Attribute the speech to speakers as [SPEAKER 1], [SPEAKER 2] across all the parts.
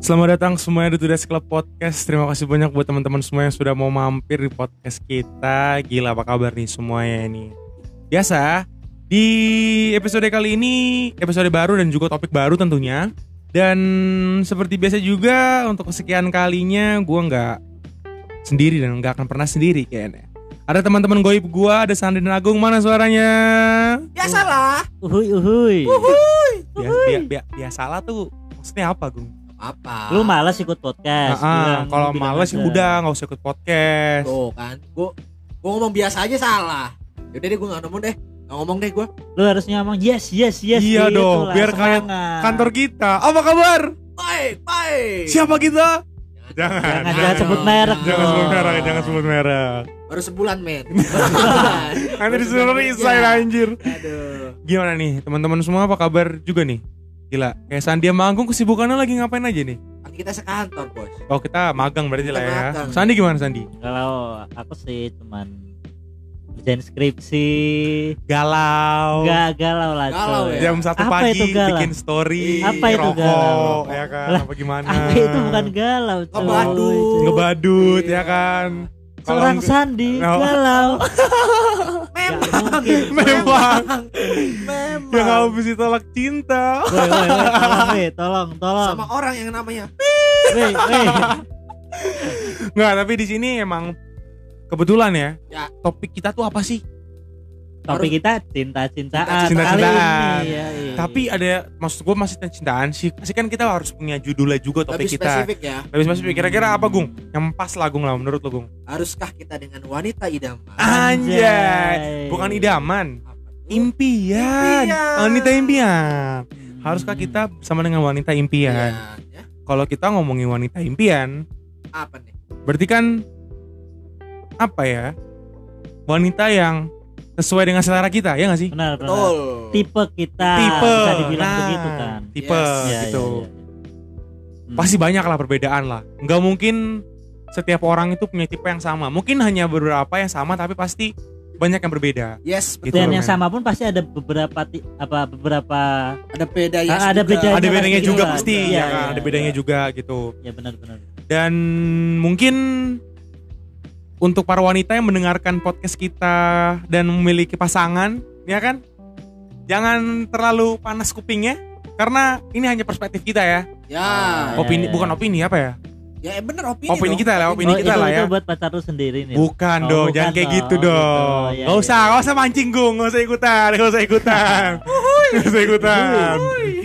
[SPEAKER 1] Selamat datang semuanya di Tudas Club Podcast. Terima kasih banyak buat teman-teman semua yang sudah mau mampir di podcast kita. Gila apa kabar nih semuanya ini. Biasa di episode kali ini episode baru dan juga topik baru tentunya. Dan seperti biasa juga untuk kesekian kalinya gue nggak sendiri dan nggak akan pernah sendiri kayaknya. Ada teman-teman goib gue, ada Sandi dan Agung, mana suaranya?
[SPEAKER 2] Biasalah.
[SPEAKER 3] Uhuy uhuy.
[SPEAKER 1] Biasa, salah tuh, maksudnya apa Gung?
[SPEAKER 2] Apa?
[SPEAKER 3] Lu malas ikut podcast.
[SPEAKER 1] Ah, ah,
[SPEAKER 3] bilang,
[SPEAKER 1] kalau
[SPEAKER 3] bilang
[SPEAKER 1] males ya
[SPEAKER 3] aja. Oh.
[SPEAKER 1] udah nggak usah ikut podcast.
[SPEAKER 2] Tuh kan. Gua gua ngomong biasa aja salah. Yaudah deh gua gak ngomong deh. Gak ngomong deh gua.
[SPEAKER 3] Lu harus ngomong yes yes yes. gitu
[SPEAKER 1] Iya dong, biar kayak Kantor kita. Apa kabar?
[SPEAKER 2] Baik, baik.
[SPEAKER 1] Siapa kita? Jangan.
[SPEAKER 3] Jangan jangan
[SPEAKER 2] Jangan
[SPEAKER 3] sebut
[SPEAKER 2] dong,
[SPEAKER 3] merek.
[SPEAKER 1] Jangan
[SPEAKER 3] dong.
[SPEAKER 1] sebut merah, jangan sebut merah.
[SPEAKER 2] nah. Baru sebulan, men. Baru sebulan.
[SPEAKER 1] Nanti
[SPEAKER 2] Baru
[SPEAKER 1] disuruh
[SPEAKER 2] sebulan
[SPEAKER 1] resign
[SPEAKER 2] aja.
[SPEAKER 1] anjir.
[SPEAKER 2] Aduh.
[SPEAKER 1] Gimana nih, teman-teman semua apa kabar juga nih? Gila, kayak Sandi sama Agung kesibukannya lagi ngapain aja nih?
[SPEAKER 2] Kan kita sekantor, Bos.
[SPEAKER 1] Oh kita magang berarti
[SPEAKER 2] Kita
[SPEAKER 1] lah ya.
[SPEAKER 2] magang.
[SPEAKER 1] Sandi gimana Sandi?
[SPEAKER 3] Kalau aku sih cuman kerjaan skripsi.
[SPEAKER 1] Galau.
[SPEAKER 3] Gak galau lah.
[SPEAKER 2] Galau
[SPEAKER 3] coy.
[SPEAKER 2] ya?
[SPEAKER 1] Jam satu
[SPEAKER 3] Apa
[SPEAKER 1] pagi
[SPEAKER 3] itu galau?
[SPEAKER 1] bikin story,
[SPEAKER 3] Apa itu
[SPEAKER 1] rokok,
[SPEAKER 3] galau?
[SPEAKER 1] ya kan?
[SPEAKER 3] Lah,
[SPEAKER 1] apa gimana?
[SPEAKER 3] Apa itu bukan galau coy.
[SPEAKER 2] Ngebadut.
[SPEAKER 1] ngebadut
[SPEAKER 2] Iya.
[SPEAKER 1] ya kan? Kalau Oh.
[SPEAKER 3] Seorang
[SPEAKER 1] enggak-
[SPEAKER 3] Sandi
[SPEAKER 1] No.
[SPEAKER 3] galau.
[SPEAKER 2] Memang.
[SPEAKER 3] Gak mungkin.
[SPEAKER 1] memang
[SPEAKER 2] Memang.
[SPEAKER 1] yang habis ditolak cinta.
[SPEAKER 3] Woi, woi, woi, tolong, woi, tolong, tolong.
[SPEAKER 2] Sama orang yang namanya.
[SPEAKER 3] Woi, woi.
[SPEAKER 1] Nggak, tapi di sini emang kebetulan ya.
[SPEAKER 2] Ya.
[SPEAKER 1] Topik kita tuh apa sih?
[SPEAKER 3] Topik kita cinta-cintaan.
[SPEAKER 1] Cinta-cintaan.
[SPEAKER 3] Kali ini, ya,
[SPEAKER 2] Hmm.
[SPEAKER 3] iya.
[SPEAKER 1] Tapi ada maksud gue masih tentang cintaan sih. Pasti kan kita harus punya judulnya juga topik
[SPEAKER 2] Lebih
[SPEAKER 1] kita.
[SPEAKER 2] spesifik ya.
[SPEAKER 1] Lebih spesifik. Kira-kira apa, Gung? Yang pas lah, Gung lah menurut lo, Gung.
[SPEAKER 2] Hmm. Haruskah kita dengan wanita idaman?
[SPEAKER 3] Ah.
[SPEAKER 1] Anjay. Bukan idaman,
[SPEAKER 2] Apa tuh?
[SPEAKER 1] impian.
[SPEAKER 2] Impian.
[SPEAKER 1] Wanita impian. Haruskah kita bersama dengan wanita impian?
[SPEAKER 2] Iya, ya.
[SPEAKER 1] Kalau kita ngomongin wanita impian,
[SPEAKER 2] Apa nih?
[SPEAKER 1] berarti kan apa ya? Wanita yang sesuai dengan selera kita, ya nggak sih?
[SPEAKER 3] benar benar.
[SPEAKER 2] Betul.
[SPEAKER 3] tipe kita
[SPEAKER 1] tipe
[SPEAKER 3] bisa dibilang
[SPEAKER 1] Nah,
[SPEAKER 3] begitu kan
[SPEAKER 1] tipe
[SPEAKER 2] Yes.
[SPEAKER 3] Iya,
[SPEAKER 1] gitu
[SPEAKER 3] iya, iya. Hmm.
[SPEAKER 1] pasti banyak lah perbedaan lah nggak mungkin setiap orang itu punya tipe yang sama mungkin hanya beberapa yang sama tapi pasti banyak yang berbeda
[SPEAKER 2] Yes,
[SPEAKER 1] Gitu.
[SPEAKER 2] betul.
[SPEAKER 3] dan
[SPEAKER 1] loh,
[SPEAKER 3] yang
[SPEAKER 1] men.
[SPEAKER 3] sama pun pasti ada beberapa ti- apa beberapa
[SPEAKER 2] Ada beda ya yes
[SPEAKER 3] Ah, ada
[SPEAKER 2] juga.
[SPEAKER 3] bedanya.
[SPEAKER 1] ada bedanya
[SPEAKER 3] pasti
[SPEAKER 1] juga
[SPEAKER 3] lah,
[SPEAKER 1] pasti
[SPEAKER 3] iya,
[SPEAKER 1] ya kan
[SPEAKER 3] iya,
[SPEAKER 1] ada bedanya
[SPEAKER 3] iya.
[SPEAKER 1] juga gitu
[SPEAKER 3] ya benar benar
[SPEAKER 1] dan mungkin untuk para wanita yang mendengarkan podcast kita dan memiliki pasangan ya kan jangan terlalu panas kupingnya karena ini hanya perspektif kita ya
[SPEAKER 2] Ya,
[SPEAKER 3] Iya,
[SPEAKER 1] opini
[SPEAKER 3] iya.
[SPEAKER 1] bukan opini apa ya
[SPEAKER 2] ya eh, bener opini.
[SPEAKER 1] Opini
[SPEAKER 2] dong.
[SPEAKER 1] kita lah, opini
[SPEAKER 3] oh,
[SPEAKER 1] kita
[SPEAKER 3] itu,
[SPEAKER 1] lah ya.
[SPEAKER 3] itu buat pacar lu sendiri nih
[SPEAKER 1] Bukan
[SPEAKER 3] Oh,
[SPEAKER 1] dong,
[SPEAKER 3] bukan
[SPEAKER 1] jangan kayak
[SPEAKER 3] dong.
[SPEAKER 1] gitu
[SPEAKER 3] Oh, gitu.
[SPEAKER 1] dong.
[SPEAKER 3] Iya,
[SPEAKER 1] gak
[SPEAKER 3] iya,
[SPEAKER 1] usah,
[SPEAKER 3] iya.
[SPEAKER 1] gak usah mancing gung, gak usah ikutan, gak usah ikutan, gak usah ikutan.
[SPEAKER 3] Iya.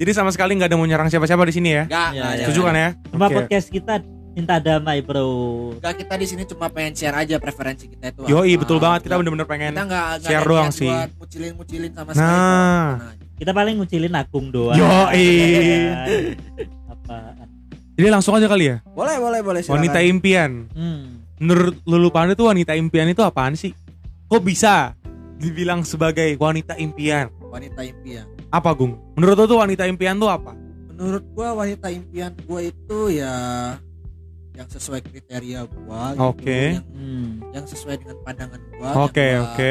[SPEAKER 1] Jadi sama sekali nggak ada mau nyerang siapa-siapa di sini ya.
[SPEAKER 2] Enggak,
[SPEAKER 3] Iya,
[SPEAKER 2] enggak,
[SPEAKER 3] iya.
[SPEAKER 1] Setuju kan ya?
[SPEAKER 3] cuma
[SPEAKER 1] Oke.
[SPEAKER 3] podcast kita cinta damai bro
[SPEAKER 2] Enggak kita di sini cuma pengen share aja preferensi kita itu.
[SPEAKER 3] Ah,
[SPEAKER 1] Yoi,
[SPEAKER 2] apa.
[SPEAKER 1] betul banget kita
[SPEAKER 2] Enggak-
[SPEAKER 1] bener-bener pengen.
[SPEAKER 2] kita enggak enggak
[SPEAKER 1] share
[SPEAKER 2] ada
[SPEAKER 1] doang
[SPEAKER 2] niat
[SPEAKER 1] sih.
[SPEAKER 2] buat Mucilin-mucilin sama
[SPEAKER 1] Nah.
[SPEAKER 3] kita paling ngucilin agung doang
[SPEAKER 1] Yoi.
[SPEAKER 3] apa
[SPEAKER 1] Jadi langsung aja kali ya.
[SPEAKER 2] Boleh, boleh, boleh
[SPEAKER 1] Wanita impian.
[SPEAKER 3] hmm.
[SPEAKER 1] Menurut Lulu Pandu tuh wanita impian itu apaan sih? Kok bisa dibilang sebagai wanita impian?
[SPEAKER 2] wanita impian.
[SPEAKER 1] Apa Gung? Menurut lo tuh wanita impian tuh apa?
[SPEAKER 2] Menurut gua wanita impian gua itu ya yang sesuai kriteria gua gitu,
[SPEAKER 1] Oke.
[SPEAKER 2] yang,
[SPEAKER 3] Hmm.
[SPEAKER 2] yang sesuai dengan pandangan gua. yang
[SPEAKER 1] Oke,
[SPEAKER 2] gua-
[SPEAKER 1] oke.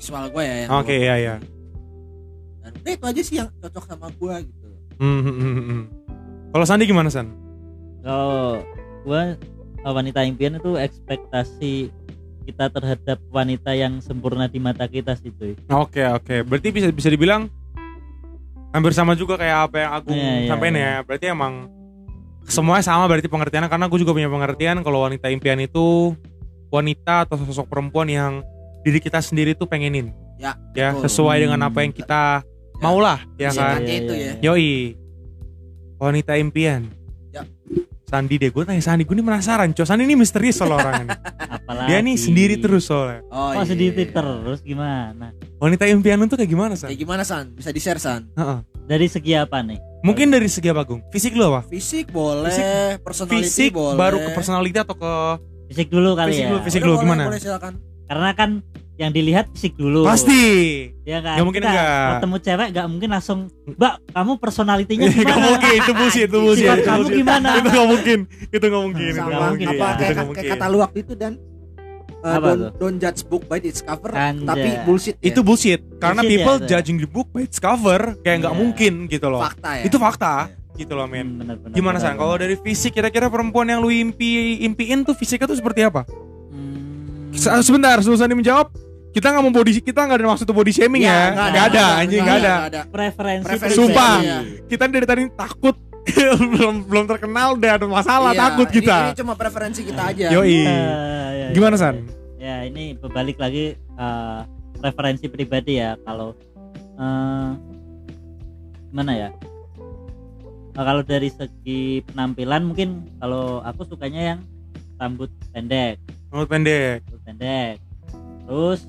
[SPEAKER 2] Visual gua ya. yang
[SPEAKER 1] Oke,
[SPEAKER 2] gua-
[SPEAKER 1] iya, iya.
[SPEAKER 2] Dan udah itu aja sih yang cocok sama gua gitu.
[SPEAKER 1] Hmm, hmm, hmm, hmm. Kalau Sandi gimana San?
[SPEAKER 3] kalau gua uh, wanita impian itu ekspektasi kita terhadap wanita yang sempurna di mata kita sih cuy
[SPEAKER 1] Oke oke, berarti bisa bisa dibilang hampir sama juga kayak apa yang aku
[SPEAKER 3] Iya, iya,
[SPEAKER 1] sampaikan
[SPEAKER 3] iya.
[SPEAKER 1] ya. Berarti emang semuanya sama berarti pengertiannya karena gue juga punya pengertian kalau wanita impian itu wanita atau sosok perempuan yang diri kita sendiri tuh pengenin.
[SPEAKER 2] Ya,
[SPEAKER 1] Ya,
[SPEAKER 2] betul.
[SPEAKER 1] sesuai dengan apa yang kita maulah ya
[SPEAKER 2] Iya,
[SPEAKER 1] kan.
[SPEAKER 2] Sifatnya itu ya.
[SPEAKER 1] Yoi. Wanita impian.
[SPEAKER 2] Ya.
[SPEAKER 1] Sandi deh, gue tanya Sandi, gue ini penasaran Cok, Sandi ini misterius soal orangnya nih.
[SPEAKER 3] apalagi
[SPEAKER 1] Dia nih sendiri terus soalnya
[SPEAKER 2] Oh, iya.
[SPEAKER 3] Oh, sedikit terus gimana?
[SPEAKER 1] Wanita impian itu kayak gimana
[SPEAKER 2] Ya
[SPEAKER 1] San?
[SPEAKER 2] gimana San? Bisa di share San?
[SPEAKER 1] Heeh.
[SPEAKER 3] Dari segi apa nih?
[SPEAKER 1] Mungkin dari segi apa Gung? Fisik lu apa?
[SPEAKER 2] Fisik boleh, personality
[SPEAKER 1] Fisik
[SPEAKER 2] boleh.
[SPEAKER 1] baru ke personality atau ke
[SPEAKER 3] Fisik dulu kali
[SPEAKER 1] Fisik
[SPEAKER 3] ya.
[SPEAKER 1] dulu, fisik.
[SPEAKER 2] Udah
[SPEAKER 1] lu
[SPEAKER 2] boleh,
[SPEAKER 1] gimana?
[SPEAKER 2] Boleh silakan.
[SPEAKER 3] Karena kan yang dilihat fisik dulu.
[SPEAKER 1] pasti
[SPEAKER 3] Ya kan?
[SPEAKER 1] Nggak mungkin
[SPEAKER 3] Kita
[SPEAKER 1] enggak.
[SPEAKER 3] Ketemu cewek nggak mungkin langsung, "Mbak, kamu personalitinya
[SPEAKER 1] Gak
[SPEAKER 3] gimana?"
[SPEAKER 1] mungkin itu bullshit itu bullshit
[SPEAKER 3] Sifat
[SPEAKER 1] itu
[SPEAKER 3] kamu
[SPEAKER 1] bullshit.
[SPEAKER 3] gimana?
[SPEAKER 1] itu gak mungkin itu gak mungkin itu
[SPEAKER 3] Sama,
[SPEAKER 1] gak mungkin
[SPEAKER 3] mungkin,
[SPEAKER 2] apa
[SPEAKER 1] itu
[SPEAKER 3] ya.
[SPEAKER 1] gak
[SPEAKER 2] kayak, kayak
[SPEAKER 1] mungkin
[SPEAKER 2] kata lu waktu itu dan uh,
[SPEAKER 3] Apa
[SPEAKER 2] don't,
[SPEAKER 3] tuh?
[SPEAKER 2] don't judge book by its cover,
[SPEAKER 3] Anjay.
[SPEAKER 2] tapi bullshit ya.
[SPEAKER 1] itu bullshit karena
[SPEAKER 3] Bullshit ya,
[SPEAKER 1] people
[SPEAKER 3] itu ya.
[SPEAKER 1] judging the book by its cover kayak nggak
[SPEAKER 3] Iya.
[SPEAKER 1] mungkin gitu loh
[SPEAKER 2] fakta ya.
[SPEAKER 1] itu fakta
[SPEAKER 2] Iya.
[SPEAKER 1] gitu loh men.
[SPEAKER 3] Hmm, benar-benar.
[SPEAKER 1] Gimana
[SPEAKER 3] Benar,
[SPEAKER 1] San? Kalau
[SPEAKER 3] benar.
[SPEAKER 1] dari fisik kira-kira perempuan yang lu impi impiin tuh fisiknya tuh seperti apa?
[SPEAKER 4] Hmm.
[SPEAKER 1] Se- Sebentar, sebelum Sandi menjawab, kita nggak mau body kita nggak ada maksud tuh body shaming
[SPEAKER 2] Iya,
[SPEAKER 1] ya.
[SPEAKER 4] nggak
[SPEAKER 1] Nggak ada, anjing nggak ada.
[SPEAKER 4] nggak
[SPEAKER 3] preferensi, ya.
[SPEAKER 4] Preferensi,
[SPEAKER 1] Sumpah.
[SPEAKER 4] iya.
[SPEAKER 1] Kita dari tadi takut belum belum terkenal udah ada masalah
[SPEAKER 4] Iya,
[SPEAKER 1] takut
[SPEAKER 4] ini-
[SPEAKER 1] kita.
[SPEAKER 4] Ini, cuma preferensi kita aja.
[SPEAKER 1] Yoi.
[SPEAKER 3] Ah, ya,
[SPEAKER 1] Gimana
[SPEAKER 3] ya,
[SPEAKER 1] San?
[SPEAKER 3] Ya ini berbalik lagi eh, preferensi pribadi ya kalau eh, gimana ya? Eh, kalau dari segi penampilan mungkin kalau aku sukanya yang rambut pendek,
[SPEAKER 1] Rambut Oh, pendek.
[SPEAKER 3] rambut pendek. Terus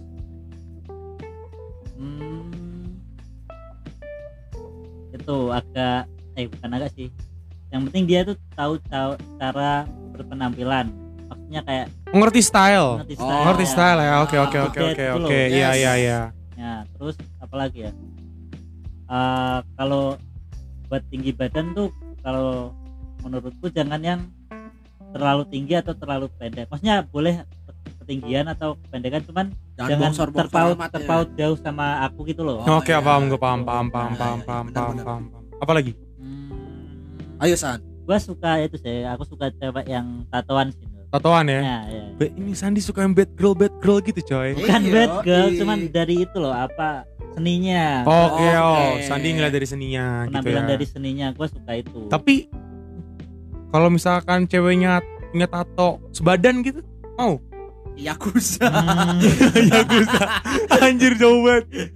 [SPEAKER 3] hmm, itu agak eh bukan agak sih. Yang penting dia tuh tahu tahu cara berpenampilan. Maksudnya kayak
[SPEAKER 1] Ngerti style.
[SPEAKER 3] ngerti
[SPEAKER 4] Oh,
[SPEAKER 3] style.
[SPEAKER 1] Ngerti style ya. Oke oke
[SPEAKER 3] Ah,
[SPEAKER 1] oke
[SPEAKER 3] update
[SPEAKER 1] oke
[SPEAKER 3] gitu loh.
[SPEAKER 1] oke. Iya
[SPEAKER 4] Yes.
[SPEAKER 1] iya iya.
[SPEAKER 3] Ya, terus apalagi ya? Eh, kalau buat tinggi badan tuh kalau menurutku jangan yang terlalu tinggi atau terlalu pendek. Maksudnya boleh ketinggian atau kependekan cuman jangan
[SPEAKER 4] bongsor-bongsor
[SPEAKER 3] terpaut
[SPEAKER 4] amat ya.
[SPEAKER 3] terpaut jauh sama aku gitu loh.
[SPEAKER 4] Oh,
[SPEAKER 1] Oke,
[SPEAKER 4] iya.
[SPEAKER 1] paham gue paham paham paham
[SPEAKER 4] Iya,
[SPEAKER 1] paham
[SPEAKER 4] iya,
[SPEAKER 1] paham
[SPEAKER 4] benar,
[SPEAKER 1] paham
[SPEAKER 4] benar.
[SPEAKER 1] paham. paham. Apalagi?
[SPEAKER 3] Hmm,
[SPEAKER 4] Ayo San.
[SPEAKER 3] gua suka itu sih, aku suka cewek yang tatoan sih. Nur.
[SPEAKER 1] Tatoan
[SPEAKER 4] Eh.
[SPEAKER 1] ya.
[SPEAKER 3] Ya, ya.
[SPEAKER 1] Be- ini Sandi suka yang bad girl bad girl gitu coy.
[SPEAKER 4] Iya,
[SPEAKER 3] Bukan bad girl,
[SPEAKER 4] iya. gitu
[SPEAKER 3] cuman dari itu loh apa seninya.
[SPEAKER 1] Oke, oh,
[SPEAKER 4] Oke.
[SPEAKER 1] Sandi ngeliat dari seninya gitu ya.
[SPEAKER 3] penampilan dari seninya gua suka itu.
[SPEAKER 1] Tapi kalau misalkan ceweknya punya tato sebadan gitu, mau?
[SPEAKER 4] Yakuza.
[SPEAKER 3] Hmm.
[SPEAKER 1] ya Gusta. Anjir jauh banget.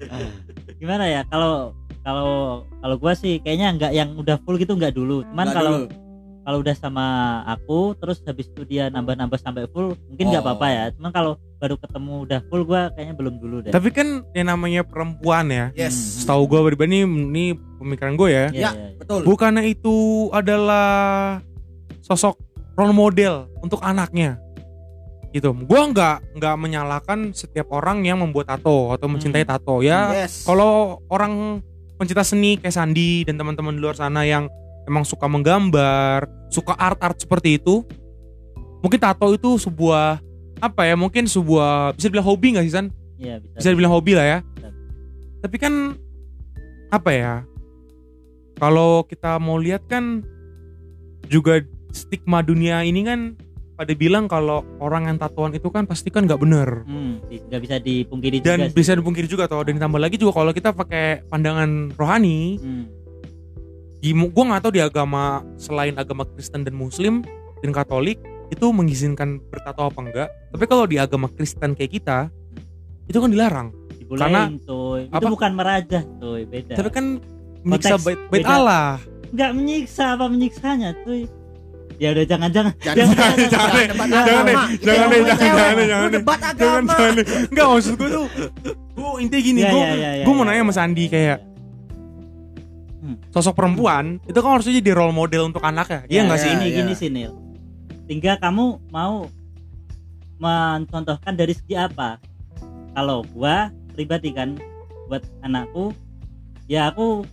[SPEAKER 3] gimana ya kalau kalau kalau gua sih kayaknya nggak yang udah full gitu nggak dulu cuman
[SPEAKER 4] Nggak
[SPEAKER 3] kalau
[SPEAKER 4] dulu.
[SPEAKER 3] kalau udah sama aku terus habis itu dia nambah-nambah sampai full mungkin nggak
[SPEAKER 4] Oh.
[SPEAKER 3] apa-apa ya cuman kalau baru ketemu udah full gua kayaknya belum dulu deh
[SPEAKER 1] Tapi kan yang namanya perempuan ya,
[SPEAKER 4] Yes.
[SPEAKER 3] Hmm.
[SPEAKER 1] setahu gue pribadi ini pemikiran gue ya,
[SPEAKER 3] ya,
[SPEAKER 4] Ya.
[SPEAKER 3] ya, ya.
[SPEAKER 4] Betul.
[SPEAKER 1] bukannya itu adalah sosok role model untuk anaknya gitu. Gue nggak nggak menyalahkan setiap orang yang membuat tato atau mencintai
[SPEAKER 3] Hmm.
[SPEAKER 1] tato ya.
[SPEAKER 4] Yes.
[SPEAKER 1] Kalau orang pencinta seni kayak Sandi dan teman-teman di luar sana yang emang suka menggambar, suka art-art seperti itu, mungkin tato itu sebuah apa ya? Mungkin sebuah bisa dibilang hobi nggak sih San?
[SPEAKER 3] Iya,
[SPEAKER 1] Bisa dibilang hobi lah ya. Tapi kan apa ya? Kalau kita mau lihat kan juga stigma dunia ini kan pada bilang kalau orang yang tatoan itu kan pasti kan nggak bener
[SPEAKER 3] Hmm, di- nggak bisa dipungkiri Iya juga
[SPEAKER 1] dan
[SPEAKER 3] sih.
[SPEAKER 1] bisa dipungkiri juga toh dan ditambah lagi juga kalau kita pakai pandangan rohani
[SPEAKER 3] Hmm.
[SPEAKER 1] di- gua nggak tahu di agama selain agama Kristen dan Muslim dan Katolik itu mengizinkan bertato apa enggak tapi kalau di agama Kristen kayak kita itu kan dilarang
[SPEAKER 3] Dibolehin,
[SPEAKER 1] Karena-
[SPEAKER 3] coy. itu
[SPEAKER 1] apa?
[SPEAKER 3] bukan merajah coy beda
[SPEAKER 1] tapi kan menyiksa
[SPEAKER 3] Konteks
[SPEAKER 1] bait, bait
[SPEAKER 3] beda.
[SPEAKER 1] Allah
[SPEAKER 3] nggak menyiksa apa menyiksanya cuy ya udah jangan-jangan
[SPEAKER 4] Jangan
[SPEAKER 3] Jangan,
[SPEAKER 4] jangan
[SPEAKER 1] jangan,
[SPEAKER 4] debat
[SPEAKER 1] jangan,
[SPEAKER 4] agama.
[SPEAKER 1] jangan,
[SPEAKER 4] Kita
[SPEAKER 1] jangan,
[SPEAKER 4] ngomongin
[SPEAKER 1] jangan,
[SPEAKER 4] cewek.
[SPEAKER 1] jangan,
[SPEAKER 4] Lu
[SPEAKER 1] jangan.
[SPEAKER 4] debat
[SPEAKER 1] jangan
[SPEAKER 4] agama.
[SPEAKER 1] jangan enggak maksud gue tuh gue intinya gini
[SPEAKER 3] Ya,
[SPEAKER 1] gue
[SPEAKER 3] ya, ya, ya,
[SPEAKER 1] gua mau
[SPEAKER 3] ya,
[SPEAKER 1] nanya sama
[SPEAKER 3] ya,
[SPEAKER 1] Sandi
[SPEAKER 3] ya,
[SPEAKER 1] kayak
[SPEAKER 3] ya.
[SPEAKER 1] sosok perempuan itu kan harusnya jadi role model untuk anaknya iya
[SPEAKER 3] Ya,
[SPEAKER 1] nggak
[SPEAKER 4] ya.
[SPEAKER 1] sih
[SPEAKER 3] Gini,
[SPEAKER 4] Iya.
[SPEAKER 3] gini sih Nil. Tinggal kamu mau mencontohkan dari segi apa? Kalau gua pribadi kan buat anakku, ya aku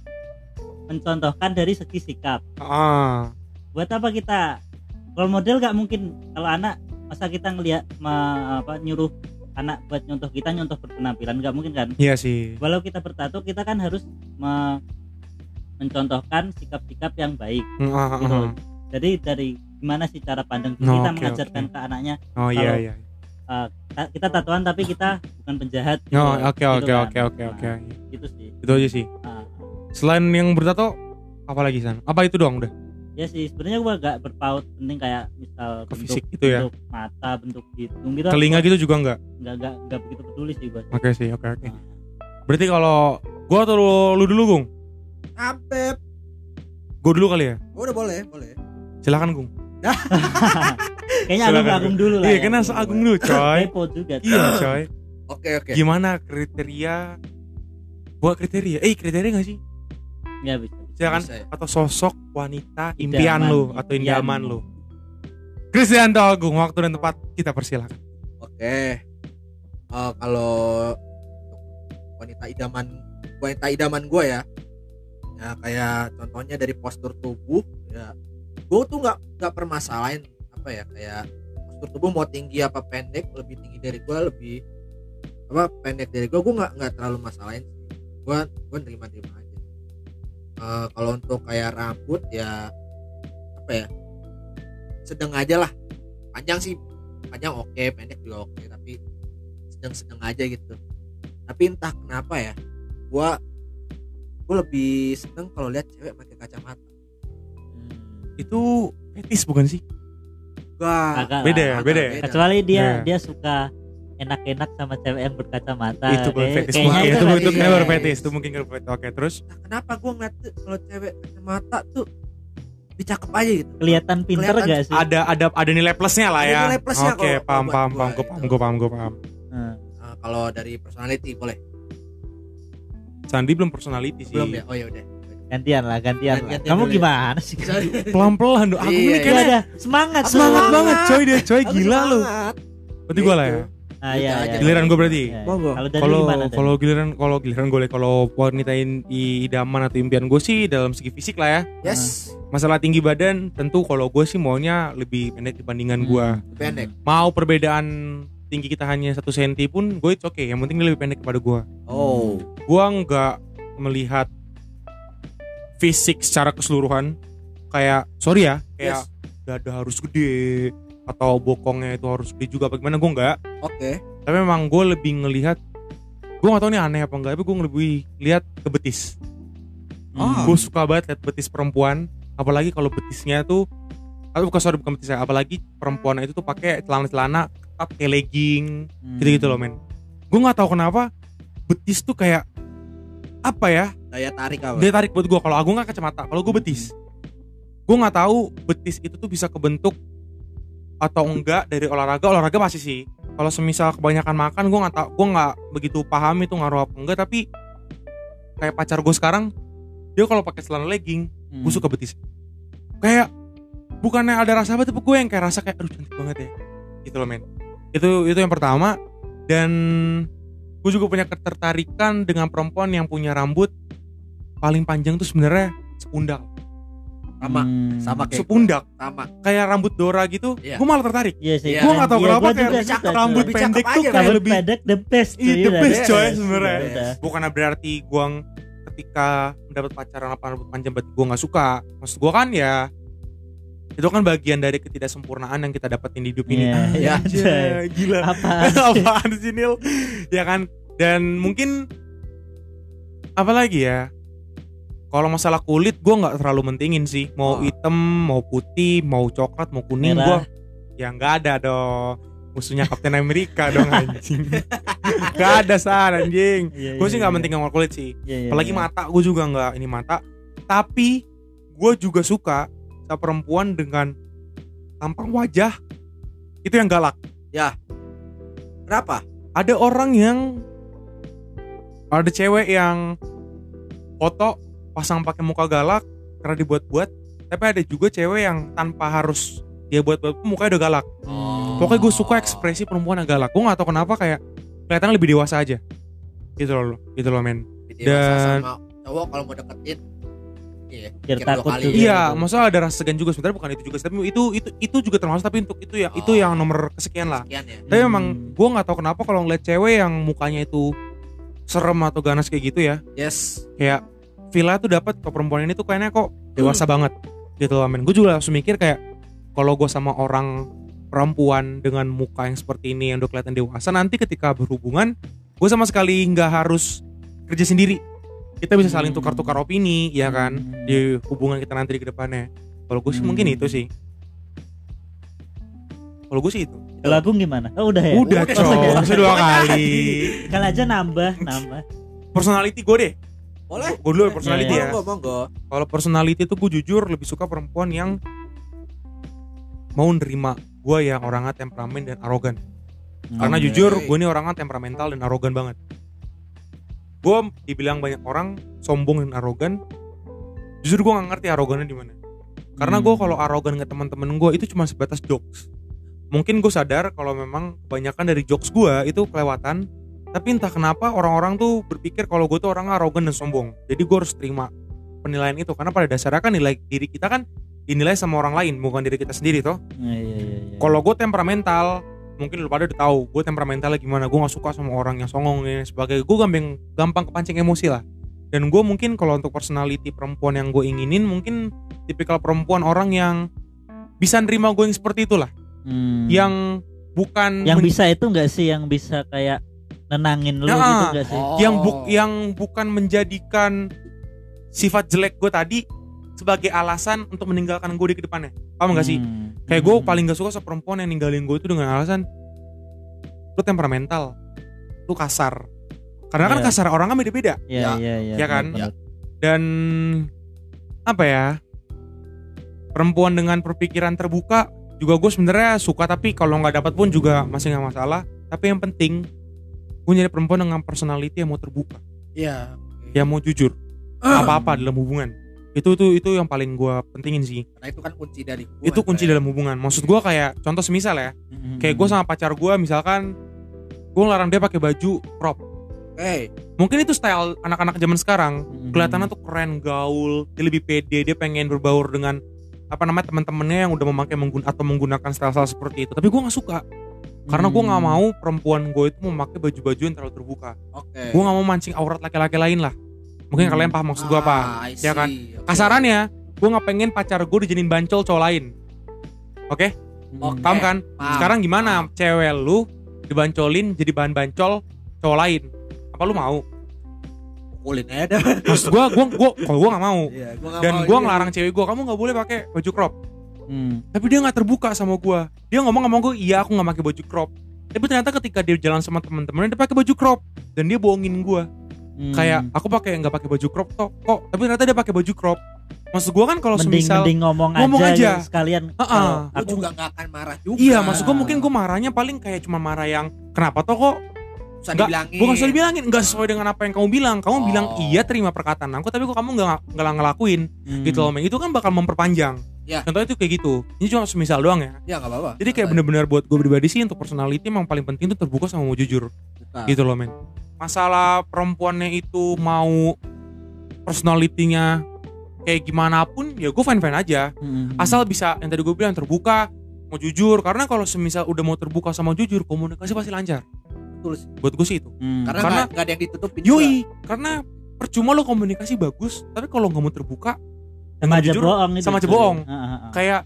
[SPEAKER 3] mencontohkan dari segi sikap.
[SPEAKER 1] ah
[SPEAKER 3] Buat apa kita role model gak mungkin kalau anak masa kita ngelihat me- apa nyuruh anak buat nyontoh kita nyontoh berpenampilan nggak mungkin kan?
[SPEAKER 1] iya sih
[SPEAKER 3] Walau kita bertato kita kan harus me- mencontohkan sikap-sikap yang baik.
[SPEAKER 1] Mm, ah, ah,
[SPEAKER 3] Gitu.
[SPEAKER 1] ah.
[SPEAKER 3] Jadi dari gimana sih cara pandang
[SPEAKER 1] No,
[SPEAKER 3] kita
[SPEAKER 1] oke,
[SPEAKER 3] mengajarkan ke anaknya
[SPEAKER 1] oh iya
[SPEAKER 3] Kalau-
[SPEAKER 1] iya
[SPEAKER 3] "Ta- kita tatuan tapi kita bukan penjahat. gitu
[SPEAKER 1] Oh,
[SPEAKER 3] loh."
[SPEAKER 1] oke
[SPEAKER 3] Gitu
[SPEAKER 1] oke
[SPEAKER 3] kan.
[SPEAKER 1] oke oke oke.
[SPEAKER 3] Nah, Itu sih.
[SPEAKER 1] Itu aja sih.
[SPEAKER 3] Ah,
[SPEAKER 1] Selain yang bertato apa lagi San? Apa itu doang udah?
[SPEAKER 3] ya sih sebenarnya gua agak berpaut penting kayak misal
[SPEAKER 1] Ke
[SPEAKER 3] bentuk,
[SPEAKER 1] fisik gitu ya.
[SPEAKER 3] bentuk mata, bentuk hidung gitu.
[SPEAKER 1] Telinga gitu juga enggak?
[SPEAKER 3] Enggak enggak enggak begitu peduli sih gua.
[SPEAKER 1] Oke sih, oke oke.
[SPEAKER 3] Ah.
[SPEAKER 1] Berarti kalau gua atau lu, lu dulu, Gung?
[SPEAKER 4] Apa?
[SPEAKER 1] Gua dulu kali ya.
[SPEAKER 4] Oh, Udah boleh, boleh.
[SPEAKER 1] Silakan, Gung.
[SPEAKER 3] Kayaknya
[SPEAKER 1] Silakan,
[SPEAKER 3] agung agung dulu lah.
[SPEAKER 1] Iya,
[SPEAKER 3] ya.
[SPEAKER 1] kena Agung dulu, coy.
[SPEAKER 3] Kepo juga. tuh.
[SPEAKER 1] iya, coy.
[SPEAKER 4] Oke, oke.
[SPEAKER 1] Gimana kriteria gua kriteria? Eh, kriteria gak sih?
[SPEAKER 3] Nggak bisa.
[SPEAKER 1] Silakan
[SPEAKER 4] Bisa ya.
[SPEAKER 1] atau sosok wanita
[SPEAKER 3] Idaman,
[SPEAKER 1] impian lu atau
[SPEAKER 3] impian.
[SPEAKER 1] indaman lu. Christian Agung, waktu dan tempat kita persilakan.
[SPEAKER 4] Oke. Eh, kalau untuk wanita idaman wanita idaman gue ya. Ya kayak contohnya dari postur tubuh ya. Gue tuh nggak nggak permasalahin apa ya kayak postur tubuh mau tinggi apa pendek lebih tinggi dari gue lebih apa pendek dari gue gue nggak nggak terlalu masalahin gue gue terima terima aja Eh, kalau untuk kayak rambut ya apa ya sedang aja lah panjang sih panjang oke pendek juga oke tapi sedang sedang aja gitu tapi entah kenapa ya gua gua lebih seneng kalau lihat cewek pakai kacamata
[SPEAKER 3] Hmm.
[SPEAKER 1] Itu fetis bukan sih?
[SPEAKER 4] gua
[SPEAKER 3] Agak lah.
[SPEAKER 1] Beda ya,
[SPEAKER 4] agak
[SPEAKER 1] beda ya.
[SPEAKER 4] beda.
[SPEAKER 3] kecuali dia
[SPEAKER 1] Nah.
[SPEAKER 3] dia suka enak-enak sama cewek yang berkacamata
[SPEAKER 4] Nah,
[SPEAKER 1] itu bukan
[SPEAKER 4] eh,
[SPEAKER 3] Kayak-
[SPEAKER 1] fetis.
[SPEAKER 3] kayaknya
[SPEAKER 1] Wah, ya. itu
[SPEAKER 3] itu
[SPEAKER 1] itu
[SPEAKER 3] fetis.
[SPEAKER 1] kayaknya baru
[SPEAKER 4] fetis.
[SPEAKER 1] fetis. Itu mungkin baru fetis. Oke, terus
[SPEAKER 4] entah kenapa gua ngeliat tuh kalau cewek kacamata tuh lebih cakep aja gitu
[SPEAKER 3] kelihatan pinter
[SPEAKER 4] Kelihatan
[SPEAKER 3] gak sih
[SPEAKER 1] ada ada ada nilai plusnya lah
[SPEAKER 4] Iya. Ada
[SPEAKER 1] ya.
[SPEAKER 4] nilai plusnya
[SPEAKER 1] Oke,
[SPEAKER 4] kalau-
[SPEAKER 1] paham
[SPEAKER 4] kalau
[SPEAKER 1] paham
[SPEAKER 4] buat
[SPEAKER 1] paham.
[SPEAKER 4] gua ya.
[SPEAKER 1] Gue paham,
[SPEAKER 4] itu.
[SPEAKER 1] gue paham, gue paham.
[SPEAKER 3] Hmm.
[SPEAKER 4] Eh, kalau dari personality boleh
[SPEAKER 1] Sandi belum personality
[SPEAKER 3] Iya.
[SPEAKER 1] sih.
[SPEAKER 4] belum ya oh ya udah
[SPEAKER 3] gantian lah gantian, lah.
[SPEAKER 4] Gantian
[SPEAKER 3] kamu
[SPEAKER 4] dulu ya.
[SPEAKER 3] gimana sih
[SPEAKER 1] Pelan-pelan doh. Aku
[SPEAKER 4] Iya,
[SPEAKER 1] ini
[SPEAKER 4] iya.
[SPEAKER 3] Iya,
[SPEAKER 1] kayaknya
[SPEAKER 3] ada semangat
[SPEAKER 1] semangat
[SPEAKER 4] Semangat.
[SPEAKER 1] banget coy dia coy
[SPEAKER 4] Aku
[SPEAKER 1] Eh, gila lu.
[SPEAKER 4] semangat.
[SPEAKER 1] Berarti gue lah ya.
[SPEAKER 3] Ah, iya,
[SPEAKER 4] Gitu
[SPEAKER 3] iya.
[SPEAKER 4] aja.
[SPEAKER 1] Giliran gue berarti.
[SPEAKER 3] Iya.
[SPEAKER 4] Monggo.
[SPEAKER 3] kalau dari
[SPEAKER 1] Kalau
[SPEAKER 3] gimana Dan?
[SPEAKER 1] kalau giliran kalau giliran gue kalau wanita in- i- idaman atau impian gue sih dalam segi fisik lah ya.
[SPEAKER 4] yes
[SPEAKER 1] Masalah tinggi badan tentu kalau gue sih maunya lebih pendek dibandingkan gue.
[SPEAKER 3] Hmm.
[SPEAKER 4] pendek.
[SPEAKER 1] Mau perbedaan tinggi kita hanya satu senti pun gue oke. Yang penting dia lebih pendek kepada gue.
[SPEAKER 4] oh
[SPEAKER 1] Gue nggak melihat fisik secara keseluruhan. Kayak sorry ya, kayak
[SPEAKER 4] yes
[SPEAKER 1] dada harus gede atau bokongnya itu harus gede juga. Bagaimana gue nggak?
[SPEAKER 4] oke
[SPEAKER 1] tapi memang gue lebih ngelihat gue gak tau nih aneh apa enggak tapi gue lebih lihat ke betis
[SPEAKER 4] Ah.
[SPEAKER 2] Hmm.
[SPEAKER 1] gue suka banget lihat betis perempuan apalagi kalau betisnya tuh atau bukan sorry bukan betisnya apalagi perempuan itu tuh pakai celana-celana ketat kayak legging
[SPEAKER 3] Hmm.
[SPEAKER 1] gitu-gitu loh men gue nggak tahu kenapa betis tuh kayak apa ya
[SPEAKER 4] daya tarik apa
[SPEAKER 1] dia tarik buat gue kalau aku nggak kacamata kalau gue betis gue nggak tahu betis itu tuh bisa kebentuk atau enggak dari olahraga olahraga pasti sih kalau semisal kebanyakan makan gue nggak tahu gue nggak begitu paham itu ngaruh apa enggak tapi kayak pacar gue sekarang dia kalau pakai celana legging
[SPEAKER 3] Hmm.
[SPEAKER 1] gue suka betis kayak bukannya ada rasa apa tapi gue yang kayak rasa kayak aduh cantik banget ya gitu loh men itu itu yang pertama dan gue juga punya ketertarikan dengan perempuan yang punya rambut paling panjang tuh sebenarnya sepundak
[SPEAKER 4] sama
[SPEAKER 3] Hmm.
[SPEAKER 4] sama kayak
[SPEAKER 1] sepundak
[SPEAKER 4] sama
[SPEAKER 1] kayak rambut Dora gitu
[SPEAKER 4] Iya.
[SPEAKER 1] gue malah tertarik
[SPEAKER 3] Iya sih.
[SPEAKER 4] Iya.
[SPEAKER 1] gue nggak tahu
[SPEAKER 3] Iya,
[SPEAKER 1] kenapa
[SPEAKER 3] gua
[SPEAKER 1] kayak
[SPEAKER 3] juga
[SPEAKER 4] cakep
[SPEAKER 3] suka,
[SPEAKER 1] rambut
[SPEAKER 3] coy.
[SPEAKER 4] Lebih
[SPEAKER 1] pendek
[SPEAKER 4] cakep
[SPEAKER 1] tuh
[SPEAKER 4] aja,
[SPEAKER 1] kayak
[SPEAKER 3] Rambut
[SPEAKER 1] lebih
[SPEAKER 3] pendek the best.
[SPEAKER 1] Iya, the
[SPEAKER 3] udah.
[SPEAKER 1] best, coy,
[SPEAKER 3] Udah,
[SPEAKER 1] sebenarnya.
[SPEAKER 3] udah.
[SPEAKER 1] bukan berarti gue ketika mendapat pacaran apa rambut panjang berarti gue nggak suka maksud gue kan ya itu kan bagian dari ketidaksempurnaan yang kita dapetin di hidup ini Eh,
[SPEAKER 3] Iya.
[SPEAKER 1] Ah,
[SPEAKER 4] Iya,
[SPEAKER 1] anjir,
[SPEAKER 3] coy.
[SPEAKER 1] gila
[SPEAKER 3] Apa?
[SPEAKER 1] apaan sih Nil ya kan dan mungkin apalagi ya kalau masalah kulit gue nggak terlalu mentingin sih mau
[SPEAKER 4] Oh.
[SPEAKER 1] hitam mau putih mau coklat mau kuning gue
[SPEAKER 3] Merah.
[SPEAKER 1] ya nggak ada dong musuhnya Kapten Amerika dong anjing nggak ada saran anjing gue
[SPEAKER 3] Iya, iya,
[SPEAKER 1] sih nggak
[SPEAKER 3] iya.
[SPEAKER 1] mentingin warna kulit sih
[SPEAKER 3] Iya, iya,
[SPEAKER 1] apalagi
[SPEAKER 3] iya.
[SPEAKER 1] mata gue juga nggak ini mata tapi gue juga suka sama perempuan dengan tampang wajah itu yang galak
[SPEAKER 4] kenapa
[SPEAKER 1] ada orang yang ada cewek yang foto pasang pakai muka galak karena dibuat-buat tapi ada juga cewek yang tanpa harus dia buat-buat pun mukanya udah galak
[SPEAKER 4] Oh.
[SPEAKER 3] Hmm.
[SPEAKER 1] pokoknya gue suka ekspresi perempuan yang galak gue gak tau kenapa kayak kelihatannya lebih dewasa aja gitu loh gitu loh men
[SPEAKER 4] Jadi masa
[SPEAKER 1] Dan-
[SPEAKER 4] sama cowok kalau mau deketin iya
[SPEAKER 3] Biar
[SPEAKER 4] pikir dua
[SPEAKER 3] takut
[SPEAKER 4] kali.
[SPEAKER 3] juga.
[SPEAKER 1] Iya, maksudnya ada rasa segan juga sebenarnya bukan itu juga, sih. tapi itu itu itu juga termasuk tapi untuk itu ya
[SPEAKER 4] Oh.
[SPEAKER 1] itu yang nomor kesekian lah.
[SPEAKER 4] sekian ya
[SPEAKER 1] Tapi
[SPEAKER 3] Hmm.
[SPEAKER 1] memang gue nggak tahu kenapa kalau ngeliat cewek yang mukanya itu serem atau ganas kayak gitu ya,
[SPEAKER 4] yes
[SPEAKER 1] kayak Ya, Villa tuh dapat ke perempuan ini tuh kayaknya kok
[SPEAKER 3] Hmm.
[SPEAKER 1] dewasa banget gitu loh men. Gue juga langsung mikir kayak kalau gue sama orang perempuan dengan muka yang seperti ini yang udah kelihatan dewasa nanti ketika berhubungan gue sama sekali nggak harus kerja sendiri kita bisa saling
[SPEAKER 3] Hmm.
[SPEAKER 1] tukar-tukar opini ya kan
[SPEAKER 3] Hmm.
[SPEAKER 1] di hubungan kita nanti di kedepannya. Kalau gue sih
[SPEAKER 3] Hmm.
[SPEAKER 1] mungkin itu sih. Kalau gue sih itu.
[SPEAKER 3] Kalau Agung gimana? Oh udah ya.
[SPEAKER 1] Udah
[SPEAKER 4] Udah.
[SPEAKER 1] cowok, maksudnya dua kali.
[SPEAKER 3] Kali aja nambah, nambah.
[SPEAKER 1] Personality gue deh.
[SPEAKER 4] boleh
[SPEAKER 1] Gue dulu ya personality
[SPEAKER 3] Iya,
[SPEAKER 1] ya.
[SPEAKER 4] monggo monggo
[SPEAKER 1] Kalau personality tuh gue jujur lebih suka perempuan yang mau nerima gue yang orangnya temperamen dan arogan. Karena
[SPEAKER 3] Hmm.
[SPEAKER 1] jujur gue ini orangnya temperamental dan arogan banget. Gue dibilang banyak orang sombong dan arogan. Jujur gue gak ngerti arogannya di mana. Karena gue
[SPEAKER 3] Hmm.
[SPEAKER 1] kalau arogan ke teman-teman gue itu cuma sebatas jokes. Mungkin gue sadar kalau memang kebanyakan dari jokes gue itu kelewatan. Tapi entah kenapa orang-orang tuh berpikir kalau gue tuh orang arogan dan sombong. Jadi gue harus terima penilaian itu karena pada dasarnya kan nilai diri kita kan dinilai sama orang lain bukan diri kita sendiri toh.
[SPEAKER 3] Iya, iya, iya, iya.
[SPEAKER 1] Kalau gue temperamental mungkin lu pada udah tahu ya, gue temperamentalnya gimana gue nggak suka sama orang yang songong dan sebagainya gue gampang gampang kepancing emosi lah dan gue mungkin kalau untuk personality perempuan yang gue inginin mungkin tipikal perempuan orang yang bisa nerima gue yang seperti itulah
[SPEAKER 3] Hmm.
[SPEAKER 1] yang bukan
[SPEAKER 3] yang
[SPEAKER 1] men-
[SPEAKER 3] bisa itu enggak sih yang bisa kayak nenangin lu
[SPEAKER 1] Nah,
[SPEAKER 3] gitu enggak sih?
[SPEAKER 1] yang buk- ya. yang bukan menjadikan sifat jelek gue tadi sebagai alasan untuk meninggalkan gue di kedepannya paham gak sih
[SPEAKER 3] Hmm.
[SPEAKER 1] kayak gue
[SPEAKER 3] Hmm.
[SPEAKER 1] paling gak suka sama perempuan yang ninggalin gue itu dengan alasan lu temperamental lu kasar karena kan
[SPEAKER 3] Iya.
[SPEAKER 1] kasar orang kan beda-beda
[SPEAKER 3] Iya, iya, iya.
[SPEAKER 1] ya kan?
[SPEAKER 3] benar-benar.
[SPEAKER 1] dan apa ya perempuan dengan berpikiran terbuka juga gue sebenarnya suka tapi kalau nggak dapat pun juga masih nggak masalah tapi yang penting gue nyari perempuan dengan personality yang mau terbuka
[SPEAKER 4] Iya. oke.
[SPEAKER 1] yang mau jujur
[SPEAKER 3] Ah.
[SPEAKER 1] apa apa dalam hubungan itu itu itu yang paling gue pentingin sih
[SPEAKER 4] Karena itu kan kunci dari hubungan,
[SPEAKER 1] itu kunci
[SPEAKER 4] Pak, ya.
[SPEAKER 1] dalam hubungan maksud gue kayak contoh semisal ya
[SPEAKER 3] Hmm.
[SPEAKER 1] kayak gue sama pacar gue misalkan gue larang dia pakai baju crop
[SPEAKER 4] Oke.
[SPEAKER 1] mungkin itu style anak-anak zaman sekarang
[SPEAKER 3] Hmm.
[SPEAKER 1] kelihatannya tuh keren gaul dia lebih pede dia pengen berbaur dengan apa namanya teman-temannya yang udah memakai menggun atau menggunakan style-style seperti itu tapi gue nggak suka karena gue nggak
[SPEAKER 3] Hmm.
[SPEAKER 1] mau perempuan gue itu memakai baju-baju yang terlalu terbuka
[SPEAKER 4] Oke.
[SPEAKER 1] gue nggak mau mancing aurat laki-laki lain lah mungkin
[SPEAKER 3] Hmm.
[SPEAKER 1] kalian paham maksud gue apa
[SPEAKER 4] Ah, I
[SPEAKER 1] ya kan?
[SPEAKER 4] see. Oke.
[SPEAKER 1] kasarannya gue nggak pengen pacar gue dijadiin bancol cowok lain oke
[SPEAKER 3] Hmm.
[SPEAKER 1] paham kan
[SPEAKER 4] Paham.
[SPEAKER 1] sekarang gimana cewek lu dibancolin jadi bahan bancol cowok lain apa lu mau
[SPEAKER 4] Pukulin aja dah.
[SPEAKER 1] maksud gue gue gue kalau gue nggak mau
[SPEAKER 4] Iya, gua nggak
[SPEAKER 1] dan
[SPEAKER 4] mau
[SPEAKER 1] gue
[SPEAKER 4] ini.
[SPEAKER 1] ngelarang cewek gue kamu nggak boleh pakai baju crop
[SPEAKER 3] Hmm.
[SPEAKER 1] tapi dia nggak terbuka sama gua dia ngomong ngomong gue iya aku nggak pakai baju crop tapi ternyata ketika dia jalan sama teman-temannya dia pakai baju crop dan dia bohongin gua
[SPEAKER 3] Hmm.
[SPEAKER 1] kayak aku pakai nggak pakai baju crop toh kok tapi ternyata dia pakai baju crop maksud gua kan kalau
[SPEAKER 3] mending
[SPEAKER 1] semisal
[SPEAKER 3] mending ngomong,
[SPEAKER 1] ngomong aja.
[SPEAKER 3] aja, sekalian
[SPEAKER 1] Ha-ha.
[SPEAKER 3] kalau
[SPEAKER 4] Gua
[SPEAKER 3] aku
[SPEAKER 4] juga nggak akan marah juga.
[SPEAKER 1] iya maksud gua mungkin gua marahnya paling kayak cuma marah yang kenapa toh kok
[SPEAKER 4] Usah
[SPEAKER 1] nggak-
[SPEAKER 4] dibilangin.
[SPEAKER 1] bukan
[SPEAKER 3] Iya.
[SPEAKER 1] soal dibilangin nggak sesuai dengan apa yang kamu bilang kamu
[SPEAKER 4] Oh.
[SPEAKER 1] bilang iya terima perkataan aku tapi kok kamu nggak nggak ngelakuin
[SPEAKER 3] Hmm. Ya.
[SPEAKER 1] gitu loh Meng. itu kan bakal memperpanjang
[SPEAKER 4] Iya.
[SPEAKER 1] contohnya itu kayak gitu ini cuma semisal doang ya
[SPEAKER 4] Ya nggak apa-apa.
[SPEAKER 1] jadi kayak bener-bener buat gue pribadi sih untuk personality emang paling penting tuh terbuka sama mau jujur
[SPEAKER 4] Nah,
[SPEAKER 3] Ah.
[SPEAKER 1] gitu loh men masalah perempuannya itu mau personalitinya kayak gimana pun ya gue fine fine aja
[SPEAKER 3] Hmm.
[SPEAKER 1] asal bisa yang tadi gue bilang terbuka mau jujur karena kalau semisal udah mau terbuka sama jujur komunikasi pasti lancar
[SPEAKER 4] Betul sih.
[SPEAKER 1] buat gue sih itu
[SPEAKER 3] Hmm.
[SPEAKER 4] Karena
[SPEAKER 1] Karena-
[SPEAKER 4] nggak- nggak ada yang ditutupin. juga.
[SPEAKER 1] yoi karena percuma lo komunikasi bagus tapi kalau nggak mau terbuka dengan
[SPEAKER 3] sama aja
[SPEAKER 1] jujur,
[SPEAKER 3] bohong gitu. itu
[SPEAKER 1] sama aja
[SPEAKER 3] cuy.
[SPEAKER 1] bohong.
[SPEAKER 3] Ha-ha.
[SPEAKER 1] kayak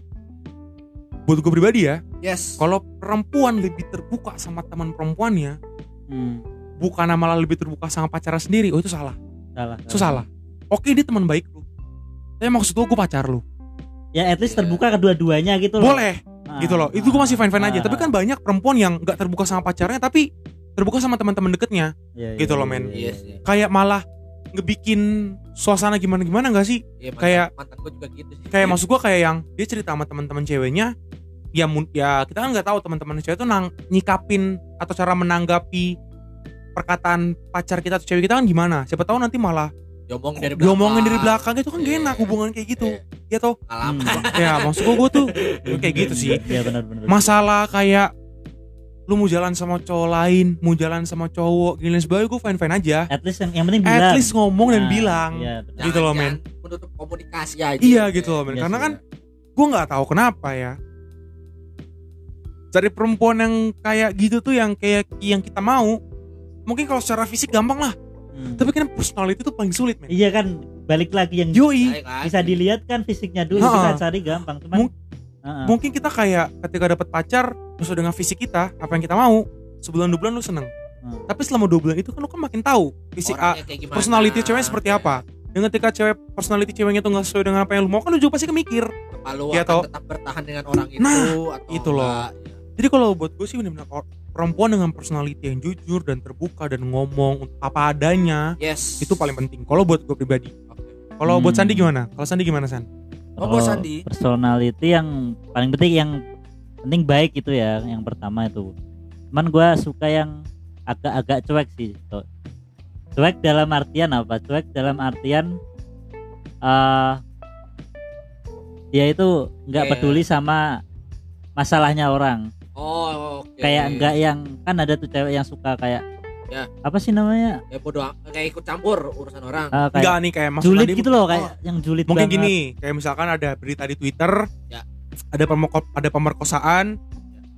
[SPEAKER 1] buat gue pribadi ya
[SPEAKER 4] Yes.
[SPEAKER 1] kalau perempuan lebih terbuka sama teman perempuannya
[SPEAKER 3] Hmm.
[SPEAKER 1] bukan malah lebih terbuka sama pacarnya sendiri oh itu salah
[SPEAKER 3] salah
[SPEAKER 1] itu salah oke dia teman baik lu tapi maksud lu gue pacar lu
[SPEAKER 3] ya at least terbuka kedua-duanya gitu loh
[SPEAKER 1] boleh gitu loh itu gue
[SPEAKER 3] Ah,
[SPEAKER 1] masih fine
[SPEAKER 3] nah,
[SPEAKER 1] fine aja tapi kan banyak perempuan yang nggak terbuka sama pacarnya tapi terbuka sama teman-teman deketnya gitu loh, men.
[SPEAKER 4] Iya sih.
[SPEAKER 1] kayak malah ngebikin suasana gimana gimana nggak sih
[SPEAKER 4] Iya, mantan-
[SPEAKER 1] Kayak-
[SPEAKER 4] mantan gua juga gitu sih.
[SPEAKER 1] kayak maksud gue kayak yang dia cerita sama teman-teman ceweknya ya mun- ya kita kan nggak tahu teman-teman cewek itu nang nyikapin atau cara menanggapi perkataan pacar kita atau cewek kita kan gimana siapa tahu nanti malah
[SPEAKER 4] diomongin dari belakang.
[SPEAKER 1] diomongin dari belakang itu kan gak
[SPEAKER 4] Iya.
[SPEAKER 1] enak hubungan kayak gitu
[SPEAKER 4] Iya.
[SPEAKER 1] ya tau
[SPEAKER 4] Alamat.
[SPEAKER 1] ya maksud gue gue tuh kayak gitu sih
[SPEAKER 3] ya benar benar
[SPEAKER 1] masalah kayak lu mau jalan sama cowok lain, mau jalan sama cowok, gini dan sebagainya gue fine fine aja.
[SPEAKER 3] at least yang yang penting bilang
[SPEAKER 1] At least ngomong dan
[SPEAKER 3] Nah,
[SPEAKER 1] bilang.
[SPEAKER 3] iya, benar.
[SPEAKER 1] Gitu loh,
[SPEAKER 4] Jangan- jangan Menutup komunikasi aja. ya.
[SPEAKER 1] Iya gitu loh, men.
[SPEAKER 3] Iya
[SPEAKER 1] Karena
[SPEAKER 3] sih,
[SPEAKER 1] kan gue nggak tahu kenapa ya. Cari perempuan yang kayak gitu tuh yang kayak yang kita mau. Mungkin kalau secara fisik gampang lah,
[SPEAKER 3] Hmm.
[SPEAKER 1] tapi kan personality tuh paling sulit, men.
[SPEAKER 3] iya kan balik lagi yang
[SPEAKER 4] Baik,
[SPEAKER 1] Yoi,
[SPEAKER 4] baik.
[SPEAKER 3] bisa dilihat kan fisiknya dulu
[SPEAKER 1] Ha-ha.
[SPEAKER 3] kita cari gampang cuman
[SPEAKER 1] Mung-
[SPEAKER 3] Ha-ha.
[SPEAKER 1] mungkin kita kayak ketika dapat pacar sesuai dengan fisik kita, apa yang kita mau, sebulan dua bulan lu seneng.
[SPEAKER 3] Hmm.
[SPEAKER 1] Tapi selama dua bulan itu kan lu kan makin tahu fisik A,
[SPEAKER 4] Orangnya kayak gimana.
[SPEAKER 1] ah, personality ceweknya seperti apa dan ketika cewek personality ceweknya tuh nggak sesuai dengan apa yang lu mau kan lu juga pasti kemikir
[SPEAKER 4] Apa lu
[SPEAKER 1] Iya,
[SPEAKER 4] akan
[SPEAKER 1] tau.
[SPEAKER 4] kan tetap bertahan dengan orang itu
[SPEAKER 1] Nah,
[SPEAKER 4] atau
[SPEAKER 1] itu loh.
[SPEAKER 4] enggak?
[SPEAKER 1] jadi kalau buat gue sih benar-benar or- perempuan dengan personality yang jujur dan terbuka dan ngomong apa adanya
[SPEAKER 4] Iya. Yes.
[SPEAKER 1] itu paling penting kalau buat gue pribadi
[SPEAKER 4] Oke.
[SPEAKER 1] kalau buat
[SPEAKER 3] Hmm.
[SPEAKER 1] Sandi gimana kalau Sandi gimana San
[SPEAKER 4] Oh, gua
[SPEAKER 3] Kalau
[SPEAKER 4] Sandi.
[SPEAKER 3] personality yang paling penting yang penting baik itu ya yang pertama itu cuman gua suka yang agak-agak cuek sih Cok. cuek dalam artian apa cuek dalam artian eh dia itu nggak
[SPEAKER 4] Oke.
[SPEAKER 3] peduli sama masalahnya orang
[SPEAKER 4] Oh, oke.
[SPEAKER 3] kayak nggak yang kan ada tuh cewek yang suka kayak
[SPEAKER 4] Ya.
[SPEAKER 3] apa sih namanya
[SPEAKER 4] Ya bodo am- kayak ikut campur urusan orang.
[SPEAKER 3] Eh,
[SPEAKER 1] enggak
[SPEAKER 3] kayak
[SPEAKER 1] nih kayak maksud
[SPEAKER 3] julid
[SPEAKER 1] Sandi
[SPEAKER 3] gitu loh kayak yang julid
[SPEAKER 1] mungkin
[SPEAKER 3] banget.
[SPEAKER 1] gini kayak misalkan ada berita di Twitter
[SPEAKER 4] Ya.
[SPEAKER 1] ada pemerko- ada pemerkosaan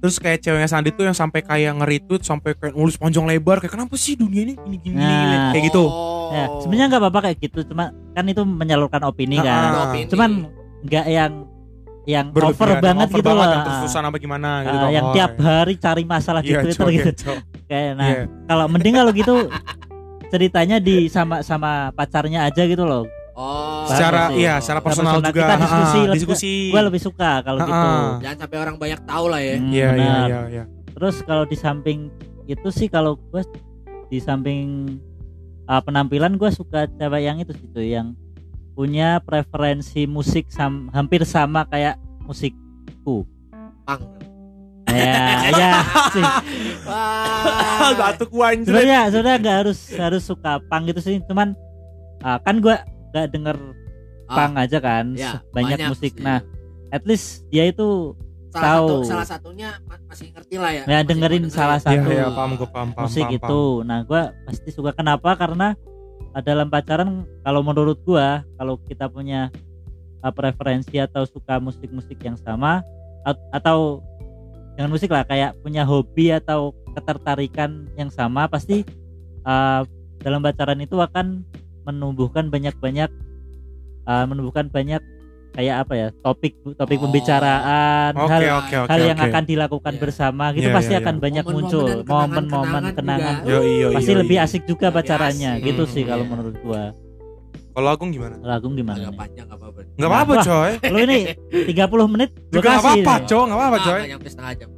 [SPEAKER 1] terus kayak ceweknya Sandi tuh yang sampai kayak ngeritut sampai kayak nulis panjang lebar kayak kenapa sih dunia ini gini gini,
[SPEAKER 3] Nah.
[SPEAKER 1] gini?" kayak gitu
[SPEAKER 2] Oh.
[SPEAKER 3] Ya, sebenarnya nggak apa-apa kayak gitu, cuma kan itu menyalurkan opini kan.
[SPEAKER 1] Ah.
[SPEAKER 2] Ada opini.
[SPEAKER 3] Cuman nggak yang yang over
[SPEAKER 1] Berlebihan,
[SPEAKER 3] banget
[SPEAKER 1] over
[SPEAKER 3] gitu loh.
[SPEAKER 1] yang terus-terusan apa gimana
[SPEAKER 3] Ah,
[SPEAKER 1] gitu
[SPEAKER 3] ah,
[SPEAKER 1] tau.
[SPEAKER 3] yang
[SPEAKER 1] Oh,
[SPEAKER 3] tiap
[SPEAKER 1] iya.
[SPEAKER 3] hari cari masalah di
[SPEAKER 1] Iya,
[SPEAKER 3] Twitter
[SPEAKER 1] cok, iya,
[SPEAKER 3] gitu.
[SPEAKER 1] cok.
[SPEAKER 3] Kayak nah,
[SPEAKER 1] Iya.
[SPEAKER 3] kalau mending kalau gitu ceritanya di sama sama pacarnya aja gitu loh.
[SPEAKER 2] Oh.
[SPEAKER 1] secara
[SPEAKER 3] Bagus sih.
[SPEAKER 1] iya secara personal
[SPEAKER 3] personal.
[SPEAKER 1] juga
[SPEAKER 3] Kita
[SPEAKER 1] Ah,
[SPEAKER 3] diskusi,
[SPEAKER 1] ah,
[SPEAKER 3] lebih-
[SPEAKER 1] diskusi
[SPEAKER 3] Gue lebih suka kalau
[SPEAKER 1] Ah,
[SPEAKER 3] gitu.
[SPEAKER 1] ah.
[SPEAKER 2] Jangan sampai orang banyak tahu lah ya.
[SPEAKER 3] Hmm,
[SPEAKER 1] iya iya
[SPEAKER 3] benar.
[SPEAKER 1] iya iya
[SPEAKER 3] Terus kalau di samping itu sih kalau gue di samping uh, penampilan gue suka cewek yang itu gitu yang punya preferensi musik sam- hampir sama kayak musik
[SPEAKER 2] Pang.
[SPEAKER 3] ya ya sih.
[SPEAKER 1] Ah,
[SPEAKER 2] Wah.
[SPEAKER 1] batuk gua anjir Iya,
[SPEAKER 3] sebenarnya sebenarnya nggak harus harus suka pang gitu sih cuman uh, kan gue nggak denger
[SPEAKER 2] Ah,
[SPEAKER 3] pang aja kan
[SPEAKER 2] ya,
[SPEAKER 3] banyak,
[SPEAKER 2] banyak
[SPEAKER 3] musik
[SPEAKER 2] sih.
[SPEAKER 3] nah at least dia itu
[SPEAKER 2] salah
[SPEAKER 3] tahu.
[SPEAKER 2] Satu, salah satunya ma- masih ngerti lah ya.
[SPEAKER 3] ya
[SPEAKER 2] Masih
[SPEAKER 3] dengerin
[SPEAKER 2] mau
[SPEAKER 3] salah
[SPEAKER 1] iya
[SPEAKER 3] satu
[SPEAKER 1] iya paham gua paham paham
[SPEAKER 3] musik
[SPEAKER 1] paham, paham.
[SPEAKER 3] itu. Nah, gua pasti suka kenapa? Karena uh, dalam pacaran kalau menurut gua kalau kita punya uh, preferensi atau suka musik-musik yang sama at- atau dengan musik lah kayak punya hobi atau ketertarikan yang sama pasti uh, dalam pacaran itu akan menumbuhkan banyak-banyak uh, menumbuhkan banyak kayak apa ya topik topik
[SPEAKER 2] Oh.
[SPEAKER 3] pembicaraan hal
[SPEAKER 1] oke oke oke
[SPEAKER 3] hal yang
[SPEAKER 1] oke.
[SPEAKER 3] akan dilakukan
[SPEAKER 2] Iya.
[SPEAKER 3] bersama gitu
[SPEAKER 1] Iya,
[SPEAKER 3] pasti
[SPEAKER 1] iya, iya.
[SPEAKER 3] akan banyak
[SPEAKER 2] Momen-momen
[SPEAKER 3] muncul
[SPEAKER 2] dan kenangan-
[SPEAKER 3] momen-momen
[SPEAKER 2] kenangan
[SPEAKER 3] kenangan
[SPEAKER 2] juga.
[SPEAKER 1] Yo, yo, yo,
[SPEAKER 3] pasti
[SPEAKER 1] yo,
[SPEAKER 3] lebih
[SPEAKER 1] yo.
[SPEAKER 3] asik juga
[SPEAKER 2] Lebih
[SPEAKER 3] pacarannya
[SPEAKER 2] asik.
[SPEAKER 3] gitu
[SPEAKER 1] Hmm,
[SPEAKER 3] sih kalau
[SPEAKER 2] iya.
[SPEAKER 3] menurut gua
[SPEAKER 1] kalau Agung gimana
[SPEAKER 3] Kalau Agung
[SPEAKER 2] dengerin.
[SPEAKER 3] gimana
[SPEAKER 2] Agak
[SPEAKER 3] nih?
[SPEAKER 2] panjang nggak apa-apa.
[SPEAKER 1] nggak apa-apa
[SPEAKER 3] Wah.
[SPEAKER 1] coy
[SPEAKER 3] Lu ini 30 menit gua
[SPEAKER 1] juga nggak
[SPEAKER 3] kasih
[SPEAKER 1] apa-apa
[SPEAKER 3] nih.
[SPEAKER 1] coy nggak apa-apa
[SPEAKER 2] Iya, Nggak,
[SPEAKER 1] coy
[SPEAKER 2] nggak nyampe setengah jam.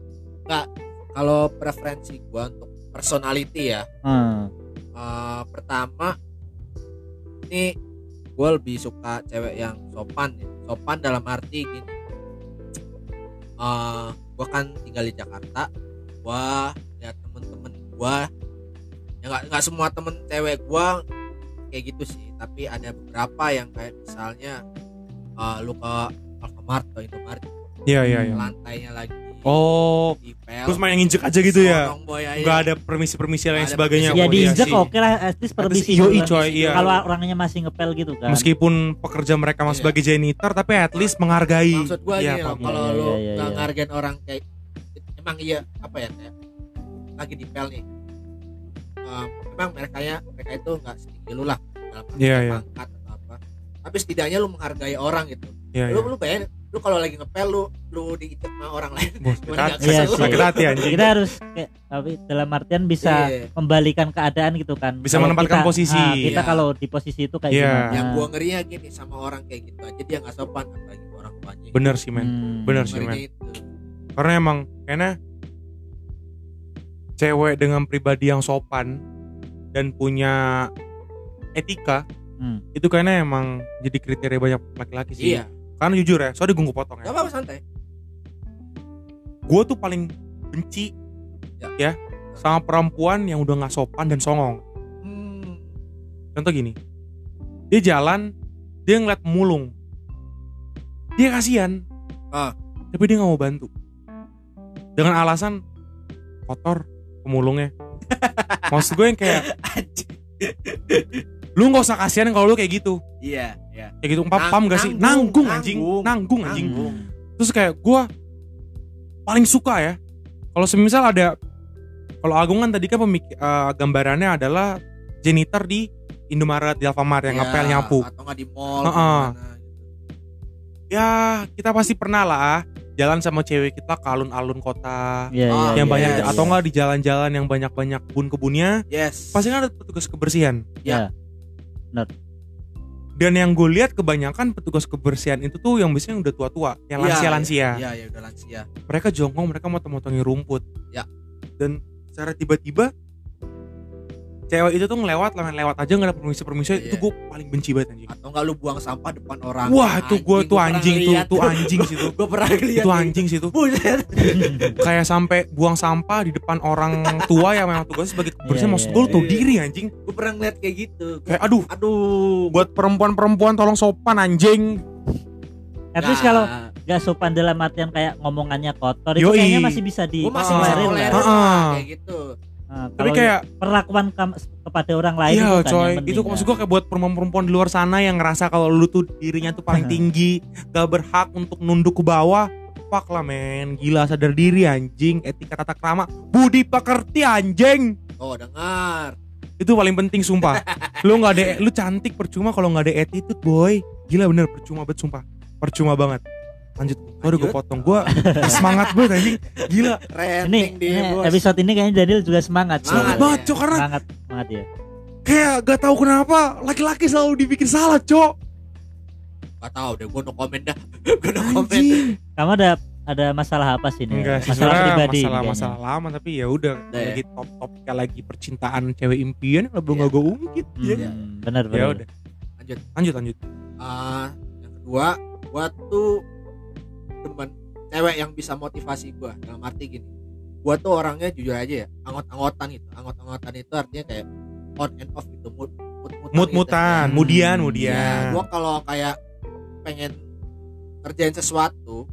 [SPEAKER 2] Nggak. Kalau preferensi gua untuk personality ya.
[SPEAKER 3] Hmm.
[SPEAKER 2] eh, pertama ini gue lebih suka cewek yang sopan ya. sopan dalam arti gini eh gue kan tinggal di Jakarta gue ya temen-temen gue ya nggak nggak semua temen cewek gue kayak gitu sih tapi ada beberapa yang kayak misalnya eh, lu ke Alfamart atau Indomart
[SPEAKER 1] iya iya iya
[SPEAKER 2] lantainya lagi
[SPEAKER 1] oh
[SPEAKER 2] di pel
[SPEAKER 1] terus main yang injek aja gitu ya
[SPEAKER 2] Serotong boy aja.
[SPEAKER 1] nggak ada permisi-permisi lain
[SPEAKER 2] Nggak ada
[SPEAKER 1] sebagainya
[SPEAKER 3] ya
[SPEAKER 2] permisi.
[SPEAKER 1] Oh, iya
[SPEAKER 3] diinjek
[SPEAKER 1] sih.
[SPEAKER 3] oke lah at least
[SPEAKER 1] Atas
[SPEAKER 3] permisi
[SPEAKER 1] IOI,
[SPEAKER 3] dulu.
[SPEAKER 1] coy, iya.
[SPEAKER 3] kalau orangnya masih ngepel gitu kan
[SPEAKER 1] meskipun pekerja mereka masih
[SPEAKER 2] Iya.
[SPEAKER 1] sebagai janitor tapi at least menghargai
[SPEAKER 2] maksud gua
[SPEAKER 1] Iya,
[SPEAKER 2] gini loh
[SPEAKER 1] paham.
[SPEAKER 2] kalau
[SPEAKER 3] Iya,
[SPEAKER 2] lu
[SPEAKER 3] iya, iya,
[SPEAKER 2] nggak
[SPEAKER 3] iya.
[SPEAKER 2] ngargain orang kayak emang iya apa ya kayak lagi di pel nih Em, emang mereka ya, mereka itu nggak setinggi lu lah dalam arti
[SPEAKER 1] Iya, iya.
[SPEAKER 2] pangkat atau apa tapi setidaknya lu menghargai orang gitu
[SPEAKER 1] Iya, iya.
[SPEAKER 2] lu lu bayar lu kalau lagi ngepel lu lu diinjek sama orang lain
[SPEAKER 1] Bos,
[SPEAKER 2] Gimana
[SPEAKER 1] kita-
[SPEAKER 2] nggak
[SPEAKER 3] Iya
[SPEAKER 2] kesel?
[SPEAKER 3] sih.
[SPEAKER 1] sakit hati anjing
[SPEAKER 3] kita harus kayak tapi dalam artian bisa
[SPEAKER 2] Iya.
[SPEAKER 3] membalikan keadaan gitu kan
[SPEAKER 1] Bisa
[SPEAKER 3] Kalau
[SPEAKER 1] menempatkan
[SPEAKER 3] kita-
[SPEAKER 1] posisi.
[SPEAKER 3] ah, kita
[SPEAKER 2] Iya.
[SPEAKER 3] kalau di posisi itu kayak
[SPEAKER 1] Iya.
[SPEAKER 3] gimana?
[SPEAKER 2] yang gua ngerinya gini sama orang kayak gitu aja dia nggak sopan apalagi ke orang tuanya
[SPEAKER 1] bener sih men Iya
[SPEAKER 3] Hmm.
[SPEAKER 1] Bener sih.
[SPEAKER 2] Ngerinya itu
[SPEAKER 1] karena emang kayaknya cewek dengan pribadi yang sopan dan punya etika
[SPEAKER 3] Hmm.
[SPEAKER 1] itu kayaknya emang jadi kriteria banyak laki-laki sih
[SPEAKER 2] iya
[SPEAKER 1] karena jujur ya sorry gue potong
[SPEAKER 2] nggak
[SPEAKER 1] ya
[SPEAKER 2] apa-apa santai
[SPEAKER 1] gue tuh paling benci ya, sama perempuan yang udah nggak sopan dan songong
[SPEAKER 2] hmm.
[SPEAKER 1] contoh gini dia jalan dia ngeliat mulung dia kasihan
[SPEAKER 2] Ah.
[SPEAKER 1] tapi dia nggak mau bantu dengan alasan kotor pemulungnya maksud gue yang kayak
[SPEAKER 2] Anjing.
[SPEAKER 1] lu nggak usah kasihan kalau lu kayak gitu
[SPEAKER 2] iya iya
[SPEAKER 1] kayak gitu paham,
[SPEAKER 2] Nang-
[SPEAKER 1] paham gak sih
[SPEAKER 2] nanggung,
[SPEAKER 1] nanggung, anjing
[SPEAKER 2] nanggung.
[SPEAKER 1] nanggung anjing
[SPEAKER 3] Hmm.
[SPEAKER 1] terus kayak gue paling suka ya kalau semisal ada kalau Agung kan tadi kan pemik- eh, gambarannya adalah janitor di Indomaret di Alfamart yang
[SPEAKER 3] Ya.
[SPEAKER 2] Iya,
[SPEAKER 1] ngepel nyapu
[SPEAKER 2] atau nggak di mall gitu.
[SPEAKER 1] Heeh.
[SPEAKER 2] kemana-mana.
[SPEAKER 1] ya kita pasti pernah lah ah, jalan sama cewek kita ke alun-alun kota
[SPEAKER 3] Iya, iya,
[SPEAKER 1] yang
[SPEAKER 2] Ah,
[SPEAKER 3] iya,
[SPEAKER 1] banyak
[SPEAKER 3] iya,
[SPEAKER 1] atau
[SPEAKER 3] iya.
[SPEAKER 1] enggak di jalan-jalan yang banyak-banyak kebun-kebunnya
[SPEAKER 2] yes
[SPEAKER 1] pasti kan ada petugas kebersihan
[SPEAKER 3] Ya. Benar.
[SPEAKER 1] dan yang gue lihat kebanyakan petugas kebersihan itu tuh yang biasanya udah tua-tua yang
[SPEAKER 2] Iya,
[SPEAKER 1] lansia-lansia
[SPEAKER 2] iya ya udah lansia
[SPEAKER 1] mereka jongkong mereka mau motongin rumput
[SPEAKER 2] Ya.
[SPEAKER 1] dan secara tiba-tiba cewek itu tuh ngelewat lewat aja nggak ada permisi permisi itu
[SPEAKER 2] Iya.
[SPEAKER 1] gue paling benci banget anjing
[SPEAKER 2] atau nggak lu buang sampah depan orang
[SPEAKER 1] wah itu gue tuh anjing tuh tuh anjing sih tuh
[SPEAKER 2] gue pernah lihat
[SPEAKER 1] itu anjing sih tuh
[SPEAKER 2] Buset.
[SPEAKER 1] kayak sampai buang sampah di depan orang tua yang memang tugasnya sebagai kebersihan
[SPEAKER 3] Iya,
[SPEAKER 1] maksud
[SPEAKER 3] iya,
[SPEAKER 1] gue lu tau
[SPEAKER 2] iya.
[SPEAKER 1] diri anjing
[SPEAKER 2] gue pernah ngeliat kayak gitu Gua-
[SPEAKER 1] kayak aduh
[SPEAKER 2] aduh
[SPEAKER 1] buat perempuan-perempuan tolong sopan anjing
[SPEAKER 2] Nah,
[SPEAKER 3] At least kalau gak sopan dalam artian kayak ngomongannya kotor itu
[SPEAKER 1] Yoi.
[SPEAKER 3] kayaknya masih bisa di
[SPEAKER 2] gue Oh, masih bisa
[SPEAKER 1] tolerir
[SPEAKER 3] lah.
[SPEAKER 2] tolerir
[SPEAKER 1] Heeh.
[SPEAKER 2] lah, kayak gitu
[SPEAKER 3] Nah,
[SPEAKER 1] Ah, tapi
[SPEAKER 3] kalau
[SPEAKER 1] kayak
[SPEAKER 3] perlakuan kam- kepada orang lain
[SPEAKER 1] iya
[SPEAKER 3] kan
[SPEAKER 1] coy
[SPEAKER 3] yang penting,
[SPEAKER 1] itu
[SPEAKER 3] kan.
[SPEAKER 1] maksud gue kayak buat perempuan-perempuan di luar sana yang ngerasa kalau lu tuh dirinya tuh paling tinggi gak berhak untuk nunduk ke bawah fuck lah men Gila sadar diri anjing Etika tata krama Budi pekerti anjing
[SPEAKER 2] oh dengar
[SPEAKER 1] Itu paling penting sumpah Lu nggak ada Lu cantik percuma kalau nggak ada attitude boy Gila bener percuma banget sumpah Percuma banget Lanjut Waduh gue
[SPEAKER 2] Lanjut.
[SPEAKER 1] potong Gue semangat banget anjing Gila
[SPEAKER 2] rating
[SPEAKER 3] Nah, ini,
[SPEAKER 2] di
[SPEAKER 3] ini
[SPEAKER 2] bos
[SPEAKER 3] episode ini kayaknya Daniel juga semangat sih.
[SPEAKER 1] Semangat
[SPEAKER 2] Semangat.
[SPEAKER 1] banget cok Karena
[SPEAKER 3] semangat banget ya
[SPEAKER 1] kayak gak tahu kenapa Laki-laki selalu dibikin salah cok
[SPEAKER 2] gak tau deh gue no comment dah gue no comment
[SPEAKER 1] Anjing
[SPEAKER 3] kamu ada ada masalah apa sih nih
[SPEAKER 1] Enggak sih
[SPEAKER 3] masalah
[SPEAKER 1] sebenarnya
[SPEAKER 3] pribadi
[SPEAKER 1] masalah,
[SPEAKER 3] kayaknya. Iya.
[SPEAKER 1] masalah lama tapi ya udah
[SPEAKER 2] Udah ya?
[SPEAKER 1] lagi top top kayak lagi percintaan cewek impian kalau belum
[SPEAKER 2] Iya.
[SPEAKER 1] gak gue ungkit
[SPEAKER 3] Hmm,
[SPEAKER 1] ya.
[SPEAKER 3] benar
[SPEAKER 1] ya
[SPEAKER 3] benar Iya,
[SPEAKER 1] udah
[SPEAKER 2] lanjut
[SPEAKER 1] lanjut lanjut
[SPEAKER 2] Ah, yang kedua gue tuh demen cewek yang bisa motivasi gue dalam arti gini gue tuh orangnya jujur aja ya anggot-anggotan gitu anggot-anggotan itu artinya kayak on and off gitu mood mood
[SPEAKER 1] mut mutan
[SPEAKER 3] Hmm. iya.
[SPEAKER 1] mudian
[SPEAKER 2] ya
[SPEAKER 1] mudian
[SPEAKER 2] gue kalau kayak pengen kerjain sesuatu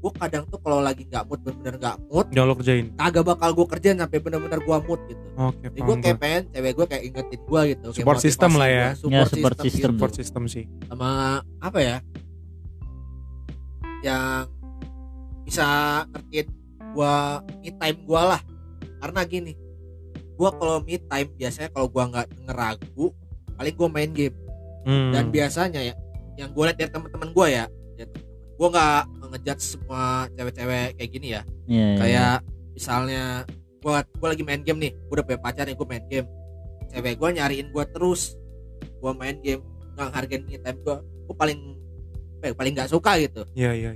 [SPEAKER 2] gue kadang tuh kalau lagi nggak mood bener-bener nggak mood
[SPEAKER 1] udah lo kerjain
[SPEAKER 2] kagak bakal gue kerjain sampai bener-bener gue mood gitu
[SPEAKER 1] oke Hmm.
[SPEAKER 2] jadi gue
[SPEAKER 1] paham
[SPEAKER 2] kayak pengen cewek gue kayak ingetin gue gitu
[SPEAKER 1] Oh,
[SPEAKER 2] kayak
[SPEAKER 1] Support system
[SPEAKER 2] motivasi
[SPEAKER 1] lah ya.
[SPEAKER 2] gua,
[SPEAKER 3] Ya, support system.
[SPEAKER 1] support
[SPEAKER 2] gitu.
[SPEAKER 1] system sih
[SPEAKER 2] sama apa ya yang bisa ngertiin gue me time gue lah karena gini gue kalau me time biasanya kalau gue nggak ngeragu paling gue main game
[SPEAKER 1] Hmm.
[SPEAKER 2] dan biasanya ya yang gue lihat dari teman-teman gue ya, ya gue nggak ngejudge semua cewek-cewek kayak gini ya
[SPEAKER 3] Iya, iya.
[SPEAKER 2] kayak misalnya gue gue lagi main game nih gue udah punya pacar nih gue main game cewek gue nyariin gue terus gue main game nggak hargain me time gue gue paling apa ya, paling nggak suka gitu
[SPEAKER 1] Iya iya.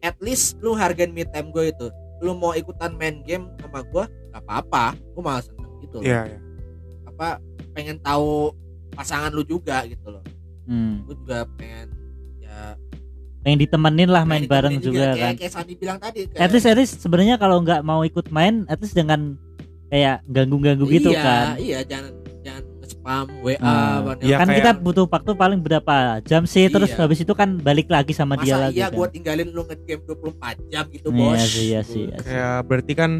[SPEAKER 2] at least lu hargain me time gue itu lu mau ikutan main game sama gue nggak apa-apa gue malah seneng gitu loh.
[SPEAKER 1] Iya iya.
[SPEAKER 2] apa pengen tahu pasangan lu juga gitu loh
[SPEAKER 3] Hmm.
[SPEAKER 2] gue juga pengen ya
[SPEAKER 3] pengen ditemenin lah
[SPEAKER 2] pengen
[SPEAKER 3] main bareng
[SPEAKER 2] ditemenin
[SPEAKER 3] juga,
[SPEAKER 2] kayak,
[SPEAKER 3] kan
[SPEAKER 2] kayak Sandi bilang tadi kayak,
[SPEAKER 3] at least at least sebenarnya kalau nggak mau ikut main at least dengan kayak ganggu-ganggu gitu
[SPEAKER 2] iya,
[SPEAKER 3] kan
[SPEAKER 2] iya jangan jangan spam wa
[SPEAKER 3] Hmm.
[SPEAKER 2] banyak-
[SPEAKER 1] Iya,
[SPEAKER 3] kan
[SPEAKER 1] kayak-
[SPEAKER 3] kita butuh waktu paling berapa jam sih terus
[SPEAKER 2] Iya.
[SPEAKER 3] habis itu kan balik lagi sama
[SPEAKER 2] masa
[SPEAKER 3] dia lagi
[SPEAKER 2] iya
[SPEAKER 3] kan
[SPEAKER 2] gue tinggalin lu ngegame 24 jam gitu
[SPEAKER 3] Iya
[SPEAKER 2] bos
[SPEAKER 3] sih, iya sih, iya sih.
[SPEAKER 1] Kayak berarti kan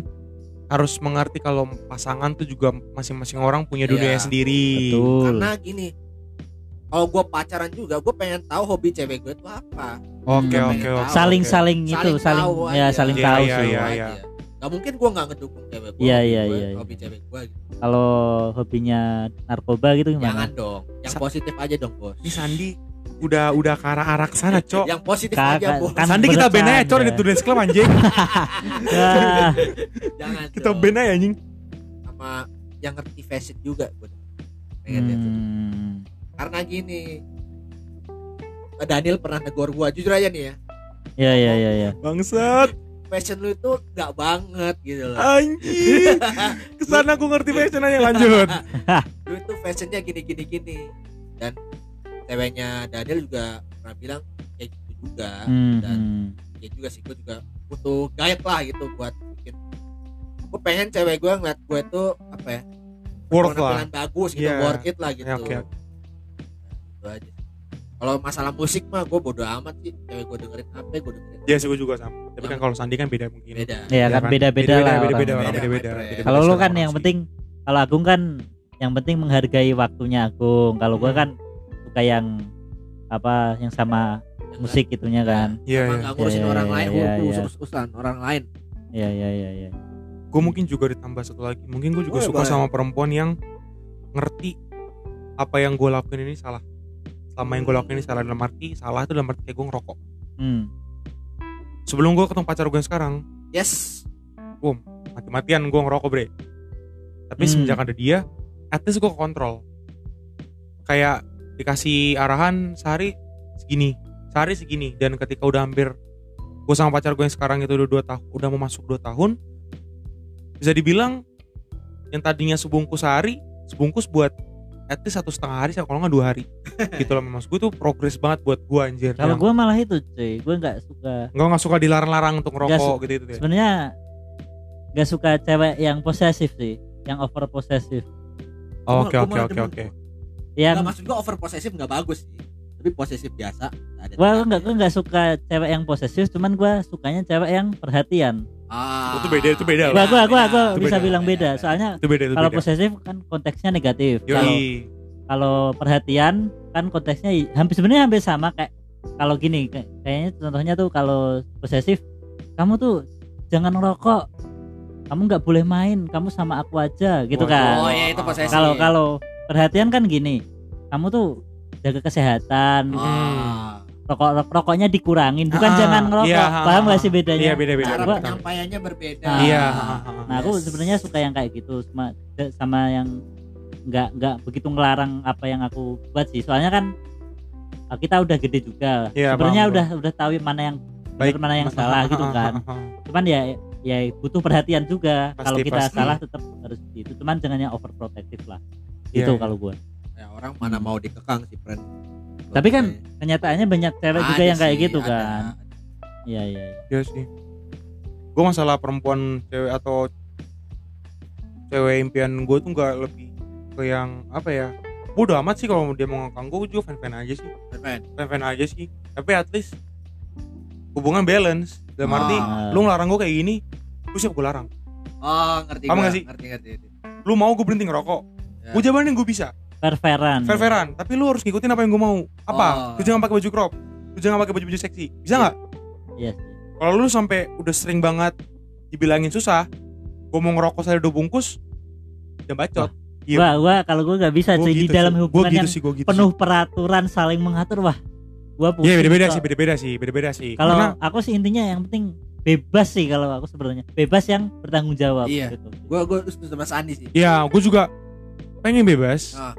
[SPEAKER 1] harus mengerti kalau pasangan tuh juga masing-masing orang punya dunia
[SPEAKER 2] Iya.
[SPEAKER 1] sendiri.
[SPEAKER 3] betul
[SPEAKER 2] karena gini kalau gue pacaran juga gue pengen tahu hobi cewek gue itu apa
[SPEAKER 1] Oke
[SPEAKER 2] Hmm.
[SPEAKER 1] oke oke.
[SPEAKER 3] saling saling itu Gitu, saling
[SPEAKER 2] tahu
[SPEAKER 3] ya
[SPEAKER 2] aja.
[SPEAKER 3] saling
[SPEAKER 1] Iya,
[SPEAKER 3] tahu
[SPEAKER 1] iya,
[SPEAKER 3] sih
[SPEAKER 1] iya.
[SPEAKER 2] Gak mungkin gue gak ngedukung cewek gue
[SPEAKER 3] Iya,
[SPEAKER 2] hobi
[SPEAKER 3] iya,
[SPEAKER 2] gue,
[SPEAKER 3] iya, iya.
[SPEAKER 2] Hobi cewek gue gitu.
[SPEAKER 3] kalau hobinya narkoba gitu
[SPEAKER 2] Jangan
[SPEAKER 3] gimana
[SPEAKER 2] dong Yang
[SPEAKER 1] Sa-
[SPEAKER 2] positif aja dong bos
[SPEAKER 1] Ini Sandi udah udah ke arah arah
[SPEAKER 2] Ya,
[SPEAKER 1] sana cok.
[SPEAKER 2] Yang positif
[SPEAKER 3] Kagak-
[SPEAKER 2] aja bos
[SPEAKER 3] kan-
[SPEAKER 1] Sandi kita ben aja cok
[SPEAKER 3] Bercanda.
[SPEAKER 1] di tulis club anjing.
[SPEAKER 3] Wah,
[SPEAKER 2] Jangan
[SPEAKER 1] Kita
[SPEAKER 2] dong.
[SPEAKER 1] ben aja anjing.
[SPEAKER 2] Sama yang ngerti fashion juga gue Pengen lihat itu.
[SPEAKER 3] hmm.
[SPEAKER 2] Karena gini Daniel pernah negor gue Jujur aja nih ya
[SPEAKER 3] ya ya ya ya
[SPEAKER 2] Nah,
[SPEAKER 1] Bangsat.
[SPEAKER 2] Fashion lu itu gak banget gitu loh
[SPEAKER 1] Anjing. Kesana aku ngerti fashionnya lanjut.
[SPEAKER 2] lu itu fashionnya gini gini gini dan ceweknya Daniel juga pernah bilang kayak gitu juga
[SPEAKER 3] Hmm,
[SPEAKER 2] Dan-
[SPEAKER 3] hmm.
[SPEAKER 2] ya juga sih gue juga butuh guide lah gitu buat bikin gue pengen cewek gue ngeliat gue tuh apa ya
[SPEAKER 1] Worth lah.
[SPEAKER 2] penampilan bagus gitu
[SPEAKER 1] Iya.
[SPEAKER 2] worth it lah gitu
[SPEAKER 1] Ya, oke, oke.
[SPEAKER 2] Gitu aja kalau masalah musik mah gue bodo amat sih cewek gue dengerin apa gue dengerin
[SPEAKER 1] Iya sih gue juga sama. Tapi kan kalau Sandi kan beda mungkin.
[SPEAKER 2] beda
[SPEAKER 3] ya kan beda-beda lah
[SPEAKER 1] Beda beda
[SPEAKER 3] orang.
[SPEAKER 1] orang beda beda.
[SPEAKER 3] Kalau lu kan yang penting kalau Agung kan yang penting menghargai waktunya Agung. Kalau gua
[SPEAKER 1] Hmm.
[SPEAKER 3] kan suka yang apa yang sama
[SPEAKER 2] Yang
[SPEAKER 3] musik itunya kan.
[SPEAKER 1] Iya
[SPEAKER 2] nggak-
[SPEAKER 1] iya.
[SPEAKER 2] nggak ngurusin
[SPEAKER 3] Iya, iya,
[SPEAKER 2] orang
[SPEAKER 3] iya,
[SPEAKER 2] lain
[SPEAKER 3] iya,
[SPEAKER 2] gue
[SPEAKER 3] iya.
[SPEAKER 2] urusan orang lain
[SPEAKER 3] Iya iya iya iya.
[SPEAKER 1] gue mungkin juga ditambah satu lagi mungkin gue juga
[SPEAKER 2] Boleh,
[SPEAKER 1] suka
[SPEAKER 2] boleh.
[SPEAKER 1] sama perempuan yang ngerti apa yang gue lakuin ini salah selama yang gue lakuin ini salah dalam arti salah itu dalam arti kayak gue ngerokok
[SPEAKER 3] Hmm.
[SPEAKER 1] sebelum gue ketemu pacar gue yang sekarang
[SPEAKER 2] yes
[SPEAKER 1] mati-matian gue ngerokok bre tapi
[SPEAKER 3] Hmm.
[SPEAKER 1] semenjak ada dia at least gue kontrol kayak dikasih arahan sehari segini sehari segini dan ketika udah hampir gue sama pacar gue yang sekarang itu udah dua tahun udah mau masuk dua tahun bisa dibilang yang tadinya sebungkus sehari sebungkus buat at least satu setengah hari kalau nggak dua hari gitu loh mas gue tuh progres banget buat gue anjir
[SPEAKER 3] Kalau
[SPEAKER 1] Yang-
[SPEAKER 3] gua malah itu cuy, gua nggak suka.
[SPEAKER 1] nggak nggak suka dilarang-larang untuk ngerokok
[SPEAKER 3] su-
[SPEAKER 1] gitu gitu ya.
[SPEAKER 3] Sebenarnya nggak suka cewek yang posesif sih, yang over posesif.
[SPEAKER 1] Oh, oke
[SPEAKER 2] Gua- gua
[SPEAKER 1] oke
[SPEAKER 2] malah
[SPEAKER 1] oke
[SPEAKER 2] demen.
[SPEAKER 1] oke
[SPEAKER 2] Nggak,
[SPEAKER 3] Yang
[SPEAKER 2] maksud gue over posesif nggak bagus sih tapi posesif biasa nggak ada
[SPEAKER 3] gua
[SPEAKER 2] tekanan.
[SPEAKER 3] nggak gua nggak suka cewek yang posesif, cuman gua sukanya cewek yang perhatian.
[SPEAKER 2] Ah,
[SPEAKER 1] Itu beda, itu beda.
[SPEAKER 3] Gua gua gua, gua
[SPEAKER 1] Itu
[SPEAKER 3] bisa
[SPEAKER 1] beda,
[SPEAKER 3] bilang beda. Soalnya
[SPEAKER 1] itu beda itu
[SPEAKER 3] kalau
[SPEAKER 1] beda
[SPEAKER 3] posesif kan konteksnya negatif. Kalau
[SPEAKER 1] Yoi.
[SPEAKER 3] kalau perhatian kan konteksnya i- hampir sebenarnya hampir sama kayak kalau gini kayak- kayaknya contohnya tuh kalau posesif kamu tuh jangan ngerokok kamu nggak boleh main kamu sama aku aja
[SPEAKER 2] Oh
[SPEAKER 3] gitu kan
[SPEAKER 2] ya itu
[SPEAKER 1] Iya
[SPEAKER 2] posesif.
[SPEAKER 3] kalau kalau perhatian kan gini kamu tuh jaga kesehatan
[SPEAKER 1] Oh.
[SPEAKER 2] Ah.
[SPEAKER 3] rokok rok- rokoknya dikurangin bukan
[SPEAKER 2] Ah,
[SPEAKER 3] jangan ngerokok
[SPEAKER 1] iya,
[SPEAKER 3] paham nggak sih
[SPEAKER 1] Iya
[SPEAKER 3] bedanya
[SPEAKER 1] beda-beda.
[SPEAKER 2] Cara
[SPEAKER 3] Gua-
[SPEAKER 2] penyampaiannya berbeda.
[SPEAKER 3] Ah.
[SPEAKER 1] Iya.
[SPEAKER 3] nah aku sebenarnya suka yang kayak gitu sama sama yang nggak nggak begitu ngelarang apa yang aku buat sih soalnya kan eh, kita udah gede juga
[SPEAKER 1] Iya,
[SPEAKER 3] sebenarnya
[SPEAKER 1] paham,
[SPEAKER 3] udah udah tahu mana yang benar
[SPEAKER 1] Baik.
[SPEAKER 3] mana yang salah gitu kan cuman ya ya butuh perhatian juga
[SPEAKER 1] Pasti,
[SPEAKER 3] kalau kita
[SPEAKER 1] pasti.
[SPEAKER 3] salah tetap harus gitu cuman jangan yang overprotective lah
[SPEAKER 1] Iya,
[SPEAKER 3] gitu
[SPEAKER 1] iya.
[SPEAKER 3] kalau gua
[SPEAKER 2] Ya, orang mana mau dikekang sih, friend.
[SPEAKER 3] Tapi kan kenyataannya banyak cewek juga
[SPEAKER 2] Ada
[SPEAKER 3] yang kayak
[SPEAKER 2] sih,
[SPEAKER 3] gitu
[SPEAKER 2] ada.
[SPEAKER 3] kan iya iya iya.
[SPEAKER 1] Iya sih. Gue masalah perempuan cewek atau cewek impian gue tuh nggak lebih ke yang apa ya? Bodoh amat sih kalau dia mau ngekang gue juga fan-fan aja sih.
[SPEAKER 2] Friend.
[SPEAKER 1] Fan-fan aja sih. Tapi at least hubungan balance. Dalam
[SPEAKER 2] Ah.
[SPEAKER 1] arti lu ngelarang gue kayak gini, lu siap gue larang.
[SPEAKER 2] Oh, ngerti
[SPEAKER 1] Paham
[SPEAKER 2] gua,
[SPEAKER 1] nggak sih?
[SPEAKER 2] Ngerti, ngerti. ngerti.
[SPEAKER 1] Lu mau gue berhenti ngerokok?
[SPEAKER 2] Ya.
[SPEAKER 1] Gue jabanin gue bisa.
[SPEAKER 3] fair-fairan
[SPEAKER 1] Fair-fairan. Tapi lu harus ngikutin apa yang gue mau. Apa?
[SPEAKER 2] Oh.
[SPEAKER 1] Lu jangan pakai baju crop. Lu jangan pakai baju-baju seksi. Bisa nggak?
[SPEAKER 3] iya sih
[SPEAKER 1] kalau lu sampai udah sering banget dibilangin susah gue mau ngerokok saya udah bungkus jam bacot Iya.
[SPEAKER 3] gua gua kalau gua nggak bisa
[SPEAKER 1] Gua
[SPEAKER 3] sih di
[SPEAKER 1] gitu
[SPEAKER 3] dalam
[SPEAKER 1] sih. Gua
[SPEAKER 3] hubungan
[SPEAKER 1] gitu
[SPEAKER 3] yang
[SPEAKER 1] sih, gua gitu
[SPEAKER 3] penuh peraturan saling mengatur wah gua
[SPEAKER 1] sih. Iya
[SPEAKER 3] pusing
[SPEAKER 1] beda-beda
[SPEAKER 3] kok.
[SPEAKER 1] sih, beda-beda sih, beda-beda sih.
[SPEAKER 3] kalau
[SPEAKER 1] Karena-
[SPEAKER 3] aku sih intinya yang penting bebas sih kalau aku sebenarnya bebas yang bertanggung jawab
[SPEAKER 2] Iya.
[SPEAKER 3] gitu
[SPEAKER 2] Gua gua setuju sama Mas Andi sih. Iya.
[SPEAKER 1] ya gue juga pengen bebas.
[SPEAKER 2] Ah.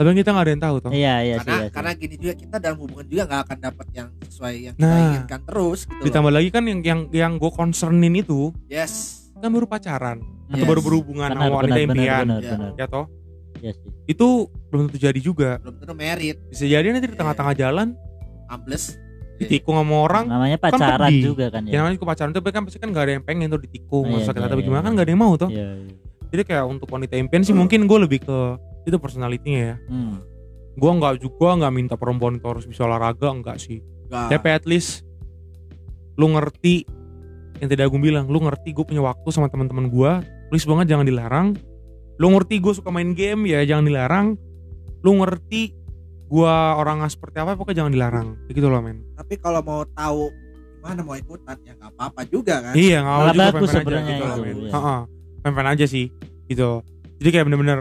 [SPEAKER 1] Tapi kita nggak ada yang tahu toh.
[SPEAKER 3] iya iya sih,
[SPEAKER 2] karena
[SPEAKER 3] iya sih.
[SPEAKER 2] karena gini juga kita dalam hubungan juga nggak akan dapat yang sesuai yang kita
[SPEAKER 1] Nah.
[SPEAKER 2] inginkan terus gitu loh.
[SPEAKER 1] Ditambah lagi kan yang yang yang gue concernin itu
[SPEAKER 2] Yes.
[SPEAKER 1] kan baru pacaran atau
[SPEAKER 2] Yes.
[SPEAKER 1] baru berhubungan
[SPEAKER 3] Iya. benar
[SPEAKER 1] sama
[SPEAKER 3] benar
[SPEAKER 1] wanita
[SPEAKER 3] benar
[SPEAKER 1] impian,
[SPEAKER 3] benar
[SPEAKER 2] Ya.
[SPEAKER 3] benar
[SPEAKER 1] ya toh.
[SPEAKER 3] iya sih
[SPEAKER 1] Itu belum tentu jadi juga.
[SPEAKER 2] Belum tentu merit,
[SPEAKER 1] Bisa jadi nanti di
[SPEAKER 2] Iya.
[SPEAKER 1] tengah-tengah jalan
[SPEAKER 2] ambles.
[SPEAKER 1] ditikung sama orang.
[SPEAKER 3] namanya pacaran
[SPEAKER 1] pedih.
[SPEAKER 3] juga kan
[SPEAKER 1] Ya
[SPEAKER 3] ya
[SPEAKER 1] namanya juga pacaran tuh kan pasti kan gak ada yang pengen tuh ditikung,
[SPEAKER 3] Iya,
[SPEAKER 1] masa kita
[SPEAKER 3] iya,
[SPEAKER 1] tapi
[SPEAKER 3] iya,
[SPEAKER 1] gimana kan
[SPEAKER 3] iya.
[SPEAKER 1] gak ada yang mau toh.
[SPEAKER 3] Iya, iya.
[SPEAKER 1] jadi kayak untuk wanita impian sih mungkin gue lebih ke itu personalitinya ya
[SPEAKER 3] Hmm.
[SPEAKER 1] gue nggak juga nggak minta perempuan itu harus bisa olahraga enggak sih
[SPEAKER 2] Nggak.
[SPEAKER 1] tapi at least lu ngerti yang tidak gue bilang lu ngerti gue punya waktu sama teman-teman gue please banget jangan dilarang lu ngerti gue suka main game ya jangan dilarang lu ngerti gue orangnya seperti apa pokoknya jangan dilarang gitu loh men
[SPEAKER 2] Tapi kalau mau tahu gimana mau ikutan ya nggak apa-apa juga kan.
[SPEAKER 1] Iya, nggak
[SPEAKER 3] Malah
[SPEAKER 1] apa-apa juga
[SPEAKER 3] bagus
[SPEAKER 1] fan-fan aja
[SPEAKER 3] sebenarnya
[SPEAKER 1] gitu loh,
[SPEAKER 2] itu,
[SPEAKER 1] men.
[SPEAKER 3] iya.
[SPEAKER 1] Ha-ha, fan-fan aja sih gitu. Jadi kayak bener-bener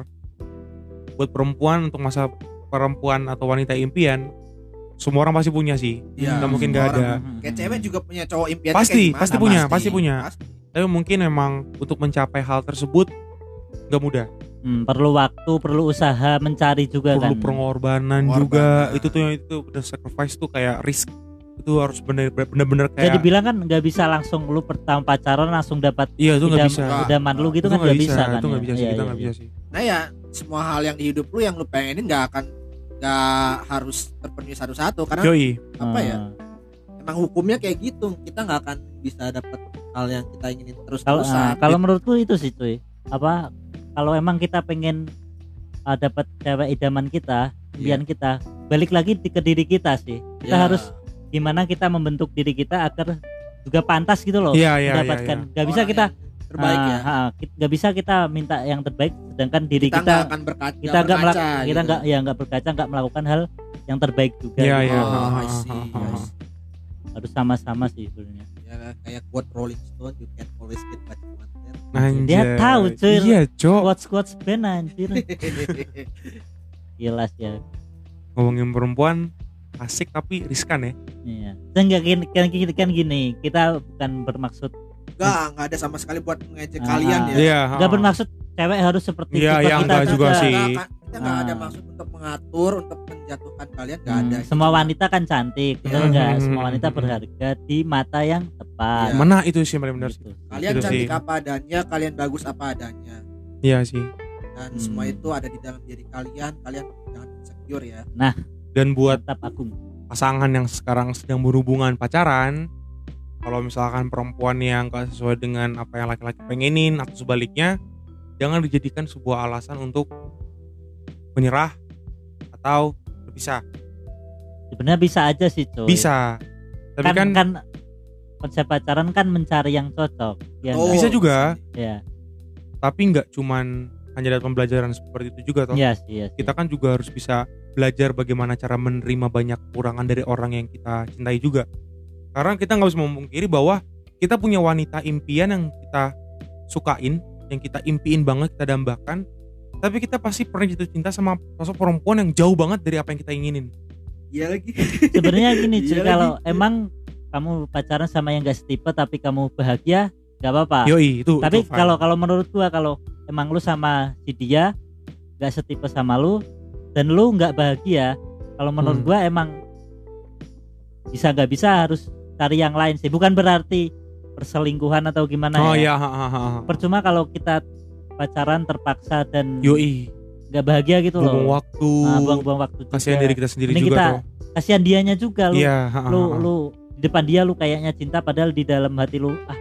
[SPEAKER 1] buat perempuan untuk masa perempuan atau wanita impian semua orang pasti punya sih.
[SPEAKER 2] Iya,
[SPEAKER 1] Nggak mungkin nggak ada.
[SPEAKER 2] orang. hmm. Kayak
[SPEAKER 3] Hmm.
[SPEAKER 2] cewek juga punya cowok impian
[SPEAKER 1] Pasti,
[SPEAKER 2] kayak gimana,
[SPEAKER 1] pasti punya, pasti punya.
[SPEAKER 2] Pasti.
[SPEAKER 1] Tapi mungkin memang untuk mencapai hal tersebut nggak mudah.
[SPEAKER 3] Hmm, perlu waktu perlu usaha mencari juga
[SPEAKER 1] Perlu
[SPEAKER 3] kan
[SPEAKER 1] pengorbanan
[SPEAKER 2] Pengorbanan.
[SPEAKER 1] juga. Itu tuh yang itu udah sacrifice tuh kayak risk. Itu harus bener- bener-bener
[SPEAKER 3] Kayak
[SPEAKER 1] kayak
[SPEAKER 3] dibilang kan nggak bisa langsung lu pertama pacaran langsung dapat
[SPEAKER 1] iya itu nggak
[SPEAKER 3] idam-
[SPEAKER 1] bisa.
[SPEAKER 2] nggak
[SPEAKER 3] idaman lu gitu
[SPEAKER 1] Itu
[SPEAKER 3] kan
[SPEAKER 1] nggak
[SPEAKER 3] nggak bisa, kan
[SPEAKER 1] Itu nggak bisa sih,
[SPEAKER 3] Iya,
[SPEAKER 1] kita
[SPEAKER 3] iya,
[SPEAKER 1] nggak
[SPEAKER 3] iya.
[SPEAKER 1] bisa sih.
[SPEAKER 2] Nah ya semua hal yang di hidup lu yang lu pengenin nggak akan nggak harus terpenuhi satu-satu karena
[SPEAKER 1] Joey,
[SPEAKER 2] apa ya
[SPEAKER 3] Hmm.
[SPEAKER 2] emang hukumnya kayak gitu kita nggak akan bisa dapat hal yang kita inginin terus
[SPEAKER 3] kalau
[SPEAKER 2] terusan
[SPEAKER 3] ah, kalau menurutku itu sih cuy apa kalau emang kita pengen ah, dapat cewek idaman
[SPEAKER 1] Iya.
[SPEAKER 3] kita impian kita balik lagi di- ke diri kita sih ah, kita
[SPEAKER 2] Ya,
[SPEAKER 3] harus gimana kita membentuk diri kita agar juga pantas gitu loh
[SPEAKER 1] Iya, iya, iya.
[SPEAKER 3] mendapatkan nggak bisa kita
[SPEAKER 2] terbaik ya
[SPEAKER 3] ah, ah, ki- nggak bisa kita minta yang terbaik sedangkan diri
[SPEAKER 2] kita
[SPEAKER 3] kita
[SPEAKER 2] nggak akan berkaca
[SPEAKER 3] kita nggak
[SPEAKER 2] berkaca gitu.
[SPEAKER 3] melak- kita nggak ya nggak berkaca nggak melakukan hal yang terbaik juga
[SPEAKER 1] Iya,
[SPEAKER 3] gitu.
[SPEAKER 1] iya.
[SPEAKER 2] oh I see, I see.
[SPEAKER 3] harus sama-sama sih sebenarnya
[SPEAKER 2] ya kayak quote Rolling Stone you can always get what you wanted
[SPEAKER 1] Anjay.
[SPEAKER 3] Dia tahu, cuy.
[SPEAKER 1] Iya, Cok.
[SPEAKER 3] quotes quotes band anjir jelas ya
[SPEAKER 1] ngomongin perempuan asik tapi riskan ya
[SPEAKER 3] Iya. Dan nggak gini, kan, gini- kan gini, kita bukan bermaksud
[SPEAKER 2] nggak nggak ada sama sekali buat mengejek
[SPEAKER 3] Ah,
[SPEAKER 2] kalian ya
[SPEAKER 1] iya
[SPEAKER 3] nggak bermaksud cewek harus seperti
[SPEAKER 1] Iya,
[SPEAKER 3] tipe
[SPEAKER 1] iya,
[SPEAKER 3] kita
[SPEAKER 1] nggak juga sih.
[SPEAKER 2] nggak akan- kita nggak ada
[SPEAKER 3] Ah.
[SPEAKER 2] maksud untuk mengatur untuk menjatuhkan kalian nggak
[SPEAKER 3] Hmm,
[SPEAKER 2] ada
[SPEAKER 3] semua wanita kan cantik, benar
[SPEAKER 2] Iya.
[SPEAKER 3] nggak?
[SPEAKER 1] Hmm.
[SPEAKER 3] Semua wanita berharga di mata yang tepat.
[SPEAKER 2] Iya.
[SPEAKER 1] mana itu sih yang paling benar sih
[SPEAKER 3] Gitu.
[SPEAKER 2] kalian
[SPEAKER 1] Itu
[SPEAKER 2] cantik
[SPEAKER 1] sih.
[SPEAKER 2] apa adanya kalian bagus apa adanya
[SPEAKER 1] iya sih
[SPEAKER 2] dan
[SPEAKER 3] Hmm.
[SPEAKER 2] semua itu ada di dalam diri kalian kalian jangan insecure ya
[SPEAKER 1] dan buat
[SPEAKER 3] Tetap aku
[SPEAKER 1] pasangan yang sekarang sedang berhubungan pacaran kalau misalkan perempuan yang gak sesuai dengan apa yang laki-laki pengenin atau sebaliknya jangan dijadikan sebuah alasan untuk menyerah atau berpisah
[SPEAKER 3] sebenarnya bisa aja sih, coy.
[SPEAKER 1] bisa tapi
[SPEAKER 3] Kan, kan,
[SPEAKER 1] kan,
[SPEAKER 3] konsep pacaran kan mencari yang cocok, ya
[SPEAKER 2] Oh,
[SPEAKER 3] nggak?
[SPEAKER 1] Bisa juga.
[SPEAKER 3] Ya,
[SPEAKER 1] tapi nggak cuman hanya dapat pembelajaran seperti itu juga toh
[SPEAKER 3] iya sih, iya sih.
[SPEAKER 1] kita kan juga harus bisa belajar bagaimana cara menerima banyak kekurangan dari orang yang kita cintai juga Karena kita nggak bisa memungkiri bahwa kita punya wanita impian yang kita sukain, yang kita impiin banget, kita dambakan. Tapi kita pasti pernah jatuh cinta sama sosok perempuan yang jauh banget dari apa yang kita inginin.
[SPEAKER 2] Iya lagi.
[SPEAKER 3] sebenarnya gini
[SPEAKER 2] Iya
[SPEAKER 3] cuy
[SPEAKER 2] lagi.
[SPEAKER 3] kalau emang kamu pacaran sama yang gak setipe tapi kamu bahagia gak apa-apa
[SPEAKER 1] Yoi, itu.
[SPEAKER 3] Ah,
[SPEAKER 1] itu
[SPEAKER 3] tapi
[SPEAKER 1] fine.
[SPEAKER 3] kalau kalau menurut gua kalau emang lu sama si dia gak setipe sama lu dan lu nggak bahagia kalau menurut
[SPEAKER 1] Hmm.
[SPEAKER 3] gua emang bisa nggak bisa harus cari yang lain sih bukan berarti perselingkuhan atau gimana
[SPEAKER 1] Oh iya,
[SPEAKER 3] ya
[SPEAKER 1] ha, ha, ha, ha.
[SPEAKER 3] percuma kalau kita pacaran terpaksa dan
[SPEAKER 1] Yoi,
[SPEAKER 3] nggak bahagia gitu
[SPEAKER 1] buang
[SPEAKER 3] loh
[SPEAKER 1] waktu.
[SPEAKER 3] Nah, buang-buang waktu juga.
[SPEAKER 1] kasihan diri kita sendiri
[SPEAKER 3] Ini
[SPEAKER 1] juga
[SPEAKER 3] kita
[SPEAKER 1] tuh.
[SPEAKER 3] kasihan dianya juga lu
[SPEAKER 1] Iya, ha, ha,
[SPEAKER 3] lu
[SPEAKER 1] ha.
[SPEAKER 3] lu di depan dia lu kayaknya cinta padahal di dalam hati lu ah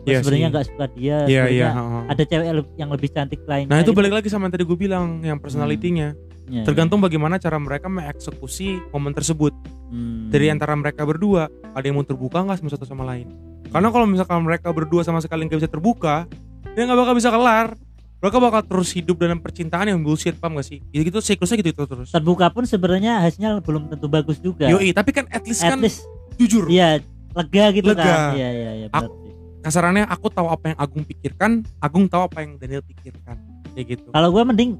[SPEAKER 3] gua
[SPEAKER 1] Iya
[SPEAKER 3] sebenarnya
[SPEAKER 1] sih.
[SPEAKER 3] nggak suka dia
[SPEAKER 1] Iya, iya,
[SPEAKER 3] sebenarnya
[SPEAKER 1] ha, ha.
[SPEAKER 3] ada cewek le- yang lebih cantik lainnya
[SPEAKER 1] Nah, itu
[SPEAKER 3] gitu.
[SPEAKER 1] balik lagi sama yang tadi gue bilang,
[SPEAKER 3] Hmm.
[SPEAKER 1] yang personalitinya.
[SPEAKER 3] Iya,
[SPEAKER 1] Tergantung bagaimana cara mereka mengeksekusi momen tersebut.
[SPEAKER 3] iya. Hmm.
[SPEAKER 1] Dari antara mereka berdua, ada yang mau terbuka nggak sama satu sama lain? Karena kalau misalkan mereka berdua sama sekali nggak bisa terbuka, dia nggak bakal bisa kelar. Mereka bakal terus hidup dalam percintaan yang bullshit, paham gak sih? Gitu, -gitu siklusnya gitu, -gitu terus.
[SPEAKER 3] terbuka pun sebenarnya hasilnya belum tentu bagus juga
[SPEAKER 1] Yoi, tapi kan at least
[SPEAKER 3] at
[SPEAKER 1] kan
[SPEAKER 3] least
[SPEAKER 1] jujur.
[SPEAKER 3] iya lega gitu
[SPEAKER 1] Lega.
[SPEAKER 3] kan iya iya iya benar sih.
[SPEAKER 1] Kasarannya aku tahu apa yang Agung pikirkan, Agung tahu apa yang Daniel pikirkan. Kayak gitu.
[SPEAKER 3] kalau gue mending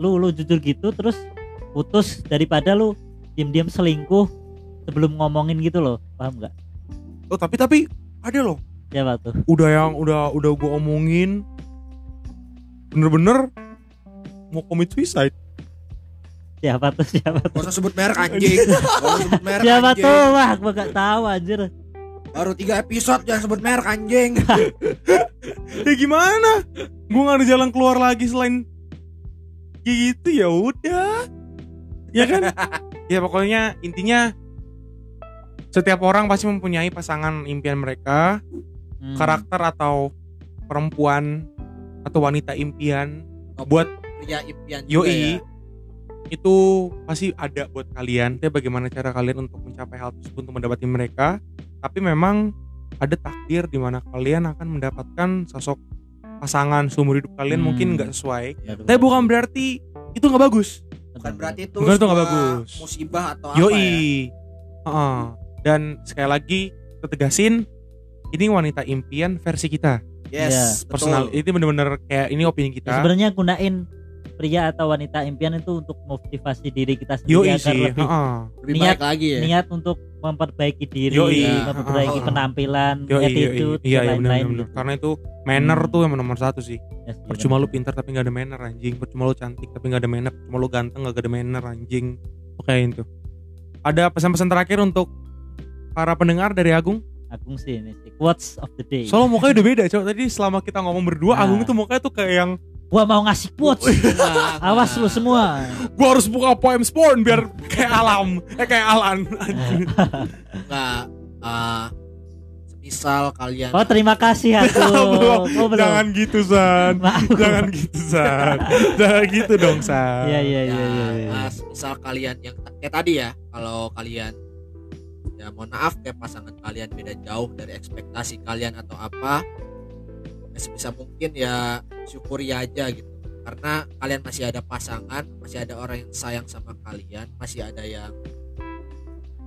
[SPEAKER 3] lu lu jujur gitu terus putus daripada lu diam-diam selingkuh sebelum ngomongin gitu loh paham nggak
[SPEAKER 1] Oh, tapi tapi ada loh
[SPEAKER 3] siapa tuh
[SPEAKER 1] udah yang udah udah gue omongin bener-bener mau commit suicide
[SPEAKER 3] siapa tuh siapa
[SPEAKER 2] Gak usah sebut merek anjing. Gak usah sebut merek
[SPEAKER 3] siapa
[SPEAKER 2] anjing.
[SPEAKER 3] tuh Iya, wah gue gak tahu anjir
[SPEAKER 2] Baru 3 episode jangan sebut merek anjing.
[SPEAKER 1] ya gimana gue gak ada jalan keluar lagi selain kayak gitu ya udah ya kan ya pokoknya intinya setiap orang pasti mempunyai pasangan impian mereka
[SPEAKER 3] Hmm.
[SPEAKER 1] karakter atau perempuan atau wanita impian buat
[SPEAKER 2] Pria impian
[SPEAKER 3] Iya,
[SPEAKER 2] juga
[SPEAKER 1] Yoi
[SPEAKER 2] ya.
[SPEAKER 1] itu pasti ada buat kalian. Tapi bagaimana cara kalian untuk mencapai hal tersebut untuk mendapatkan mereka? Tapi memang ada takdir di mana kalian akan mendapatkan sosok pasangan seumur hidup kalian
[SPEAKER 3] Hmm.
[SPEAKER 1] mungkin nggak sesuai.
[SPEAKER 3] Aduh.
[SPEAKER 1] Tapi bukan berarti itu nggak bagus.
[SPEAKER 2] Bukan berarti itu
[SPEAKER 1] Bukan itu nggak
[SPEAKER 2] sebuah
[SPEAKER 1] bagus.
[SPEAKER 2] musibah atau apa ya.
[SPEAKER 1] Yoi. Heeh. Dan sekali lagi kita tegasin ini wanita impian versi kita
[SPEAKER 2] Yes,
[SPEAKER 3] Iya.
[SPEAKER 2] betul.
[SPEAKER 1] personal ini bener-bener kayak ini opini
[SPEAKER 3] Ya,
[SPEAKER 1] kita
[SPEAKER 3] sebenarnya gunain pria atau wanita impian itu untuk motivasi diri kita sendiri
[SPEAKER 1] yoi
[SPEAKER 3] agar
[SPEAKER 1] sih
[SPEAKER 3] lebih
[SPEAKER 1] heeh.
[SPEAKER 2] Lebih
[SPEAKER 3] niat-
[SPEAKER 2] baik lagi ya.
[SPEAKER 3] niat untuk memperbaiki diri,
[SPEAKER 1] Yoi.
[SPEAKER 3] memperbaiki
[SPEAKER 2] Ah.
[SPEAKER 3] penampilan,
[SPEAKER 1] yoi yoi
[SPEAKER 3] attitude,
[SPEAKER 1] iya
[SPEAKER 3] dan
[SPEAKER 1] iya
[SPEAKER 3] lain-lain.
[SPEAKER 1] bener-bener
[SPEAKER 3] gitu.
[SPEAKER 1] karena itu manner
[SPEAKER 3] Hmm.
[SPEAKER 1] tuh yang nomor satu sih
[SPEAKER 3] Yes, iya,
[SPEAKER 1] Percuma lu
[SPEAKER 3] bener.
[SPEAKER 1] pintar tapi nggak ada manner anjing. Percuma lu cantik tapi nggak ada manner. Percuma lu ganteng nggak ada manner anjing. Oke itu. Ada pesan-pesan terakhir untuk para pendengar dari Agung.
[SPEAKER 3] Agung sih ini sih. Quotes of the day.
[SPEAKER 1] Soalnya mukanya udah beda. Coba tadi selama kita ngomong berdua,
[SPEAKER 3] Iya. Nah.
[SPEAKER 1] Agung itu mukanya tuh kayak yang
[SPEAKER 3] Gua mau ngasih quotes.
[SPEAKER 2] Nah,
[SPEAKER 3] Awas lu
[SPEAKER 2] nah.
[SPEAKER 3] semua.
[SPEAKER 1] gua harus buka poem porn biar kayak alam, eh kayak alan. Anjing.
[SPEAKER 2] Enggak. Ah, semisal kalian
[SPEAKER 3] Oh terima kasih
[SPEAKER 1] Belum,
[SPEAKER 3] Agung. Oh, belum.
[SPEAKER 1] Jangan gitu San.
[SPEAKER 3] Maaf.
[SPEAKER 1] Jangan gitu San. Jangan gitu dong San.
[SPEAKER 3] Iya iya
[SPEAKER 2] ya,
[SPEAKER 3] iya iya. iya.
[SPEAKER 2] ah, semisal kalian yang kayak tadi ya, kalau kalian ya mohon maaf kayak pasangan kalian beda jauh dari ekspektasi kalian atau apa, ya sebisa mungkin ya syukuri aja gitu. Karena kalian masih ada pasangan, masih ada orang yang sayang sama kalian, masih ada yang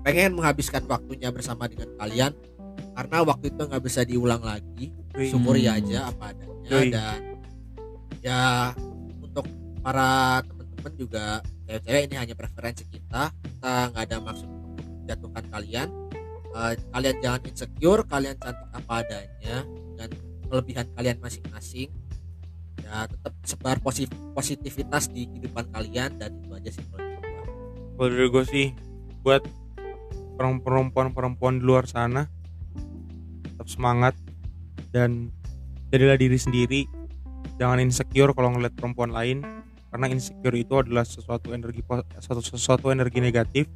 [SPEAKER 2] pengen menghabiskan waktunya bersama dengan kalian karena waktu itu nggak bisa diulang lagi
[SPEAKER 1] Wih.
[SPEAKER 2] syukuri
[SPEAKER 3] Hmm.
[SPEAKER 2] aja apa adanya
[SPEAKER 1] Yoi.
[SPEAKER 2] dan ya untuk para teman-teman juga cewek-cewek ini hanya preferensi kita kita nggak ada maksud untuk menjatuhkan kalian Eh, kalian jangan insecure kalian cantik apa adanya dan kelebihan kalian masing-masing ya tetap sebar posi- positivitas di kehidupan kalian dan itu aja sih kalau dari gua.
[SPEAKER 1] Kalau dari gue sih buat perempuan-perempuan di luar sana tetap semangat dan jadilah diri sendiri. Jangan insecure kalau ngeliat perempuan lain karena insecure itu adalah sesuatu energi po- sesuatu, sesuatu energi negatif.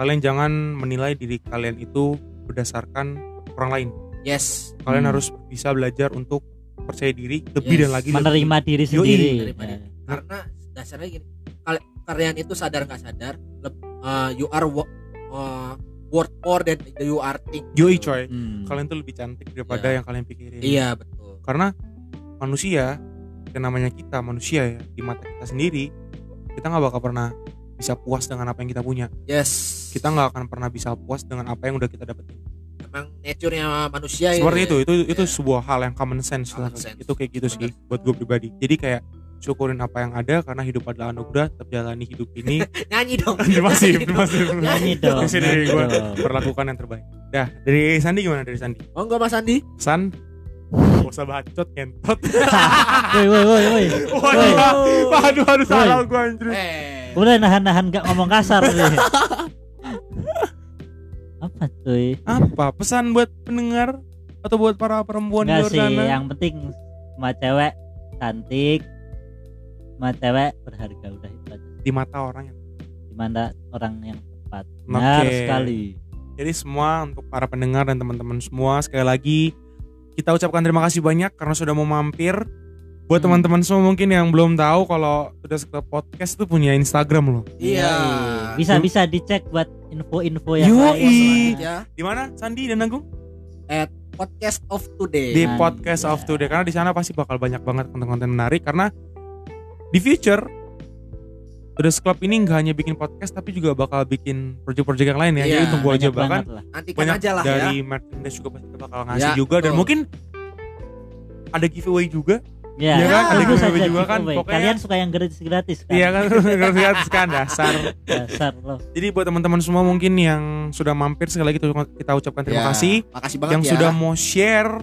[SPEAKER 1] Kalian jangan menilai diri kalian itu berdasarkan orang lain.
[SPEAKER 2] yes
[SPEAKER 1] Kalian
[SPEAKER 3] Hmm.
[SPEAKER 1] harus bisa belajar untuk percaya diri lebih
[SPEAKER 2] Yes.
[SPEAKER 1] dan lagi
[SPEAKER 3] Menerima diri
[SPEAKER 4] Iya,
[SPEAKER 1] Yoi.
[SPEAKER 3] sendiri.
[SPEAKER 2] Menerima
[SPEAKER 3] Ya.
[SPEAKER 2] karena dasarnya gini kal- kalian itu sadar nggak sadar leb-
[SPEAKER 4] eh,
[SPEAKER 2] uh, you are wo- uh, worth more than you are think
[SPEAKER 1] Yoi coy.
[SPEAKER 3] Hmm.
[SPEAKER 1] Kalian tuh lebih cantik daripada
[SPEAKER 2] Iya.
[SPEAKER 1] yang kalian pikirin.
[SPEAKER 2] iya betul
[SPEAKER 1] karena manusia yang namanya kita manusia ya di mata kita sendiri kita nggak bakal pernah bisa puas dengan apa yang kita punya
[SPEAKER 2] yes
[SPEAKER 1] kita nggak akan pernah bisa puas dengan apa yang udah kita dapetin
[SPEAKER 4] memang nature-nya manusia ya.
[SPEAKER 1] seperti itu itu itu
[SPEAKER 4] Iya.
[SPEAKER 1] sebuah hal yang common sense lah
[SPEAKER 4] Common sense.
[SPEAKER 1] itu kayak gitu sih buat gue pribadi jadi kayak syukurin apa yang ada karena hidup adalah anugerah tetap jalani hidup ini
[SPEAKER 4] nyanyi dong
[SPEAKER 1] masih masih
[SPEAKER 3] Nyanyi dong.
[SPEAKER 1] Masih dari
[SPEAKER 3] nyanyi
[SPEAKER 1] gua.
[SPEAKER 3] dong.
[SPEAKER 1] perlakukan yang terbaik dah dari Sandi gimana dari Sandi
[SPEAKER 4] oh enggak mas Andi
[SPEAKER 1] San gak usah bacot kentot
[SPEAKER 3] Woi woi woi woi.
[SPEAKER 1] Wah, gila. aduh aduh salah gue anjir
[SPEAKER 4] eh
[SPEAKER 3] Udah nahan-nahan gak ngomong kasar nih. Apa cuy?
[SPEAKER 1] apa pesan buat pendengar atau buat para perempuan di luar
[SPEAKER 3] Enggak sih,
[SPEAKER 1] sana
[SPEAKER 3] yang penting sama cewek cantik, sama cewek berharga udah itu aja.
[SPEAKER 1] di mata orang yang
[SPEAKER 3] Gimana orang yang tepat. Benar
[SPEAKER 1] Oke.
[SPEAKER 3] sekali.
[SPEAKER 1] Jadi semua untuk para pendengar dan teman-teman semua sekali lagi kita ucapkan terima kasih banyak karena sudah mau mampir. Buat
[SPEAKER 3] Hmm.
[SPEAKER 1] teman-teman semua mungkin yang belum tahu kalau sudah sekedar podcast tuh punya Instagram loh.
[SPEAKER 4] iya
[SPEAKER 3] Bisa bisa dicek buat info-info yang
[SPEAKER 1] Nah, Yoi.
[SPEAKER 3] lain.
[SPEAKER 4] ya
[SPEAKER 1] Di mana Sandi dan Agung?
[SPEAKER 4] podcast of
[SPEAKER 1] Di
[SPEAKER 4] today
[SPEAKER 3] Iya.
[SPEAKER 1] podcast of today karena di sana pasti bakal banyak banget konten-konten menarik karena di future The Club ini nggak hanya bikin podcast tapi juga bakal bikin project-project yang lain ya.
[SPEAKER 4] Iya,
[SPEAKER 1] Jadi tunggu aja
[SPEAKER 3] Nah, Banyak
[SPEAKER 1] bahkan
[SPEAKER 3] banget lah.
[SPEAKER 4] nantikan
[SPEAKER 1] banyak
[SPEAKER 4] aja lah ya
[SPEAKER 1] dari merchandise juga pasti bakal
[SPEAKER 4] Ya,
[SPEAKER 1] ngasih juga dan
[SPEAKER 4] betul.
[SPEAKER 1] mungkin ada giveaway juga
[SPEAKER 3] Ya,
[SPEAKER 1] Iya
[SPEAKER 4] kan? Ada
[SPEAKER 3] tentu
[SPEAKER 4] giveaway
[SPEAKER 3] saja
[SPEAKER 1] juga kan,
[SPEAKER 3] giveaway.
[SPEAKER 1] pokoknya-
[SPEAKER 3] Kalian suka yang gratis-gratis kan?
[SPEAKER 1] Iya kan gratis kan dasar.
[SPEAKER 3] Dasar loh.
[SPEAKER 1] Jadi buat teman-teman semua mungkin yang sudah mampir sekali lagi kita ucapkan
[SPEAKER 4] Ya,
[SPEAKER 1] terima kasih.
[SPEAKER 4] makasih banget
[SPEAKER 1] yang
[SPEAKER 4] ya.
[SPEAKER 1] sudah mau share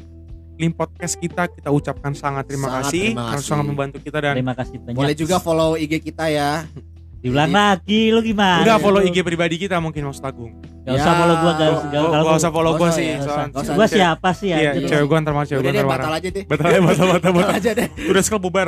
[SPEAKER 1] link podcast kita kita ucapkan sangat terima
[SPEAKER 4] Sangat
[SPEAKER 1] kasih
[SPEAKER 4] terima
[SPEAKER 1] karena
[SPEAKER 4] kasih.
[SPEAKER 1] sangat membantu kita dan
[SPEAKER 3] Terima kasih banyak.
[SPEAKER 4] boleh juga follow IG kita ya
[SPEAKER 3] diulang lagi lu gimana?
[SPEAKER 1] udah
[SPEAKER 4] Aduh.
[SPEAKER 1] follow IG pribadi kita mungkin Mas Tagung.
[SPEAKER 3] Gak usah
[SPEAKER 4] Ya.
[SPEAKER 3] follow gua
[SPEAKER 4] Gak-
[SPEAKER 3] gak
[SPEAKER 1] Gua-
[SPEAKER 3] gak-
[SPEAKER 1] gua-
[SPEAKER 3] kalau
[SPEAKER 1] Gak usah follow
[SPEAKER 4] gak
[SPEAKER 1] gue
[SPEAKER 4] usah
[SPEAKER 1] sih
[SPEAKER 4] ya,
[SPEAKER 1] soalnya.
[SPEAKER 4] gak usah.
[SPEAKER 3] Gua
[SPEAKER 1] cewek-
[SPEAKER 3] siapa sih
[SPEAKER 1] Iya,
[SPEAKER 3] anjir?
[SPEAKER 1] cewek gue ntar marah, cewek
[SPEAKER 4] udah
[SPEAKER 1] gue
[SPEAKER 4] deh
[SPEAKER 1] ntar marah.
[SPEAKER 4] batal aja deh
[SPEAKER 1] Batal ya, batal, batal,
[SPEAKER 4] batal
[SPEAKER 1] batal.
[SPEAKER 4] aja deh
[SPEAKER 1] Udah sekali bubar.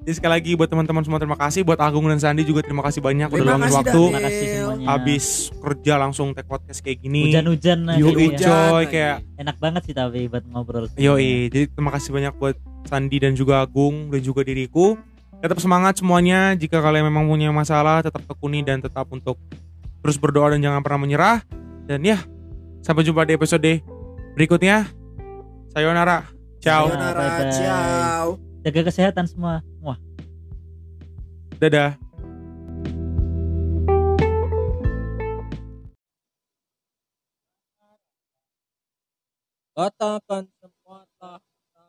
[SPEAKER 1] Jadi sekali lagi buat teman-teman semua terima kasih, buat Agung dan Sandi juga terima kasih banyak udah
[SPEAKER 4] Terima
[SPEAKER 1] luangin
[SPEAKER 4] kasih,
[SPEAKER 1] waktu.
[SPEAKER 3] Terima kasih semuanya.
[SPEAKER 1] Habis kerja langsung take podcast kayak gini.
[SPEAKER 3] hujan-hujan aja
[SPEAKER 1] Yoi,
[SPEAKER 3] gitu ya.
[SPEAKER 1] coy,
[SPEAKER 2] Iya,
[SPEAKER 1] kayak
[SPEAKER 3] enak banget sih tapi buat ngobrol.
[SPEAKER 1] Yoi, jadi terima kasih banyak buat Sandi dan juga Agung dan juga diriku. Tetap semangat semuanya. Jika kalian memang punya masalah, tetap tekuni dan tetap untuk terus berdoa dan jangan pernah menyerah. Dan ya, sampai jumpa di episode berikutnya. Sayonara. Ciao.
[SPEAKER 4] Sayonara,
[SPEAKER 3] Bye-bye.
[SPEAKER 4] ciao
[SPEAKER 3] Jaga kesehatan semua. Wah.
[SPEAKER 1] Dadah.
[SPEAKER 4] katakan semua tahta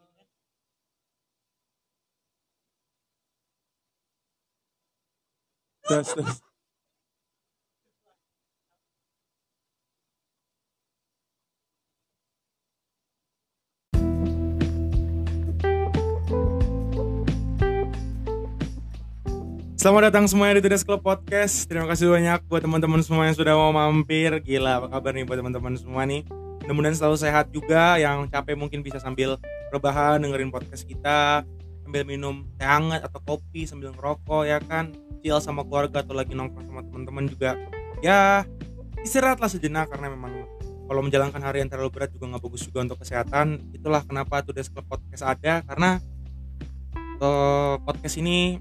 [SPEAKER 1] Terus, terus. Selamat datang semuanya di Tudas Club Podcast. Terima kasih banyak buat teman-teman semua yang sudah mau mampir. Gila, apa kabar nih buat teman-teman semua nih? Mudah-mudahan selalu sehat juga. Yang capek mungkin bisa sambil rebahan dengerin podcast kita, sambil minum teh hangat atau kopi, sambil ngerokok ya kan chill sama keluarga atau lagi nongkrong sama teman-teman juga ya istirahatlah sejenak karena memang kalau menjalankan harian terlalu berat juga nggak bagus juga untuk kesehatan itulah kenapa Tudes Club Podcast ada karena eh, podcast ini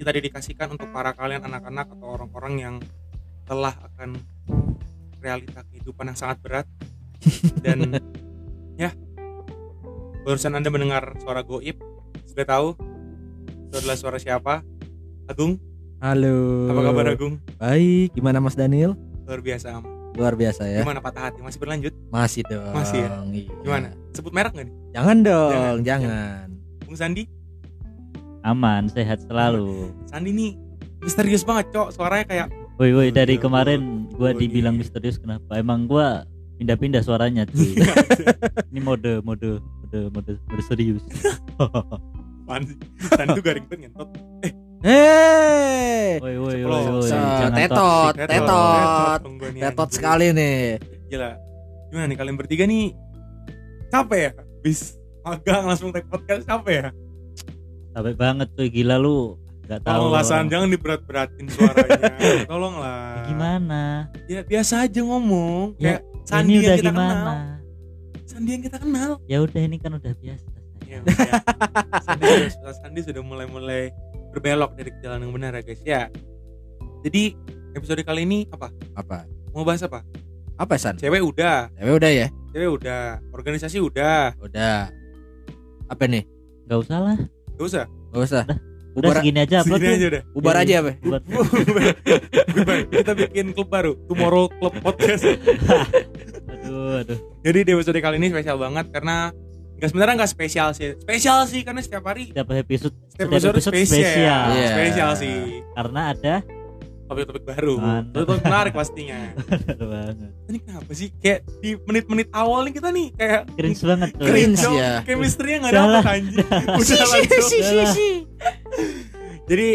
[SPEAKER 1] kita dedikasikan untuk para kalian anak-anak atau orang-orang yang telah akan realita kehidupan yang sangat berat dan ya barusan anda mendengar suara goib sudah tahu itu adalah suara siapa Agung
[SPEAKER 2] Halo.
[SPEAKER 1] apa kabar Agung?
[SPEAKER 2] Baik, gimana Mas Daniel?
[SPEAKER 1] Luar biasa Am.
[SPEAKER 2] Luar biasa ya.
[SPEAKER 1] Gimana patah hati? Masih berlanjut?
[SPEAKER 2] Masih dong.
[SPEAKER 1] Masih ya?
[SPEAKER 2] Iya.
[SPEAKER 1] Gimana? Sebut merek gak nih?
[SPEAKER 2] Jangan
[SPEAKER 1] Jangan.
[SPEAKER 2] dong, jangan.
[SPEAKER 1] Bung Sandi?
[SPEAKER 3] Aman, sehat selalu.
[SPEAKER 1] Sandi nih misterius banget cok Suaranya kayak
[SPEAKER 3] Woi woi dari
[SPEAKER 1] Udah,
[SPEAKER 3] kemarin
[SPEAKER 1] gua
[SPEAKER 3] gua dibilang
[SPEAKER 1] di-
[SPEAKER 3] misterius kenapa? Emang gua pindah-pindah suaranya cuy. Ini mode mode mode mode, mode serius.
[SPEAKER 1] Apaan sih? Sandi tuh garing banget ngentot
[SPEAKER 2] Hei.
[SPEAKER 3] Woi woi
[SPEAKER 1] Ceplos.
[SPEAKER 3] woi woi.
[SPEAKER 4] Se-
[SPEAKER 1] Eh,
[SPEAKER 3] Jangan
[SPEAKER 4] tetot.
[SPEAKER 3] toxic.
[SPEAKER 4] Tetot.
[SPEAKER 1] dong gua nih,
[SPEAKER 4] tetot
[SPEAKER 1] anjing.
[SPEAKER 4] sekali nih
[SPEAKER 1] Gila Gimana nih kalian bertiga nih Capek ya? Bis magang langsung take podcast capek ya?
[SPEAKER 3] Capek banget cuy gila lu. Gak tahu.
[SPEAKER 1] Tolonglah
[SPEAKER 3] lu
[SPEAKER 1] San,
[SPEAKER 3] orang. Eh,
[SPEAKER 1] jangan diberat-beratin suaranya Tolonglah
[SPEAKER 3] Gimana?
[SPEAKER 1] Ya, Biasa aja ngomong Kayak
[SPEAKER 3] Ya,
[SPEAKER 1] Sandi
[SPEAKER 3] Ini udah
[SPEAKER 1] yang kita
[SPEAKER 3] gimana?
[SPEAKER 1] kenal Sandi yang kita kenal
[SPEAKER 3] Ya udah ini kan udah biasa.
[SPEAKER 1] Ya, ya. Sandi, sudah, Sandi sudah mulai-mulai berbelok dari jalan yang benar ya guys ya. Jadi episode kali ini apa?
[SPEAKER 2] Apa?
[SPEAKER 1] Mau bahas apa?
[SPEAKER 2] Apa San?
[SPEAKER 1] Cewek udah,
[SPEAKER 2] Cewek udah ya?
[SPEAKER 1] cewek udah, organisasi udah,
[SPEAKER 2] Udah. Apa nih?
[SPEAKER 3] Gak usah lah.
[SPEAKER 1] gak usah.
[SPEAKER 2] Gak usah.
[SPEAKER 3] Udah
[SPEAKER 2] Bubar,
[SPEAKER 3] segini aja upload
[SPEAKER 1] Segini
[SPEAKER 3] tuh.
[SPEAKER 1] aja udah.
[SPEAKER 2] bubar
[SPEAKER 3] Jadi-
[SPEAKER 2] aja apa?
[SPEAKER 3] Buat
[SPEAKER 1] Goodbye. Kita bikin klub baru, Tomorrow Club Podcast.
[SPEAKER 3] aduh aduh
[SPEAKER 1] Jadi di episode kali ini spesial banget karena nggak sebenarnya nggak spesial sih. Spesial sih karena setiap hari
[SPEAKER 3] setiap episode
[SPEAKER 1] setiap episode, spesial. Spesial,
[SPEAKER 2] Iya.
[SPEAKER 1] sih.
[SPEAKER 3] karena ada
[SPEAKER 1] Topik-topik baru.
[SPEAKER 3] Mantap.
[SPEAKER 1] Topik-topik menarik pastinya.
[SPEAKER 3] Bener banget.
[SPEAKER 1] Ini kenapa sih kayak di menit-menit awal nih kita nih kayak
[SPEAKER 3] cringe banget tuh
[SPEAKER 2] Cringe.
[SPEAKER 1] dong.
[SPEAKER 2] ya.
[SPEAKER 1] Chemistry-nya enggak
[SPEAKER 3] Udah
[SPEAKER 1] dapet
[SPEAKER 3] lah.
[SPEAKER 1] anjing. Udah langsung.
[SPEAKER 3] Udahlah.
[SPEAKER 1] Jadi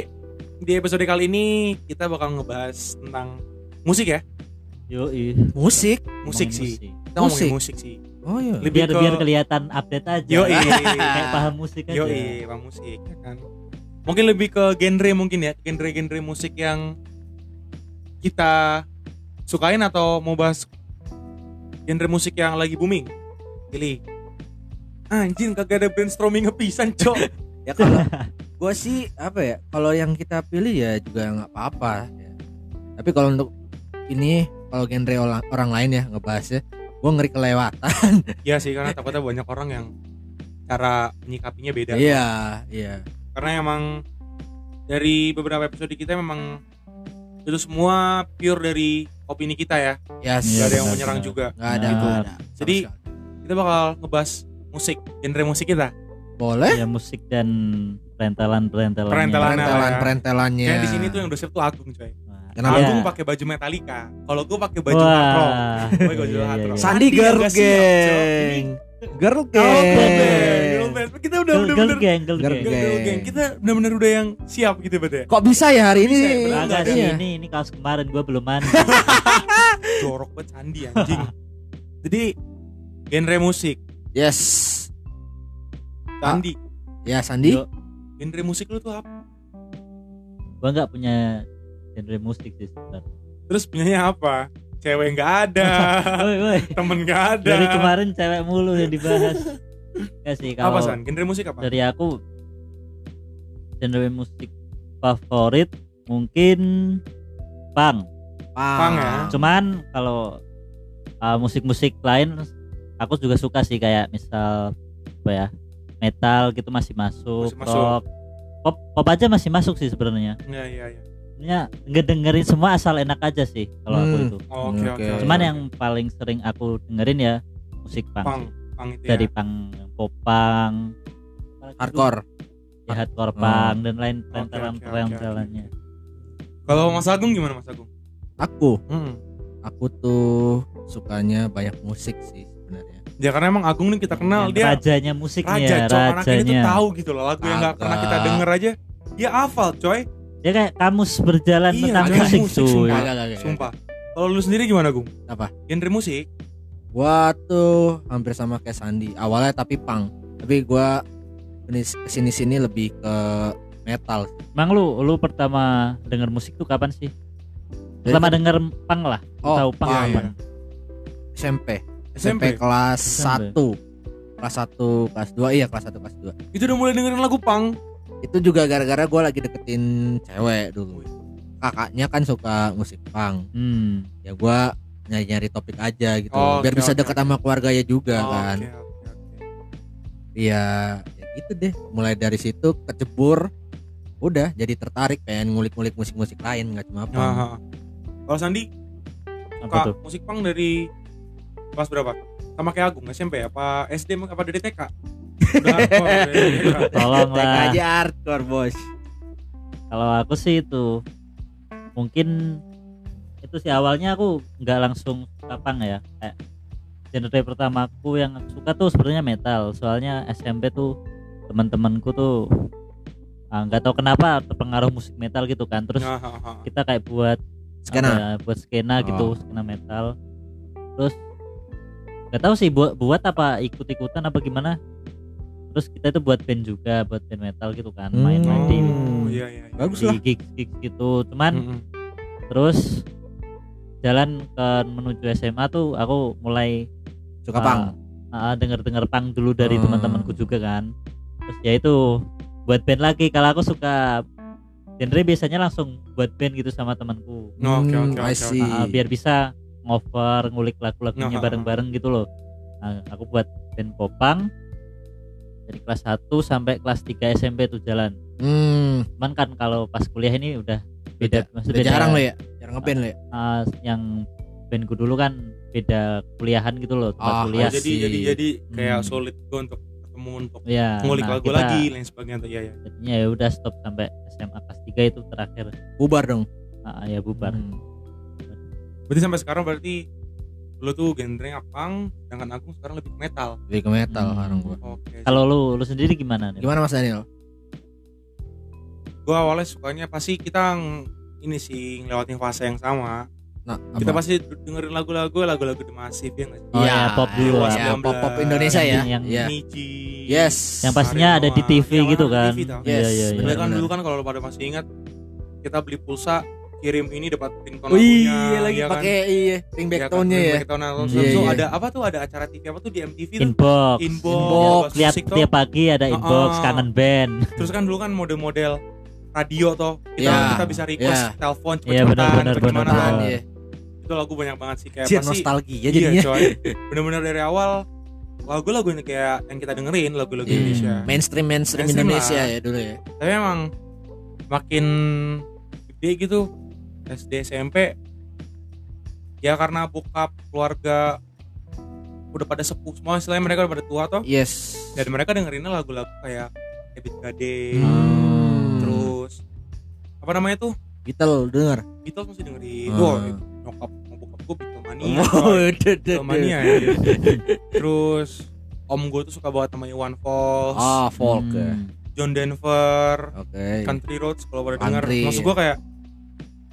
[SPEAKER 1] di episode kali ini kita bakal ngebahas tentang musik ya.
[SPEAKER 3] Yoi.
[SPEAKER 2] Musik.
[SPEAKER 1] Musik
[SPEAKER 3] Ngomongin
[SPEAKER 1] sih.
[SPEAKER 3] musik.
[SPEAKER 1] Kita
[SPEAKER 2] Musik.
[SPEAKER 1] ngomongin musik sih.
[SPEAKER 2] Oh iya.
[SPEAKER 1] Lebih
[SPEAKER 3] biar
[SPEAKER 1] ke-
[SPEAKER 3] biar kelihatan update aja
[SPEAKER 1] Yoi.
[SPEAKER 3] kayak paham musik aja
[SPEAKER 1] Yoi, bang musik ya kan. Mungkin lebih ke genre mungkin ya, genre-genre musik yang kita sukain atau mau bahas genre musik yang lagi booming. Pilih. Anjing kagak ada brainstorming pisan, Cok.
[SPEAKER 2] Ya kalau gua sih apa ya? Kalau yang kita pilih ya juga nggak apa-apa. ya. Tapi kalau untuk ini kalau genre ola- orang lain ya ngebahasnya, gua ngeri kelewatan.
[SPEAKER 1] ya sih karena takutnya banyak orang yang cara menyikapinya beda.
[SPEAKER 2] Iya, iya.
[SPEAKER 1] Karena emang dari beberapa episode kita memang itu semua pure dari opini kita ya.
[SPEAKER 2] Yes.
[SPEAKER 1] Gak
[SPEAKER 3] Iya,
[SPEAKER 1] ada yang
[SPEAKER 3] benar,
[SPEAKER 1] menyerang
[SPEAKER 3] benar.
[SPEAKER 1] juga.
[SPEAKER 2] Nggak ada.
[SPEAKER 3] Gitu.
[SPEAKER 2] nggak ada. Sama
[SPEAKER 1] Jadi-
[SPEAKER 2] sekali.
[SPEAKER 1] Kita bakal ngebahas musik, genre musik kita.
[SPEAKER 2] boleh
[SPEAKER 3] ya musik dan Nah, perentelan perentelan
[SPEAKER 1] Perentelan.
[SPEAKER 2] perentelan
[SPEAKER 1] ya.
[SPEAKER 2] perentelannya.
[SPEAKER 3] Iya.
[SPEAKER 1] Kayak di sini tuh yang udah siap tuh Agung coy.
[SPEAKER 3] Nah, ya.
[SPEAKER 2] Kenapa?
[SPEAKER 1] Agung pakai baju Metallica. Kalau gue pakai baju hard rock. Gue baju hard rock.
[SPEAKER 3] Iya.
[SPEAKER 2] Sandi
[SPEAKER 1] Sandi yang
[SPEAKER 2] girl
[SPEAKER 1] gak siap, Oh, coy. Ini
[SPEAKER 2] gang. Girl
[SPEAKER 1] girl band, girl
[SPEAKER 2] gang.
[SPEAKER 1] band. Kita udah
[SPEAKER 3] Girl, girl
[SPEAKER 1] bener-bener
[SPEAKER 3] gang, girl
[SPEAKER 2] Girl
[SPEAKER 3] gang.
[SPEAKER 2] gang.
[SPEAKER 1] girl gang. Kita bener-bener udah yang siap gitu berarti. ya.
[SPEAKER 2] Kok bisa ya hari
[SPEAKER 1] Bisa
[SPEAKER 2] ini?
[SPEAKER 1] ya, bener
[SPEAKER 3] Kagak
[SPEAKER 1] Girl
[SPEAKER 3] sih,
[SPEAKER 2] Iya.
[SPEAKER 3] ini ini kaos kemarin gue belum mandi.
[SPEAKER 1] Jorok banget Sandi anjing. Jadi genre musik.
[SPEAKER 2] Yes.
[SPEAKER 1] Sandi,
[SPEAKER 2] Ya Sandi.
[SPEAKER 3] Yo,
[SPEAKER 1] genre musik lu tuh apa?
[SPEAKER 3] Gua nggak punya genre musik sih sebenarnya.
[SPEAKER 1] Terus punyanya apa? Cewek nggak ada,
[SPEAKER 3] Woi, woi.
[SPEAKER 1] temen nggak Ya. ada.
[SPEAKER 3] Dari kemarin cewek mulu yang dibahas. Ya sih
[SPEAKER 1] apa
[SPEAKER 3] kalau
[SPEAKER 1] san? Genre musik apa?
[SPEAKER 3] dari aku genre musik favorit mungkin punk.
[SPEAKER 1] Pang ya?
[SPEAKER 3] Cuman kalau uh, musik-musik lain aku juga suka sih kayak misal apa ya? Metal gitu masih masuk,
[SPEAKER 1] Masih masuk.
[SPEAKER 3] rock. Pop, pop aja masih masuk sih sebenarnya.
[SPEAKER 1] Iya iya iya.
[SPEAKER 3] Ya, ngedengerin semua asal enak aja sih kalau aku
[SPEAKER 2] Hmm.
[SPEAKER 3] itu.
[SPEAKER 1] Oh, Oke oke.
[SPEAKER 2] Oke.
[SPEAKER 1] oke.
[SPEAKER 3] Cuman yang paling sering aku dengerin ya musik punk.
[SPEAKER 1] pang, pang itu
[SPEAKER 3] Dari
[SPEAKER 1] ya.
[SPEAKER 3] punk, popang,
[SPEAKER 2] Hardcore.
[SPEAKER 3] ya, hardcore punk dan lain
[SPEAKER 1] Hmm. Oke,
[SPEAKER 3] lain lain
[SPEAKER 1] oke,
[SPEAKER 3] lain
[SPEAKER 1] oke, oke.
[SPEAKER 3] lainnya.
[SPEAKER 1] Kalau Mas Agung gimana Mas Agung?
[SPEAKER 2] Aku,
[SPEAKER 1] Hmm.
[SPEAKER 2] aku tuh sukanya banyak musik sih sebenarnya.
[SPEAKER 1] Ya karena emang Agung nih kita kenal
[SPEAKER 3] Yang
[SPEAKER 1] dia
[SPEAKER 3] rajanya musik nih
[SPEAKER 1] raja
[SPEAKER 3] ya,
[SPEAKER 1] coy. Anak ini tuh
[SPEAKER 3] rajanya.
[SPEAKER 1] tahu gitu loh lagu yang nggak pernah kita
[SPEAKER 2] Agak.
[SPEAKER 1] denger aja. Dia hafal coy.
[SPEAKER 3] Dia kayak kamus berjalan
[SPEAKER 1] Iya,
[SPEAKER 3] tentang
[SPEAKER 2] kamus
[SPEAKER 3] musik
[SPEAKER 1] musik,
[SPEAKER 3] tuh.
[SPEAKER 1] sumpah.
[SPEAKER 2] Gak, gak, gak, gak.
[SPEAKER 1] Sumpah. Kalau lu sendiri gimana Gung?
[SPEAKER 2] Apa?
[SPEAKER 1] Genre musik?
[SPEAKER 2] Gua tuh hampir sama kayak Sandi. Awalnya tapi punk, tapi gua kesini sini lebih ke metal.
[SPEAKER 3] Emang lu lu pertama denger musik tuh kapan sih?
[SPEAKER 2] Jadi-
[SPEAKER 3] Pertama denger pang lah. Lu
[SPEAKER 2] Oh,
[SPEAKER 3] tahu pang
[SPEAKER 2] punk.
[SPEAKER 3] kapan?
[SPEAKER 2] SMP.
[SPEAKER 1] SMP?
[SPEAKER 2] SMP kelas
[SPEAKER 3] SMP.
[SPEAKER 2] 1 kelas 1 kelas 2 iya kelas 1 kelas 2
[SPEAKER 1] Itu udah mulai dengerin lagu pang.
[SPEAKER 2] itu juga gara-gara gua lagi deketin cewek dulu kakaknya kan suka musik punk
[SPEAKER 3] Hmm.
[SPEAKER 2] ya gua nyari-nyari topik aja gitu
[SPEAKER 1] Oh,
[SPEAKER 2] biar
[SPEAKER 1] oke,
[SPEAKER 2] bisa
[SPEAKER 1] oke, Oh,
[SPEAKER 2] deket sama keluarganya juga kan
[SPEAKER 1] Oke oke oke.
[SPEAKER 2] iya ya gitu deh mulai dari situ kecebur udah jadi tertarik pengen ngulik-ngulik musik-musik lain nggak cuma punk
[SPEAKER 1] Aha. Nah, Kalau Sandi,
[SPEAKER 3] Apa
[SPEAKER 1] Kak,
[SPEAKER 3] tuh?
[SPEAKER 1] musik pang dari kelas berapa? Sama kayak Agung SMP apa SD apa dari TK? Udah hardcore dari TK.
[SPEAKER 3] Tolong
[SPEAKER 2] Tek
[SPEAKER 3] lah.
[SPEAKER 2] aja hardcore bos
[SPEAKER 3] Kalau aku sih itu mungkin itu sih awalnya aku nggak langsung suka punk ya. Kayak genre pertamaku yang aku suka tuh sebenarnya metal. Soalnya SMP tuh teman-temanku tuh ah, nggak tahu kenapa terpengaruh musik metal gitu kan. Terus
[SPEAKER 1] Aha, aha.
[SPEAKER 3] kita kayak buat
[SPEAKER 2] Skena.
[SPEAKER 3] apa ya, buat skena
[SPEAKER 2] Oh.
[SPEAKER 3] gitu skena metal terus nggak tahu sih buat buat apa ikut ikutan apa gimana terus kita itu buat band juga buat band metal gitu kan main main di,
[SPEAKER 1] Oh iya iya. iya.
[SPEAKER 2] Bagus lah.
[SPEAKER 3] di gigs gigs gitu cuman
[SPEAKER 1] Mm-mm.
[SPEAKER 3] terus jalan ke menuju SMA tuh aku mulai eh,
[SPEAKER 2] suka
[SPEAKER 3] Ah.
[SPEAKER 2] punk
[SPEAKER 3] denger denger pang dulu dari
[SPEAKER 2] Hmm.
[SPEAKER 3] teman-temanku juga kan terus ya itu buat band lagi kalau aku suka genre biasanya langsung buat band gitu sama temanku
[SPEAKER 1] Oke
[SPEAKER 2] Hmm,
[SPEAKER 1] oke
[SPEAKER 2] I
[SPEAKER 1] oke.
[SPEAKER 2] see.
[SPEAKER 3] Ah, biar bisa ngover ngulik lagu-lagunya
[SPEAKER 1] Nah,
[SPEAKER 3] bareng-bareng gitu loh Nah, aku buat band popang dari kelas 1 sampai kelas 3 SMP tuh jalan
[SPEAKER 2] hmm
[SPEAKER 3] cuman kan kalau pas kuliah ini udah beda,
[SPEAKER 2] udah
[SPEAKER 3] maksudnya beda,
[SPEAKER 2] jarang lo ya jarang ngeband lo ya
[SPEAKER 3] ah, yang bandku dulu kan beda kuliahan gitu loh tempat
[SPEAKER 2] Ah,
[SPEAKER 3] kuliah
[SPEAKER 1] Oh, jadi
[SPEAKER 2] sih.
[SPEAKER 1] jadi jadi kayak
[SPEAKER 3] Hmm.
[SPEAKER 1] sulit gue untuk ketemu untuk
[SPEAKER 3] ya
[SPEAKER 1] ngulik
[SPEAKER 3] nah,
[SPEAKER 1] lagu
[SPEAKER 3] kita
[SPEAKER 1] lagi lain sebagainya tuh ya ya
[SPEAKER 3] jadinya ya udah stop sampai SMA kelas 3 itu terakhir
[SPEAKER 2] bubar dong
[SPEAKER 3] Ah, ya bubar
[SPEAKER 2] Hmm.
[SPEAKER 1] berarti sampai sekarang berarti lu tuh genrenya punk sedangkan aku sekarang lebih ke metal
[SPEAKER 2] lebih ke metal
[SPEAKER 3] Hmm.
[SPEAKER 2] orang gua
[SPEAKER 1] oke
[SPEAKER 3] kalau lu lu sendiri gimana nih
[SPEAKER 2] gimana mas Daniel
[SPEAKER 1] gue awalnya sukanya pasti kita ng- ini sih ngelewatin fase yang sama
[SPEAKER 2] nah
[SPEAKER 1] kita
[SPEAKER 2] apa?
[SPEAKER 1] pasti d- dengerin lagu-lagu lagu-lagu di masif ya nggak sih
[SPEAKER 3] Oh, ya, pop dulu
[SPEAKER 1] lah.
[SPEAKER 2] ya, pop pop Indonesia ya
[SPEAKER 3] Yang- yang-
[SPEAKER 2] ya
[SPEAKER 1] Niji
[SPEAKER 2] yes
[SPEAKER 3] yang pastinya
[SPEAKER 1] Ariel
[SPEAKER 3] ada di
[SPEAKER 1] Noah.
[SPEAKER 3] TV
[SPEAKER 1] Yang
[SPEAKER 3] gitu
[SPEAKER 1] iya, ada
[SPEAKER 3] kan
[SPEAKER 1] di TV tau.
[SPEAKER 2] Yes,
[SPEAKER 1] Bener
[SPEAKER 2] bener.
[SPEAKER 1] kan dulu kan kalau lu pada masih ingat kita beli pulsa kirim ini dapat ringtone
[SPEAKER 2] Wih,
[SPEAKER 1] lagunya
[SPEAKER 2] iya lagi
[SPEAKER 1] ya kan?
[SPEAKER 2] pakai iya
[SPEAKER 1] Iya
[SPEAKER 2] ringback
[SPEAKER 1] kan,
[SPEAKER 2] tone-nya ya.
[SPEAKER 1] ringback tone-nya. Terus
[SPEAKER 3] Iya,
[SPEAKER 1] habis itu
[SPEAKER 2] iya.
[SPEAKER 1] ada apa tuh ada acara TV apa tuh di MTV tuh
[SPEAKER 3] inbox
[SPEAKER 1] Inbox.
[SPEAKER 2] Inbox.
[SPEAKER 3] tiap
[SPEAKER 1] Musik tuh.
[SPEAKER 3] tiap pagi ada
[SPEAKER 1] Ah,
[SPEAKER 3] inbox
[SPEAKER 1] ah.
[SPEAKER 3] kangen band
[SPEAKER 1] terus kan dulu kan model-model radio toh kita
[SPEAKER 2] Iya.
[SPEAKER 1] kita bisa request telepon cepet-cepetan
[SPEAKER 3] Iya, benar-benar,
[SPEAKER 1] atau gimana
[SPEAKER 3] benar-benar.
[SPEAKER 1] kan.
[SPEAKER 2] Iya.
[SPEAKER 1] itu lagu banyak banget sih kayak
[SPEAKER 2] Sia,
[SPEAKER 1] pasti
[SPEAKER 2] nostalgia
[SPEAKER 1] iya
[SPEAKER 2] jadinya.
[SPEAKER 1] coy bener-bener dari awal lagu-lagu ini kayak yang kita dengerin lagu-lagu
[SPEAKER 2] Hmm.
[SPEAKER 1] Indonesia
[SPEAKER 2] Mainstream mainstream
[SPEAKER 1] Mainstream
[SPEAKER 2] Indonesia
[SPEAKER 1] lah.
[SPEAKER 2] ya dulu ya.
[SPEAKER 1] tapi emang makin gede gitu SD SMP ya karena bokap keluarga udah pada sepuh semua istilahnya mereka udah pada tua toh
[SPEAKER 2] Yes.
[SPEAKER 1] dan mereka dengerinnya lagu-lagu kayak Ebit Gade
[SPEAKER 2] Hmm.
[SPEAKER 1] terus apa namanya tuh
[SPEAKER 2] Beatles denger.
[SPEAKER 1] Beatles masih dengerin
[SPEAKER 2] Hmm. Oh, iya.
[SPEAKER 1] Wah, nyokap mau bokap gue Beatles mania
[SPEAKER 2] Wow, duh, duh, duh.
[SPEAKER 1] mania Iya, ya terus om gue tuh suka banget sama Iwan Fals
[SPEAKER 2] Ah, folk.
[SPEAKER 3] Hmm.
[SPEAKER 2] ya.
[SPEAKER 1] John Denver
[SPEAKER 2] Oke.
[SPEAKER 1] Country Roads kalau pada denger
[SPEAKER 2] Iya. Country,
[SPEAKER 1] maksud gua kayak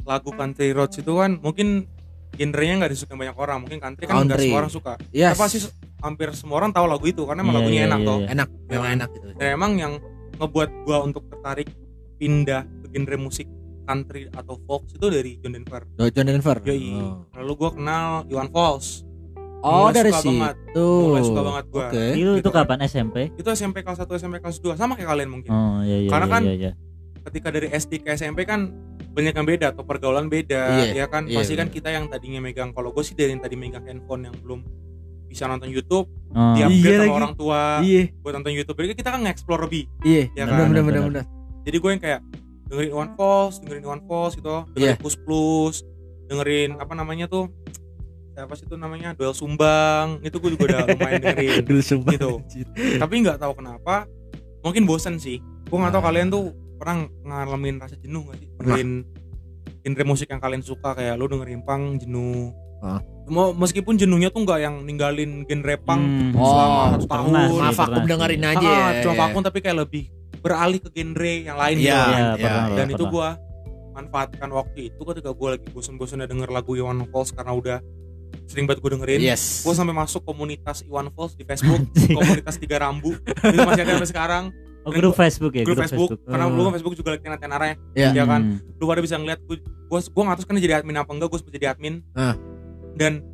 [SPEAKER 1] lagu Country Roads itu kan mungkin genrenya nggak disukai banyak orang mungkin country kan nggak
[SPEAKER 2] Country.
[SPEAKER 1] semua orang suka
[SPEAKER 2] Yes.
[SPEAKER 1] Tapi pasti hampir semua orang tahu lagu itu karena emang
[SPEAKER 3] Iya,
[SPEAKER 1] lagunya
[SPEAKER 3] iya,
[SPEAKER 1] enak
[SPEAKER 3] iya,
[SPEAKER 1] toh
[SPEAKER 3] iya.
[SPEAKER 2] Enak, memang enak gitu.
[SPEAKER 1] dan emang yang ngebuat gua untuk tertarik pindah ke genre musik country atau folk itu dari John Denver
[SPEAKER 2] Do John Denver.
[SPEAKER 1] Yoi.
[SPEAKER 2] Oh.
[SPEAKER 1] lalu gua kenal Iwan Fals Mulai
[SPEAKER 2] Oh, dari
[SPEAKER 1] suka
[SPEAKER 2] situ.
[SPEAKER 1] banget. Mulai suka banget gua.
[SPEAKER 2] Oke.
[SPEAKER 3] itu itu
[SPEAKER 1] Gitu kan.
[SPEAKER 3] kapan SMP
[SPEAKER 1] itu SMP kelas 1 SMP kelas 2 sama kayak kalian mungkin
[SPEAKER 3] oh iya iya
[SPEAKER 1] Karena
[SPEAKER 3] iya,
[SPEAKER 1] kan-
[SPEAKER 3] iya, iya.
[SPEAKER 1] ketika dari SD ke SMP kan banyak yang beda atau pergaulan beda
[SPEAKER 2] Iya,
[SPEAKER 1] ya kan
[SPEAKER 2] iya,
[SPEAKER 1] pasti kan
[SPEAKER 2] bener.
[SPEAKER 1] kita yang tadinya megang kalau gue sih dari yang tadi megang handphone yang belum bisa nonton YouTube
[SPEAKER 3] Oh,
[SPEAKER 1] di
[SPEAKER 2] Iya
[SPEAKER 1] upgrade sama
[SPEAKER 2] lagi.
[SPEAKER 1] orang tua
[SPEAKER 2] Iya,
[SPEAKER 1] buat nonton YouTube jadi kita kan nge-explore lebih
[SPEAKER 2] iya.
[SPEAKER 1] Ya kan?
[SPEAKER 2] Benar, benar, benar,
[SPEAKER 3] Benar,
[SPEAKER 2] benar.
[SPEAKER 1] jadi gue yang kayak dengerin One Falls dengerin One Falls gitu
[SPEAKER 2] Iya.
[SPEAKER 1] dengerin Plus Plus dengerin apa namanya tuh apa sih itu namanya duel sumbang itu gue juga udah lumayan dengerin
[SPEAKER 2] Dulu sumpah.
[SPEAKER 1] Gitu. tapi nggak tahu kenapa mungkin bosen sih gue nggak tahu
[SPEAKER 2] Nah.
[SPEAKER 1] kalian tuh pernah ngalamin rasa jenuh gak sih
[SPEAKER 2] Pernah.
[SPEAKER 1] dengerin genre musik yang kalian suka kayak lu dengerin pang jenuh
[SPEAKER 2] Ah.
[SPEAKER 1] Mau meskipun jenuhnya tuh nggak yang ninggalin genre punk
[SPEAKER 3] Hmm.
[SPEAKER 2] Oh,
[SPEAKER 1] selama satu tahun
[SPEAKER 3] pernah sih.
[SPEAKER 2] Maaf aku
[SPEAKER 3] pernah
[SPEAKER 2] dengerin
[SPEAKER 1] Ah,
[SPEAKER 2] aja ya.
[SPEAKER 1] cuma
[SPEAKER 2] ya.
[SPEAKER 1] vakum tapi kayak lebih beralih ke genre yang lain
[SPEAKER 2] Iya,
[SPEAKER 1] gitu.
[SPEAKER 3] Iya,
[SPEAKER 2] ya,
[SPEAKER 3] pernah,
[SPEAKER 1] dan itu
[SPEAKER 3] pernah.
[SPEAKER 1] gue manfaatkan waktu itu ketika gue lagi bosen-bosennya denger lagu Iwan Fals karena udah sering banget gue dengerin
[SPEAKER 2] Yes.
[SPEAKER 1] gue sampai masuk komunitas Iwan Fals di Facebook komunitas tiga rambu itu masih ada sampai sekarang
[SPEAKER 3] oh, grup Facebook ya
[SPEAKER 1] grup Facebook, karena
[SPEAKER 2] Hmm.
[SPEAKER 1] dulu kan Facebook juga lagi tenar arahnya
[SPEAKER 2] Iya.
[SPEAKER 1] ya kan
[SPEAKER 3] Hmm.
[SPEAKER 1] lu pada bisa ngeliat gue gue gue nggak tahu kan jadi admin apa enggak gue sempat jadi admin
[SPEAKER 2] Ah.
[SPEAKER 1] dan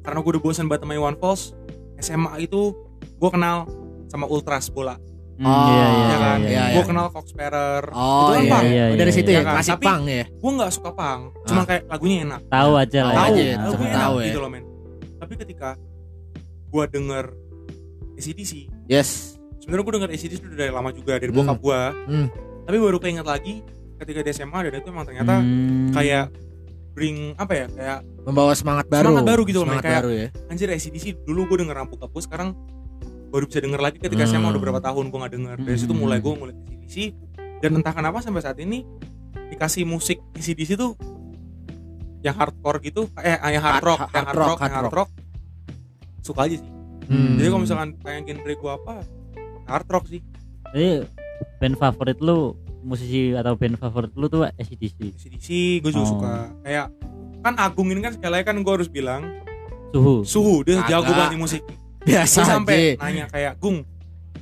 [SPEAKER 1] karena gue udah bosan banget sama Iwan Fals SMA itu gue kenal sama Ultras bola
[SPEAKER 3] Hmm, iya
[SPEAKER 2] Ah,
[SPEAKER 3] iya
[SPEAKER 1] ya
[SPEAKER 3] iya,
[SPEAKER 1] kan
[SPEAKER 3] iya,
[SPEAKER 1] gue
[SPEAKER 3] iya.
[SPEAKER 1] kenal Fox Sparrow
[SPEAKER 2] Oh,
[SPEAKER 1] Itu kan
[SPEAKER 2] iya,
[SPEAKER 1] punk.
[SPEAKER 2] iya,
[SPEAKER 3] Iya,
[SPEAKER 2] dari
[SPEAKER 3] iya,
[SPEAKER 2] situ
[SPEAKER 1] iya.
[SPEAKER 2] ya,
[SPEAKER 1] Iya kan?
[SPEAKER 2] klasik
[SPEAKER 1] Tapi-
[SPEAKER 2] pang ya.
[SPEAKER 1] gue nggak suka pang cuma kayak lagunya enak
[SPEAKER 3] tahu aja lah
[SPEAKER 2] Ah. Tahu
[SPEAKER 3] ya.
[SPEAKER 2] aja,
[SPEAKER 3] Tahu.
[SPEAKER 2] langsung
[SPEAKER 1] lagunya
[SPEAKER 2] tahu
[SPEAKER 1] enak
[SPEAKER 2] ya.
[SPEAKER 1] gitu loh men tapi ketika gue denger ACDC
[SPEAKER 2] Yes.
[SPEAKER 1] sebenarnya gue denger ACDC udah dari lama juga dari
[SPEAKER 2] Hmm.
[SPEAKER 1] bokap gue
[SPEAKER 2] Hmm.
[SPEAKER 1] tapi baru keinget lagi ketika di SMA dan itu emang ternyata
[SPEAKER 3] Hmm.
[SPEAKER 1] kayak bring apa ya kayak
[SPEAKER 2] Membawa semangat baru.
[SPEAKER 1] Semangat baru gitu loh,
[SPEAKER 2] Semangat
[SPEAKER 1] kayak-
[SPEAKER 2] baru ya.
[SPEAKER 1] anjir ACDC dulu gue denger rampok gue sekarang baru bisa denger lagi ketika
[SPEAKER 2] Hmm.
[SPEAKER 1] SMA udah berapa tahun gue nggak denger dari situ mulai gue ngulik ACDC dan entah kenapa sampai saat ini dikasih musik ACDC tuh yang hardcore gitu eh yang hard
[SPEAKER 2] Hard-
[SPEAKER 1] rock
[SPEAKER 2] hard
[SPEAKER 1] yang hard
[SPEAKER 2] rock,
[SPEAKER 1] rock yang
[SPEAKER 2] hard
[SPEAKER 1] hard rock suka aja sih
[SPEAKER 2] Hmm.
[SPEAKER 1] jadi kalau misalkan kayak genre gue apa hard rock sih
[SPEAKER 3] Jadi band favorit lu musisi atau band favorit lu tuh ACDC
[SPEAKER 1] ACDC gue juga
[SPEAKER 3] Oh.
[SPEAKER 1] suka kayak kan Agung ini kan sekali lagi kan gue harus bilang
[SPEAKER 3] Suhu
[SPEAKER 1] suhu dia
[SPEAKER 2] Kagak.
[SPEAKER 1] jago banget di musik
[SPEAKER 2] biasa
[SPEAKER 1] Gue
[SPEAKER 2] sampai
[SPEAKER 1] Eh, sampai nanya kayak Gung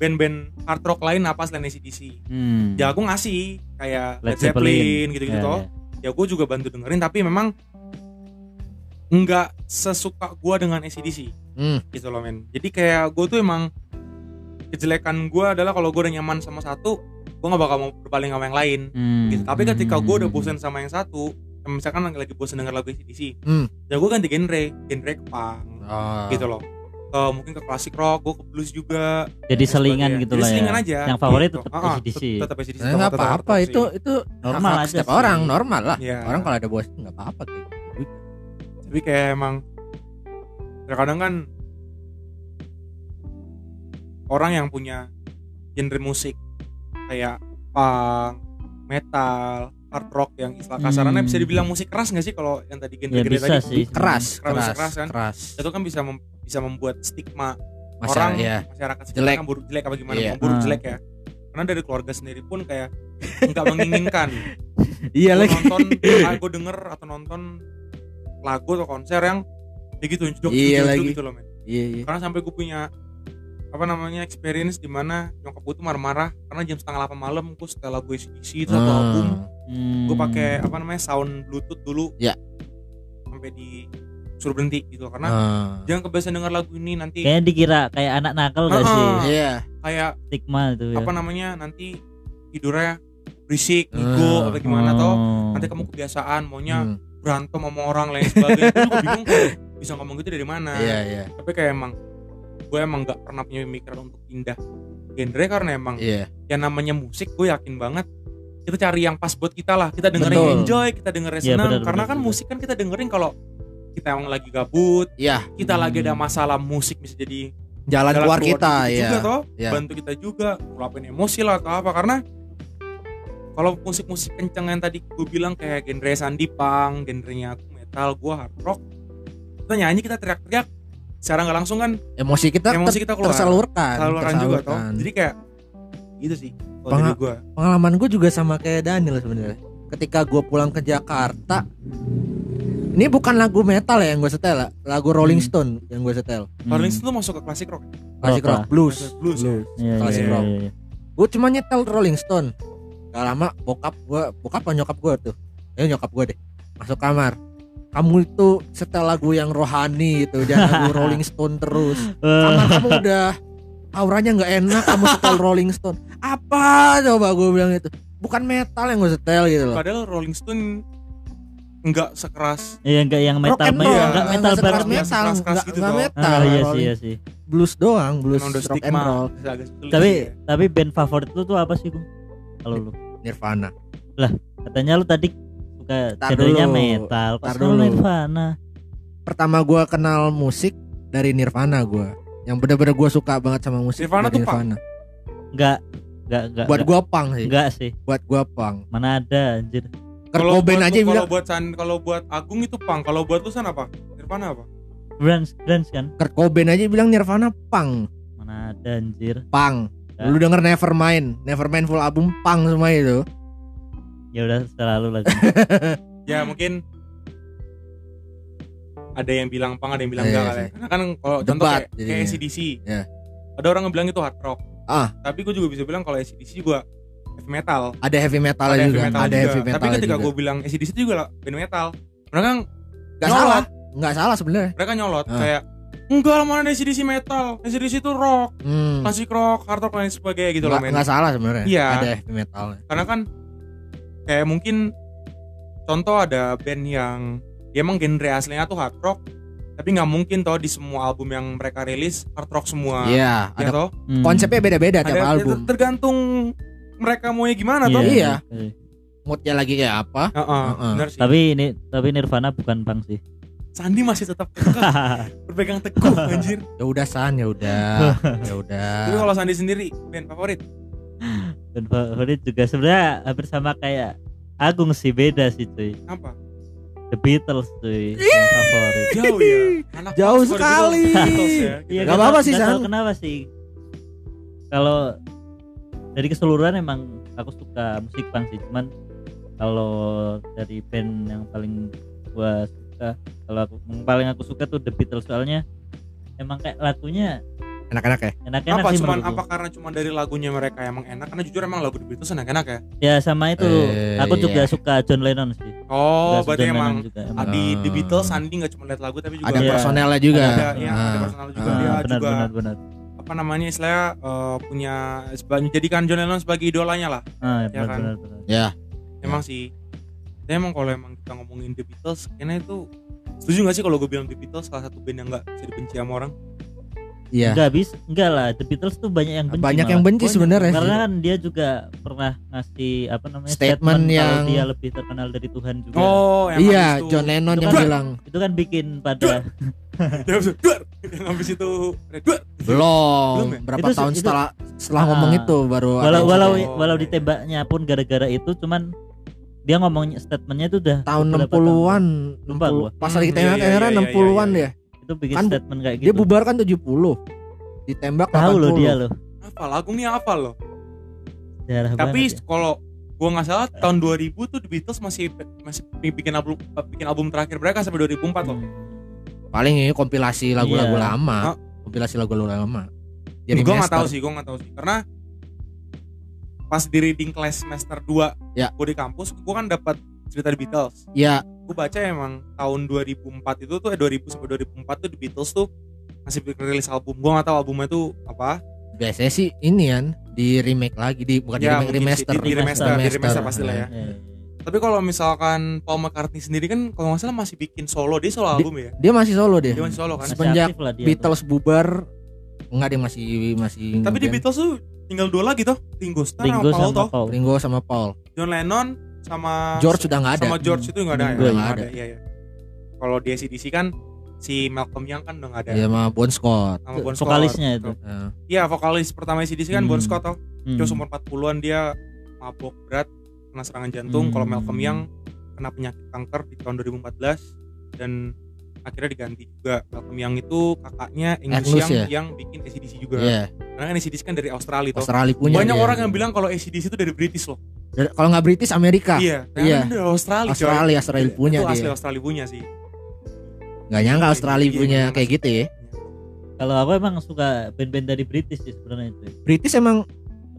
[SPEAKER 1] band-band hard rock lain apa selain ACDC
[SPEAKER 3] hmm.
[SPEAKER 1] ya aku ngasih kayak
[SPEAKER 3] Led
[SPEAKER 1] Led Zeppelin
[SPEAKER 3] Zeppelin.
[SPEAKER 1] gitu-gitu
[SPEAKER 3] Ya,
[SPEAKER 1] toh
[SPEAKER 3] ya.
[SPEAKER 1] ya gue juga bantu dengerin tapi memang nggak sesuka gue dengan ACDC
[SPEAKER 2] Hmm.
[SPEAKER 1] gitu loh men jadi kayak gue tuh emang kejelekan gue adalah kalau gue udah nyaman sama satu gue nggak bakal mau berpaling sama yang lain
[SPEAKER 3] Hmm.
[SPEAKER 1] gitu tapi ketika gue udah
[SPEAKER 3] Hmm.
[SPEAKER 1] bosen sama yang satu misalkan lagi bosen denger lagu ACDC
[SPEAKER 2] Hmm.
[SPEAKER 1] ya gue ganti genre genre ke punk gitu loh Ke- mungkin ke klasik rock gue ke blues juga
[SPEAKER 3] jadi
[SPEAKER 1] dan
[SPEAKER 3] selingan
[SPEAKER 1] sebagainya.
[SPEAKER 3] gitu
[SPEAKER 1] Jadi
[SPEAKER 3] lah
[SPEAKER 1] selingan
[SPEAKER 3] ya
[SPEAKER 1] aja
[SPEAKER 3] yang favorit
[SPEAKER 1] gitu.
[SPEAKER 3] tetap
[SPEAKER 1] Ah, ah,
[SPEAKER 3] ACDC.
[SPEAKER 1] tet- tetap ACDC tetap-
[SPEAKER 2] Nah, nggak
[SPEAKER 1] tetap
[SPEAKER 2] apa-apa
[SPEAKER 1] rock
[SPEAKER 2] itu
[SPEAKER 1] sih.
[SPEAKER 2] itu
[SPEAKER 3] Normal
[SPEAKER 2] hak
[SPEAKER 3] aja
[SPEAKER 2] setiap
[SPEAKER 3] sih.
[SPEAKER 2] orang normal lah
[SPEAKER 1] Iya.
[SPEAKER 2] orang kalau ada bosan nggak apa-apa kayak gitu
[SPEAKER 1] tapi kayak emang terkadang kan orang yang punya genre musik kayak punk, metal, hard rock yang istilah kasarannya
[SPEAKER 3] Hmm.
[SPEAKER 1] bisa dibilang musik keras nggak sih kalau yang tadi
[SPEAKER 3] ya
[SPEAKER 1] genre-genre
[SPEAKER 3] bisa
[SPEAKER 1] tadi
[SPEAKER 3] sih
[SPEAKER 2] keras
[SPEAKER 1] gitu Keras,
[SPEAKER 2] keras
[SPEAKER 1] keras kan?
[SPEAKER 2] keras
[SPEAKER 1] itu kan bisa mem- bisa membuat stigma
[SPEAKER 2] Masa,
[SPEAKER 1] orang
[SPEAKER 2] ya
[SPEAKER 1] masyarakat
[SPEAKER 2] Jelek.
[SPEAKER 1] jelek buruk jelek apa gimana
[SPEAKER 2] Iya.
[SPEAKER 1] bukan buruk
[SPEAKER 3] Ah.
[SPEAKER 1] jelek ya karena dari keluarga sendiri pun kayak nggak menginginkan
[SPEAKER 2] iya
[SPEAKER 1] Gua
[SPEAKER 2] lagi
[SPEAKER 1] nonton aku denger atau nonton lagu atau konser yang kayak gitu jodok,
[SPEAKER 2] Iya
[SPEAKER 1] jodok
[SPEAKER 2] lagi.
[SPEAKER 1] gitu loh men
[SPEAKER 2] iya iya
[SPEAKER 1] karena sampai gue punya apa namanya experience di mana nyokap gue tuh marah-marah karena jam setengah 8 malam gue setel lagu isi itu
[SPEAKER 2] Hmm.
[SPEAKER 1] satu album
[SPEAKER 3] Hmm.
[SPEAKER 1] gue pakai apa namanya sound bluetooth dulu
[SPEAKER 2] Ya.
[SPEAKER 1] sampai di suruh berhenti gitu loh. karena
[SPEAKER 2] Ah.
[SPEAKER 1] jangan kebiasaan denger lagu ini nanti
[SPEAKER 3] kayaknya dikira kayak anak nakal
[SPEAKER 1] Ah.
[SPEAKER 3] gak sih
[SPEAKER 2] iya
[SPEAKER 1] kayak
[SPEAKER 3] stigma itu ya
[SPEAKER 1] apa namanya nanti tidurnya berisik nigo
[SPEAKER 2] Ah.
[SPEAKER 1] atau gimana
[SPEAKER 3] Eh, Oh.
[SPEAKER 1] toh nanti kamu kebiasaan maunya
[SPEAKER 2] Hmm.
[SPEAKER 1] berantem sama orang lain sebagainya gue juga bingung kok bisa ngomong gitu dari mana
[SPEAKER 2] iya iya
[SPEAKER 1] tapi kayak emang gue emang nggak pernah punya pemikiran untuk pindah genre karena emang
[SPEAKER 2] iya
[SPEAKER 1] yang namanya musik gue yakin banget kita cari yang pas buat kita lah kita dengerin
[SPEAKER 2] Betul.
[SPEAKER 1] enjoy kita dengerin
[SPEAKER 3] Iya,
[SPEAKER 1] senang
[SPEAKER 3] benar,
[SPEAKER 1] karena
[SPEAKER 3] benar,
[SPEAKER 1] kan
[SPEAKER 3] benar.
[SPEAKER 1] musik kan kita dengerin kalau kita emang lagi gabut
[SPEAKER 2] Iya.
[SPEAKER 1] kita lagi ada
[SPEAKER 3] Hmm.
[SPEAKER 1] masalah musik bisa jadi
[SPEAKER 2] jalan
[SPEAKER 1] jalan gitu
[SPEAKER 2] keluar kita
[SPEAKER 1] juga
[SPEAKER 2] ya
[SPEAKER 1] toh
[SPEAKER 2] Iya.
[SPEAKER 1] bantu kita juga ngeluapin emosi lah atau apa karena kalau musik-musik kenceng yang tadi gue bilang kayak genre Sandi Pang, genrenya aku metal, gue hard rock kita nyanyi kita teriak-teriak secara nggak langsung kan
[SPEAKER 2] emosi kita
[SPEAKER 1] emosi
[SPEAKER 2] ter-
[SPEAKER 1] kita keluar
[SPEAKER 2] tersalurkan
[SPEAKER 1] salurkan juga toh
[SPEAKER 2] tersalurkan.
[SPEAKER 1] jadi kayak gitu sih kalau
[SPEAKER 2] Penga-
[SPEAKER 1] dari gue
[SPEAKER 2] pengalaman gue juga sama kayak Daniel sebenarnya. Ketika gue pulang ke Jakarta, ini bukan lagu metal ya yang gue setel, lagu Rolling
[SPEAKER 3] Hmm.
[SPEAKER 2] Stone yang gue setel,
[SPEAKER 3] Hmm.
[SPEAKER 1] Rolling Stone tuh masuk ke klasik rock
[SPEAKER 2] klasik
[SPEAKER 3] Rock,
[SPEAKER 2] rock blues.
[SPEAKER 1] Klasik blues, ya?
[SPEAKER 3] Iya, iya,
[SPEAKER 2] Klasik
[SPEAKER 3] iya,
[SPEAKER 2] rock.
[SPEAKER 3] iya, iya.
[SPEAKER 2] Gue cuma nyetel Rolling Stone. Gak lama bokap gue, bokap apa nyokap gue tuh? Ayo nyokap gue deh, masuk kamar. Kamu itu setel lagu yang rohani gitu, jangan lagu Rolling Stone terus. Kamar kamu udah auranya nggak enak, kamu setel Rolling Stone. Apa coba gue bilang itu? Bukan metal yang gue setel gitu loh.
[SPEAKER 1] padahal Rolling Stone nggak sekeras
[SPEAKER 3] Iya enggak yang
[SPEAKER 2] Rock
[SPEAKER 3] metal
[SPEAKER 2] and
[SPEAKER 3] metal
[SPEAKER 1] roll,
[SPEAKER 3] enggak
[SPEAKER 1] nggak
[SPEAKER 3] metal
[SPEAKER 1] sekeras
[SPEAKER 3] banget.
[SPEAKER 1] metal.
[SPEAKER 2] metal,
[SPEAKER 1] keras-keras
[SPEAKER 2] enggak
[SPEAKER 1] gitu
[SPEAKER 2] enggak
[SPEAKER 1] dong.
[SPEAKER 2] metal.
[SPEAKER 3] Ah, iya sih,
[SPEAKER 2] Rolling-
[SPEAKER 3] iya sih.
[SPEAKER 2] Blues doang, blues
[SPEAKER 1] Emang udah
[SPEAKER 2] rock and roll.
[SPEAKER 1] agak
[SPEAKER 2] Iya.
[SPEAKER 1] sulit
[SPEAKER 3] Tapi
[SPEAKER 1] ya.
[SPEAKER 3] tapi band favorit lu tuh apa sih, Gung? Kalau lu
[SPEAKER 2] Nirvana.
[SPEAKER 3] katanya lu tadi suka
[SPEAKER 2] Ntar
[SPEAKER 3] genrenya
[SPEAKER 2] dulu,
[SPEAKER 3] metal,
[SPEAKER 2] ntar
[SPEAKER 3] pas lu
[SPEAKER 2] dulu.
[SPEAKER 3] Nirvana.
[SPEAKER 2] Pertama gua kenal musik dari Nirvana gua. Yang bener-bener gua suka banget sama musik
[SPEAKER 1] Nirvana tuh
[SPEAKER 2] dari
[SPEAKER 1] punk?
[SPEAKER 3] Enggak enggak enggak.
[SPEAKER 2] Buat gua pang sih,
[SPEAKER 3] enggak sih.
[SPEAKER 2] buat gua pang.
[SPEAKER 3] Mana ada anjir.
[SPEAKER 2] Kurt
[SPEAKER 1] Kalau
[SPEAKER 2] Cobain
[SPEAKER 1] buat
[SPEAKER 2] aja
[SPEAKER 1] lu-
[SPEAKER 2] bilang
[SPEAKER 1] kalau buat San, kalau buat Agung itu pang, kalau buat lu San apa? Nirvana apa?
[SPEAKER 3] Grunge, grunge kan?
[SPEAKER 2] Kurt Cobain aja bilang Nirvana pang,
[SPEAKER 3] Mana ada anjir.
[SPEAKER 2] pang.
[SPEAKER 3] Ya.
[SPEAKER 2] Lu denger Nevermind, Nevermind full album pang semua itu.
[SPEAKER 3] Ya udah selalu lagu.
[SPEAKER 1] Ya mungkin ada yang bilang pang, ada yang bilang
[SPEAKER 2] Iya,
[SPEAKER 1] enggak
[SPEAKER 2] iya
[SPEAKER 1] kali.
[SPEAKER 2] sih.
[SPEAKER 1] ya. Karena kan kalau contoh
[SPEAKER 2] Debat
[SPEAKER 1] kayak,
[SPEAKER 2] jadinya.
[SPEAKER 1] kayak ACDC.
[SPEAKER 2] Iya.
[SPEAKER 1] Ada orang ngebilang itu hard rock.
[SPEAKER 2] Ah.
[SPEAKER 1] Tapi gue juga bisa bilang kalau ACDC gue heavy metal.
[SPEAKER 2] Ada heavy metal
[SPEAKER 1] ada
[SPEAKER 2] juga,
[SPEAKER 1] heavy metal
[SPEAKER 2] ada
[SPEAKER 1] juga.
[SPEAKER 2] heavy metal
[SPEAKER 1] Tapi ketika
[SPEAKER 2] juga.
[SPEAKER 1] gue bilang ACDC itu juga lah, band metal. Mereka
[SPEAKER 2] Gak
[SPEAKER 1] nyolot.
[SPEAKER 2] salah, gak salah sebenarnya.
[SPEAKER 1] mereka nyolot
[SPEAKER 2] Ah.
[SPEAKER 1] kayak enggak lah mana ada ACDC metal. ACDC itu rock,
[SPEAKER 2] Hmm.
[SPEAKER 1] klasik rock, hard rock dan lain sebagainya gitu loh
[SPEAKER 2] Nggak-
[SPEAKER 1] men.
[SPEAKER 2] nggak salah sebenarnya.
[SPEAKER 1] Iya.
[SPEAKER 2] Ada heavy metal.
[SPEAKER 1] karena kan kayak mungkin contoh ada band yang dia emang genre aslinya tuh hard rock tapi nggak mungkin toh di semua album yang mereka rilis hard rock semua ya
[SPEAKER 2] Iya, ada
[SPEAKER 1] toh
[SPEAKER 3] Hmm.
[SPEAKER 2] konsepnya beda-beda tiap
[SPEAKER 1] Ada-
[SPEAKER 2] album.
[SPEAKER 1] ter- tergantung mereka maunya gimana
[SPEAKER 3] Iya,
[SPEAKER 1] toh
[SPEAKER 2] Iya.
[SPEAKER 3] oke.
[SPEAKER 2] Moodnya lagi kayak apa?
[SPEAKER 1] Heeh,
[SPEAKER 2] Heeh.
[SPEAKER 1] bener sih.
[SPEAKER 3] Tapi ini tapi Nirvana bukan pang sih.
[SPEAKER 1] Sandi masih tetap kekeh, berpegang teguh anjir
[SPEAKER 2] Ya udah san, ya udah, ya udah.
[SPEAKER 1] tapi kalau Sandi sendiri band favorit
[SPEAKER 3] Dan favorit juga sebenarnya hampir sama kayak Agung sih beda sih cuy.
[SPEAKER 1] apa
[SPEAKER 3] The Beatles cuy yang favorit.
[SPEAKER 1] jauh ya anak
[SPEAKER 2] Jauh
[SPEAKER 1] Oxford
[SPEAKER 2] sekali.
[SPEAKER 1] gitu, Beatles ya.
[SPEAKER 3] Iya,
[SPEAKER 2] Gak
[SPEAKER 3] nggak
[SPEAKER 2] apa-apa
[SPEAKER 3] tahu-
[SPEAKER 2] sih,
[SPEAKER 3] nggak tahu
[SPEAKER 2] San.
[SPEAKER 3] Kenapa sih? Kalau dari keseluruhan emang aku suka musik punk sih, cuman kalau dari band yang paling gua suka, kalau aku yang paling aku suka tuh The Beatles soalnya emang kayak lagunya
[SPEAKER 2] Enak-enak ya.
[SPEAKER 3] enak-enak
[SPEAKER 1] apa
[SPEAKER 3] sih
[SPEAKER 1] cuman
[SPEAKER 3] menurutku.
[SPEAKER 1] apa karena cuman dari lagunya mereka emang enak karena jujur emang lagu The Beatles enak-enak ya
[SPEAKER 3] Ya sama itu,
[SPEAKER 2] Eh,
[SPEAKER 3] aku juga
[SPEAKER 2] iya.
[SPEAKER 3] suka John Lennon sih.
[SPEAKER 1] oh
[SPEAKER 3] Suka
[SPEAKER 1] berarti
[SPEAKER 3] John
[SPEAKER 1] emang
[SPEAKER 3] Lennon juga. emang.
[SPEAKER 1] di The
[SPEAKER 2] Hmm.
[SPEAKER 1] Beatles Sandi nggak cuma lihat lagu tapi juga
[SPEAKER 2] Ada
[SPEAKER 3] Iya.
[SPEAKER 2] personelnya juga.
[SPEAKER 1] ada yang ada
[SPEAKER 2] Ah.
[SPEAKER 1] personal juga
[SPEAKER 2] Ah,
[SPEAKER 1] dia
[SPEAKER 3] benar,
[SPEAKER 1] juga
[SPEAKER 3] benar benar
[SPEAKER 1] apa namanya istilahnya eh, punya seba- menjadikan John Lennon sebagai idolanya lah
[SPEAKER 3] Ah,
[SPEAKER 1] Ya
[SPEAKER 3] benar,
[SPEAKER 1] kan?
[SPEAKER 3] benar, benar.
[SPEAKER 2] Ya,
[SPEAKER 1] emang sih tapi emang kalau emang kita ngomongin The Beatles kayaknya itu setuju gak sih kalau gue bilang The Beatles salah satu band yang gak bisa dibenci sama orang
[SPEAKER 2] Iya.
[SPEAKER 3] Enggak bisa, enggak lah. The Beatles tuh banyak yang benci.
[SPEAKER 2] Banyak
[SPEAKER 3] malah.
[SPEAKER 2] yang benci
[SPEAKER 4] Banyak.
[SPEAKER 2] sebenarnya.
[SPEAKER 3] Karena kan dia juga pernah ngasih apa namanya
[SPEAKER 2] Statement
[SPEAKER 3] kalau
[SPEAKER 2] yang-
[SPEAKER 3] dia lebih terkenal dari Tuhan juga.
[SPEAKER 1] Oh, yang
[SPEAKER 2] Iya,
[SPEAKER 1] habis itu-
[SPEAKER 2] John Lennon yang
[SPEAKER 3] Bro.
[SPEAKER 2] bilang
[SPEAKER 3] Itu kan bikin pada
[SPEAKER 1] Yang habis itu, "Duar!" Yang habis itu, "Duar!"
[SPEAKER 2] belum.
[SPEAKER 1] ya?
[SPEAKER 2] Berapa
[SPEAKER 3] Itu se-
[SPEAKER 2] tahun
[SPEAKER 3] itu-
[SPEAKER 2] setelah setelah
[SPEAKER 3] Ah.
[SPEAKER 2] ngomong itu baru ada
[SPEAKER 3] walau
[SPEAKER 2] yang bilang.
[SPEAKER 3] walau
[SPEAKER 1] Oh,
[SPEAKER 3] walau
[SPEAKER 1] iya.
[SPEAKER 3] ditembaknya pun gara-gara itu cuman dia ngomongnya statementnya itu udah
[SPEAKER 2] tahun
[SPEAKER 3] beberapa
[SPEAKER 2] 60-an
[SPEAKER 3] Lupa gua.
[SPEAKER 2] 60 pas lagi
[SPEAKER 1] Hmm,
[SPEAKER 2] tembak
[SPEAKER 1] iya, iya, iya, iya,
[SPEAKER 2] 60-an
[SPEAKER 1] iya,
[SPEAKER 2] ya.
[SPEAKER 3] tahun. itu bikin
[SPEAKER 2] Kan bu-
[SPEAKER 3] statement kayak
[SPEAKER 2] Dia
[SPEAKER 3] gitu.
[SPEAKER 2] bubar kan 70. Ditembak
[SPEAKER 3] Tahu loh
[SPEAKER 2] 80.
[SPEAKER 3] dia loh.
[SPEAKER 1] Hafal, aku nih hafal loh.
[SPEAKER 3] Jarah
[SPEAKER 1] Tapi
[SPEAKER 3] banget ya.
[SPEAKER 1] kalau gua nggak salah tahun 2000 tuh The Beatles masih masih bikin album bikin album terakhir mereka sampai 2004
[SPEAKER 3] Hmm.
[SPEAKER 1] loh.
[SPEAKER 2] Paling ini kompilasi lagu-lagu
[SPEAKER 3] Iya.
[SPEAKER 2] lama.
[SPEAKER 1] Ah.
[SPEAKER 2] Kompilasi lagu-lagu lama. Jadi
[SPEAKER 1] Jadi gua nggak
[SPEAKER 2] master.
[SPEAKER 1] tahu sih, gua nggak tahu sih. Karena pas di reading class semester 2
[SPEAKER 2] Ya.
[SPEAKER 1] gua di kampus, gua kan dapat cerita The Beatles.
[SPEAKER 2] Iya,
[SPEAKER 1] Gua baca emang tahun 2004 itu tuh eh 2000 sampai 2004 tuh The Beatles tuh masih rilis album. Gua nggak tahu albumnya tuh apa.
[SPEAKER 2] biasanya sih ini kan di remake lagi di bukan
[SPEAKER 1] Ya,
[SPEAKER 2] di remake
[SPEAKER 1] mungkin sih,
[SPEAKER 2] remaster.
[SPEAKER 1] di- di remaster,
[SPEAKER 3] di
[SPEAKER 1] remaster pastilah ya.
[SPEAKER 3] Iya, iya.
[SPEAKER 1] Tapi kalau misalkan Paul McCartney sendiri kan kalau nggak salah masih bikin solo, dia solo
[SPEAKER 2] Di- Iya.
[SPEAKER 1] album ya.
[SPEAKER 2] Dia masih solo dia.
[SPEAKER 1] Dia masih solo kan.
[SPEAKER 3] Masih
[SPEAKER 2] Semenjak
[SPEAKER 3] aktif lah dia tuh.
[SPEAKER 2] Beatles bubar enggak dia masih masih
[SPEAKER 1] Tapi di
[SPEAKER 2] ngeband.
[SPEAKER 1] Beatles tuh tinggal dua lagi tuh, Ringo Starr
[SPEAKER 3] Ringo
[SPEAKER 1] sama Paul
[SPEAKER 3] sama
[SPEAKER 1] toh.
[SPEAKER 3] Paul.
[SPEAKER 2] Ringo sama Paul.
[SPEAKER 1] John Lennon sama
[SPEAKER 2] George sudah nggak ada.
[SPEAKER 1] Ah, sama George itu nggak ada ya?
[SPEAKER 3] Ringo
[SPEAKER 1] Nggak
[SPEAKER 2] nggak
[SPEAKER 1] ada. Iya, iya. Kalau di ACDC kan si Malcolm Young kan udah nggak ada.
[SPEAKER 2] Iya sama Bon Scott.
[SPEAKER 1] Sama Bon Scott.
[SPEAKER 3] Vokalisnya itu.
[SPEAKER 2] Nah,
[SPEAKER 1] Iya, vokalis pertama ACDC kan Bon
[SPEAKER 3] Hmm.
[SPEAKER 1] Scott toh.
[SPEAKER 3] Hmm.
[SPEAKER 1] Terus umur 40-an dia mabok berat, kena serangan jantung.
[SPEAKER 3] Hmm.
[SPEAKER 1] Kalau Malcolm Young kena penyakit kanker di tahun 2014 dan akhirnya diganti juga. Malcolm Young itu kakaknya Angus
[SPEAKER 2] Angus
[SPEAKER 1] Young
[SPEAKER 2] ya?
[SPEAKER 1] yang bikin ACDC juga.
[SPEAKER 2] Iya,
[SPEAKER 1] Karena kan ACDC kan dari Australia toh.
[SPEAKER 2] Australia punya.
[SPEAKER 1] Banyak
[SPEAKER 2] dia.
[SPEAKER 1] orang yang bilang kalau ACDC itu dari British loh.
[SPEAKER 2] Dan kalau nggak British Amerika.
[SPEAKER 1] Iya, ternyata
[SPEAKER 2] Iya.
[SPEAKER 1] kan dari Australia. coy.
[SPEAKER 2] Australia, Australia punya
[SPEAKER 1] itu asli
[SPEAKER 2] dia.
[SPEAKER 1] Australia punya sih.
[SPEAKER 2] Nggak nyangka Australia
[SPEAKER 1] Iya,
[SPEAKER 2] punya
[SPEAKER 1] iya.
[SPEAKER 2] kayak gitu ya.
[SPEAKER 3] Kalau aku emang suka band-band dari British sih sebenarnya itu.
[SPEAKER 2] British emang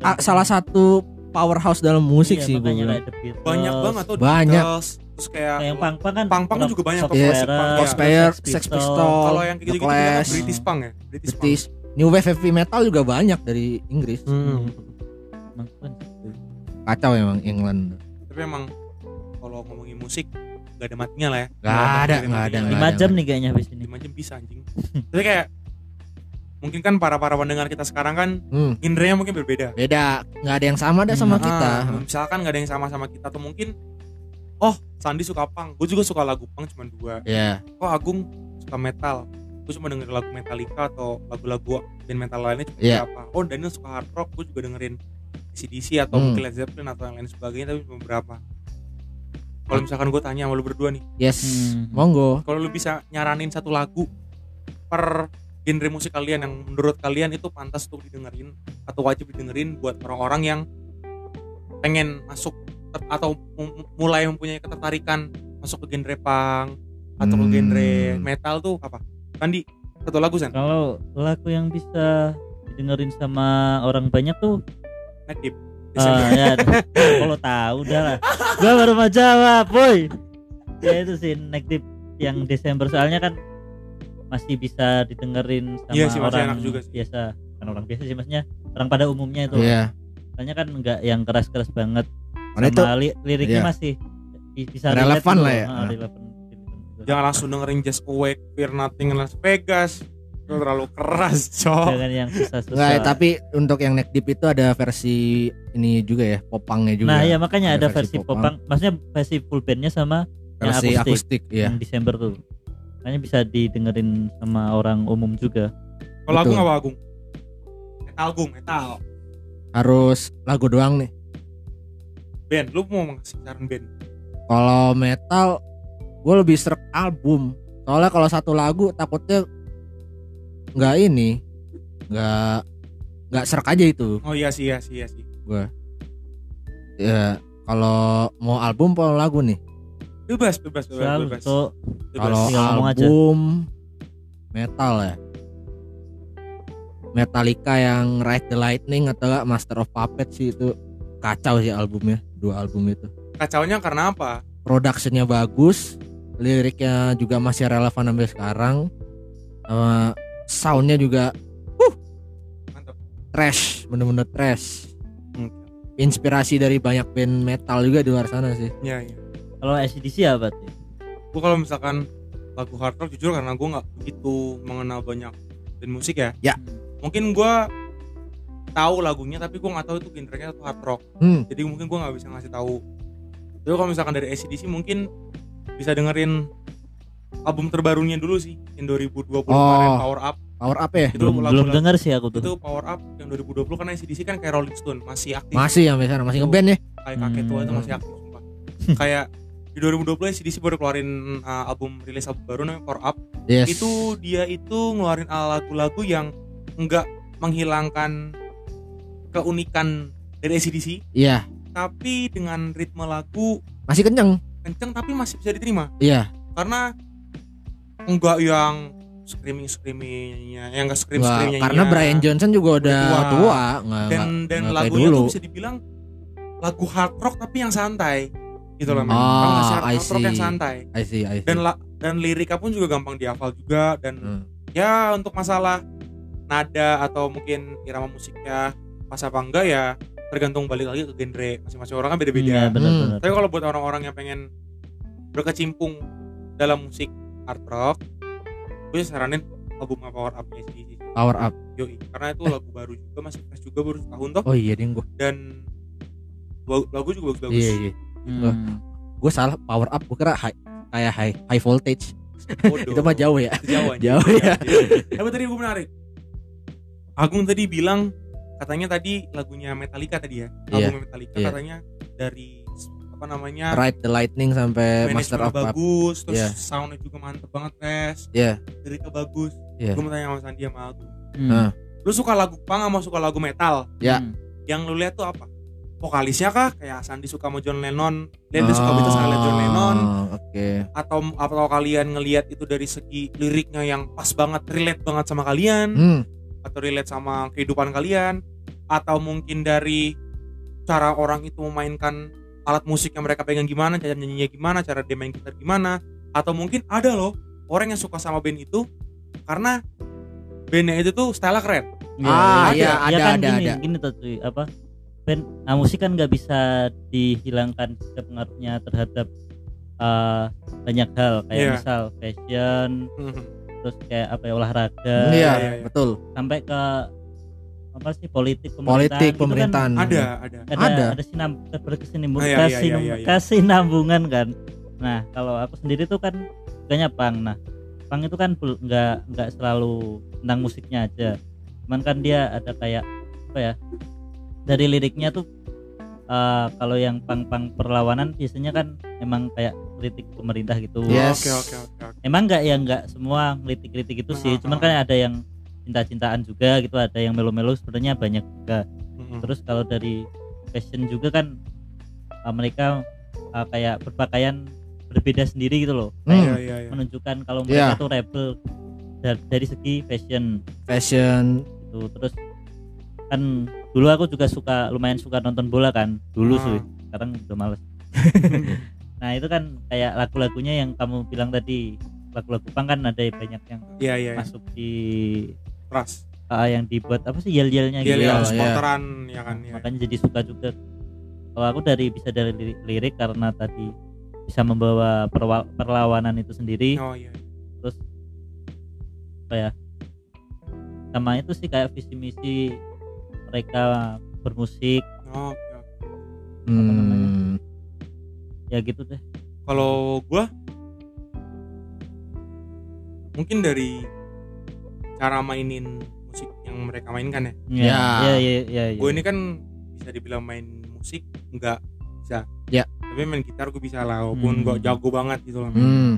[SPEAKER 2] ah, salah satu powerhouse dalam musik
[SPEAKER 3] Iya,
[SPEAKER 2] sih gue
[SPEAKER 3] makanya
[SPEAKER 2] bilang.
[SPEAKER 3] kayak The Beatles,
[SPEAKER 1] Banyak banget tuh
[SPEAKER 2] Banyak.
[SPEAKER 1] Beatles, terus kayak,
[SPEAKER 3] Kayak yang pang-pang kan
[SPEAKER 1] Nah, Pang-pang
[SPEAKER 3] rock-
[SPEAKER 1] juga banyak
[SPEAKER 3] Soft
[SPEAKER 1] tuh,
[SPEAKER 2] Yes,
[SPEAKER 3] Opera,
[SPEAKER 1] pang-pang.
[SPEAKER 3] terus
[SPEAKER 2] Sex Pistols,
[SPEAKER 3] Sex
[SPEAKER 2] Sex
[SPEAKER 3] Pistols.
[SPEAKER 2] Pistol,
[SPEAKER 1] kalau yang kayak gitu-gitu
[SPEAKER 2] The
[SPEAKER 1] kan
[SPEAKER 2] Clash,
[SPEAKER 1] British Punk ya, British, Punk.
[SPEAKER 2] British, New Wave Heavy Metal juga banyak dari Inggris.
[SPEAKER 1] Hmm.
[SPEAKER 3] Emang keren.
[SPEAKER 2] Kacau emang England.
[SPEAKER 1] Tapi emang kalau ngomongin musik gak ada matinya lah ya.
[SPEAKER 2] Gak ada, gak ada,
[SPEAKER 1] matinya.
[SPEAKER 2] gak
[SPEAKER 3] Lima
[SPEAKER 2] ada.
[SPEAKER 3] jam nih kayaknya habis ini.
[SPEAKER 1] Lima jam bisa anjing. Tapi kayak mungkin kan para para pendengar kita sekarang kan
[SPEAKER 2] Hmm,
[SPEAKER 1] genrenya mungkin berbeda.
[SPEAKER 2] beda, nggak ada yang sama ada sama
[SPEAKER 3] Hmm.
[SPEAKER 1] Ah,
[SPEAKER 2] kita.
[SPEAKER 1] misalkan gak ada yang sama-sama kita atau mungkin oh Sandi suka punk, gue juga suka lagu punk cuma dua.
[SPEAKER 2] Ya,
[SPEAKER 1] oh Agung suka metal gue cuma denger lagu Metallica atau lagu-lagu band metal lainnya cuma
[SPEAKER 2] Iya.
[SPEAKER 1] berapa oh Daniel suka hard rock gue juga dengerin CDC atau
[SPEAKER 2] Hmm.
[SPEAKER 1] mungkin Led Zeppelin atau yang lain sebagainya tapi cuma berapa kalau misalkan gue tanya sama lu berdua nih
[SPEAKER 2] yes,
[SPEAKER 3] Hmm.
[SPEAKER 2] monggo.
[SPEAKER 1] kalau lu bisa nyaranin satu lagu per genre musik kalian yang menurut kalian itu pantas untuk didengerin atau wajib didengerin buat orang-orang yang pengen masuk ter- atau mu- mulai mempunyai ketertarikan masuk ke genre punk atau ke
[SPEAKER 2] Hmm. Oh.
[SPEAKER 1] genre metal tuh apa? Tandi satu lagu sen,
[SPEAKER 3] Kalau lagu yang bisa didengerin sama orang banyak tuh
[SPEAKER 1] Night Deep.
[SPEAKER 2] Ah,
[SPEAKER 3] eh, ya kalau tahu udah lah. Gua baru mau jawab, boy. Ya itu sih negatif yang Desember soalnya kan masih bisa didengerin sama
[SPEAKER 1] Iya sih, masih
[SPEAKER 3] orang
[SPEAKER 1] enak juga sih.
[SPEAKER 3] biasa. Kan orang biasa sih maksudnya orang pada umumnya itu.
[SPEAKER 2] Iya.
[SPEAKER 3] Soalnya kan nggak yang keras-keras banget.
[SPEAKER 2] Karena itu
[SPEAKER 3] sama li- liriknya
[SPEAKER 2] iya.
[SPEAKER 3] masih bi- bisa
[SPEAKER 2] Relevan
[SPEAKER 3] relate gitu.
[SPEAKER 2] lah ya.
[SPEAKER 3] Ah, relevan.
[SPEAKER 1] Jangan langsung dengerin Just Awake, Fear Nothing in Las Vegas. Itu terlalu keras, cok.
[SPEAKER 2] Iya,
[SPEAKER 3] Jangan yang susah-susah.
[SPEAKER 2] Nggak, Nah, ya, tapi untuk yang neck deep itu ada versi ini juga ya, popangnya juga.
[SPEAKER 3] Nah ya makanya
[SPEAKER 2] Ada
[SPEAKER 3] ada
[SPEAKER 2] versi
[SPEAKER 3] versi popang, maksudnya versi full bandnya sama yang
[SPEAKER 2] versi
[SPEAKER 3] Nah, akustik. Hmm.
[SPEAKER 2] akustik, ya.
[SPEAKER 3] yang Desember tuh. Makanya bisa didengerin sama orang umum juga.
[SPEAKER 1] Kalau Agung
[SPEAKER 2] betul.
[SPEAKER 1] apa Agung? Metal Agung, metal.
[SPEAKER 2] Harus lagu doang nih.
[SPEAKER 1] Band, lu mau ngasih saran band?
[SPEAKER 2] Kalau metal gue lebih serak album. Soalnya kalau satu lagu takutnya nggak ini, nggak nggak serak aja itu.
[SPEAKER 1] Oh iya sih, iya sih, iya sih.
[SPEAKER 2] Ya kalau mau album atau lagu nih.
[SPEAKER 1] Bebas, bebas, bebas,
[SPEAKER 3] Selalu
[SPEAKER 1] bebas.
[SPEAKER 3] tuh
[SPEAKER 1] bebas.
[SPEAKER 2] Kalau
[SPEAKER 3] Tinggal ngomong aja.
[SPEAKER 2] album metal ya. Metallica yang Ride the Lightning atau nggak Master of Puppets sih itu kacau sih albumnya, dua album itu.
[SPEAKER 1] kacaunya karena apa?
[SPEAKER 2] productionnya bagus liriknya juga masih relevan sampai sekarang sama soundnya juga uh,
[SPEAKER 1] Mantap.
[SPEAKER 2] trash bener-bener trash Hmm. inspirasi dari banyak band metal juga di luar sana sih
[SPEAKER 1] Iya, iya.
[SPEAKER 3] kalau SDC apa tuh?
[SPEAKER 1] Gua kalau misalkan lagu hard rock jujur karena gua nggak begitu mengenal banyak dan musik ya
[SPEAKER 2] Ya.
[SPEAKER 1] mungkin gua tahu lagunya tapi gua nggak tahu itu genrenya atau hard rock
[SPEAKER 2] Hmm.
[SPEAKER 1] jadi mungkin gua nggak bisa ngasih tahu tapi kalau misalkan dari ACDC mungkin bisa dengerin album terbarunya dulu sih yang 2020 kemarin
[SPEAKER 2] Oh.
[SPEAKER 1] Power Up
[SPEAKER 2] Power up ya?
[SPEAKER 1] itu
[SPEAKER 3] belum belum
[SPEAKER 1] lagu-lagu
[SPEAKER 3] dengar sih aku tuh Iya,
[SPEAKER 1] itu Power Up yang 2020 karena ACDC kan kayak Rolling Stone masih aktif
[SPEAKER 2] Masih ya misalnya masih ngeband ya?
[SPEAKER 1] kayak kakek tua itu
[SPEAKER 2] Hmm.
[SPEAKER 1] masih aktif sumpah kayak di 2020 ACDC baru keluarin uh, album rilis album baru namanya Power Up
[SPEAKER 2] Yes.
[SPEAKER 1] itu dia itu ngeluarin lagu-lagu yang nggak menghilangkan keunikan dari ACDC
[SPEAKER 2] Iya.
[SPEAKER 1] tapi dengan ritme lagu
[SPEAKER 2] Masih kenceng.
[SPEAKER 1] kenceng tapi masih bisa diterima
[SPEAKER 2] Iya.
[SPEAKER 1] karena nggak yang screaming screamingnya yang nggak scream
[SPEAKER 2] Wah,
[SPEAKER 1] screamingnya
[SPEAKER 2] karena Brian Johnson juga udah
[SPEAKER 1] iya. Udah tua.
[SPEAKER 2] tua, nggak
[SPEAKER 1] dan
[SPEAKER 2] nggak-
[SPEAKER 1] dan
[SPEAKER 2] nggak kayak
[SPEAKER 1] lagunya
[SPEAKER 2] dulu.
[SPEAKER 1] tuh bisa dibilang lagu hard rock tapi yang santai gitu loh men
[SPEAKER 2] Oh,
[SPEAKER 1] Tau nggak sih hard,
[SPEAKER 2] I
[SPEAKER 1] hard rock yang
[SPEAKER 2] see.
[SPEAKER 1] santai
[SPEAKER 2] I see, I see.
[SPEAKER 1] dan la- dan liriknya pun juga gampang dihafal juga dan
[SPEAKER 2] Hmm.
[SPEAKER 1] ya untuk masalah nada atau mungkin irama musiknya pas apa enggak ya tergantung balik lagi ke genre masing-masing orang kan beda-beda
[SPEAKER 3] Iya benar-benar.
[SPEAKER 1] tapi kalau buat orang-orang yang pengen berkecimpung dalam musik hard rock gue saranin album Power Up SDG
[SPEAKER 2] Power up.
[SPEAKER 1] Yoi. karena
[SPEAKER 2] Eh.
[SPEAKER 1] itu lagu baru juga masih fresh juga baru setahun toh
[SPEAKER 2] Oh iya, ding gua.
[SPEAKER 1] dan lagu lagu juga bagus-bagus
[SPEAKER 2] Iya, iya.
[SPEAKER 3] Hmm.
[SPEAKER 2] Gua salah power up, gua kira high kayak high high voltage.
[SPEAKER 1] Bodoh.
[SPEAKER 2] Itu mah jauh ya.
[SPEAKER 1] Itu jauh anjing.
[SPEAKER 2] Jauh ya.
[SPEAKER 1] Jauh. tapi tadi gue menarik Agung tadi bilang katanya tadi lagunya Metallica tadi ya album Metallica
[SPEAKER 2] Iya.
[SPEAKER 1] katanya dari apa namanya
[SPEAKER 2] Ride the lightning sampai Iya, master
[SPEAKER 1] manajemennya
[SPEAKER 2] of up.
[SPEAKER 1] bagus terus
[SPEAKER 2] Iya.
[SPEAKER 1] soundnya juga mantep banget tes
[SPEAKER 2] Iya.
[SPEAKER 1] liriknya bagus
[SPEAKER 2] Iya.
[SPEAKER 1] gue mau tanya sama Sandi sama Agung
[SPEAKER 2] Nah.
[SPEAKER 1] lu suka lagu punk sama suka lagu metal
[SPEAKER 2] Ya.
[SPEAKER 3] Hmm.
[SPEAKER 1] yang lu lihat tuh apa vokalisnya kah kayak Sandi suka sama John Lennon Lennon suka
[SPEAKER 2] Ah,
[SPEAKER 1] Beatles sama John Lennon
[SPEAKER 2] Oke.
[SPEAKER 1] atau atau kalian ngelihat itu dari segi liriknya yang pas banget relate banget sama kalian
[SPEAKER 2] Hmm.
[SPEAKER 1] atau relate sama kehidupan kalian atau mungkin dari cara orang itu memainkan alat musik yang mereka pegang gimana cara nyanyinya gimana cara dia main gitar gimana atau mungkin ada loh orang yang suka sama band itu karena bandnya itu tuh style keren
[SPEAKER 2] Ah,
[SPEAKER 3] Ada.
[SPEAKER 2] iya,
[SPEAKER 3] Ya
[SPEAKER 2] ada,
[SPEAKER 3] kan
[SPEAKER 2] ada,
[SPEAKER 3] gini,
[SPEAKER 2] ada.
[SPEAKER 3] gini tuh cuy, apa band nah, musik kan nggak bisa dihilangkan setiap pengaruhnya terhadap eh, banyak hal kayak
[SPEAKER 1] Iya.
[SPEAKER 3] misal fashion, terus kayak apa ya olahraga,
[SPEAKER 2] Iya,
[SPEAKER 1] iya, iya.
[SPEAKER 2] betul.
[SPEAKER 3] sampai ke apa sih politik pemerintahan.
[SPEAKER 2] Politik
[SPEAKER 3] gitu kan
[SPEAKER 2] pemerintahan.
[SPEAKER 1] ada ada
[SPEAKER 3] ada
[SPEAKER 2] Ada.
[SPEAKER 3] ada, sinam, berkesinambung-
[SPEAKER 1] Ah, iya, iya, iya,
[SPEAKER 3] kesinam-
[SPEAKER 1] iya, iya.
[SPEAKER 3] kesinambungan kan nah kalau aku sendiri tuh kan sukanya pang nah pang itu kan bel- nggak nggak selalu tentang musiknya aja cuman kan dia ada kayak apa ya dari liriknya tuh eh, kalau yang pang-pang perlawanan biasanya kan emang kayak kritik pemerintah gitu
[SPEAKER 2] Iya.
[SPEAKER 1] oke
[SPEAKER 2] Yes.
[SPEAKER 1] oke oke oke.
[SPEAKER 3] emang nggak ya nggak semua kritik-kritik itu sih
[SPEAKER 1] Ah,
[SPEAKER 3] cuman
[SPEAKER 1] ah.
[SPEAKER 3] kan ada yang cinta-cintaan juga gitu ada yang melo-melo sebenarnya banyak juga
[SPEAKER 1] Mhm.
[SPEAKER 3] terus kalau dari fashion juga kan uh, mereka uh, kayak berpakaian berbeda sendiri gitu loh
[SPEAKER 1] iya
[SPEAKER 2] Hmm.
[SPEAKER 1] iya iya
[SPEAKER 3] menunjukkan kalau
[SPEAKER 2] Iya.
[SPEAKER 3] mereka tuh rebel dari, dari segi fashion
[SPEAKER 2] Fashion.
[SPEAKER 3] gitu terus kan dulu aku juga suka lumayan suka nonton bola kan dulu
[SPEAKER 1] Ah.
[SPEAKER 2] Hmm.
[SPEAKER 3] sih sekarang udah males nah itu kan kayak lagu-lagunya yang kamu bilang tadi lagu-lagu pang kan ada banyak yang
[SPEAKER 1] iya iya iya.
[SPEAKER 3] masuk di
[SPEAKER 1] trust
[SPEAKER 3] uh, yang dibuat apa sih yel-yelnya
[SPEAKER 1] dia
[SPEAKER 3] gitu
[SPEAKER 1] lihat
[SPEAKER 2] Yel-yel,
[SPEAKER 3] ya.
[SPEAKER 2] iya.
[SPEAKER 1] supporteran ya kan ya
[SPEAKER 3] makanya jadi suka juga kalau aku dari bisa dari lirik, lirik karena tadi bisa membawa perwa- perlawanan itu sendiri
[SPEAKER 1] oh iya
[SPEAKER 3] sama itu sih kayak visi misi mereka bermusik
[SPEAKER 1] oh oke, oke.
[SPEAKER 3] namanya?
[SPEAKER 2] Hmm.
[SPEAKER 3] ya gitu deh
[SPEAKER 1] kalau gua mungkin dari cara mainin musik yang mereka mainkan ya
[SPEAKER 2] Ya.
[SPEAKER 3] ya ya ya, ya.
[SPEAKER 1] gue
[SPEAKER 2] Iya.
[SPEAKER 1] ini kan bisa dibilang main musik nggak bisa
[SPEAKER 2] Ya.
[SPEAKER 1] tapi main gitar gue bisa lah walaupun
[SPEAKER 3] Hmm.
[SPEAKER 1] gue jago banget gitu loh
[SPEAKER 2] Hmm.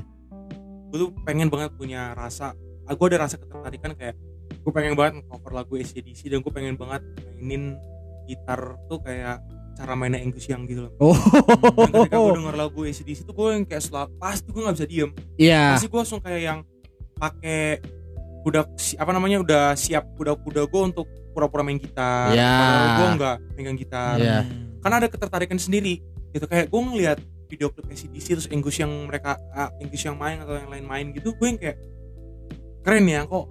[SPEAKER 1] gue tuh pengen banget punya rasa aku ada rasa ketertarikan kayak gue pengen banget cover lagu ACDC dan gue pengen banget mainin gitar tuh kayak cara mainnya Angus Young gitu loh
[SPEAKER 2] Oh.
[SPEAKER 1] dan ketika gue denger lagu ACDC tuh gue yang kayak setelah pasti gue nggak bisa diem
[SPEAKER 2] Iya.
[SPEAKER 1] pasti gue langsung kayak yang pakai kuda si- apa namanya udah siap kuda-kuda gue untuk pura-pura main gitar
[SPEAKER 2] Ya.
[SPEAKER 1] gue nggak megang gitar
[SPEAKER 2] Iya.
[SPEAKER 1] karena ada ketertarikan sendiri gitu kayak gue ngeliat video klip ACDC terus English yang mereka ah, English yang main atau yang lain main gitu gue yang kayak keren ya kok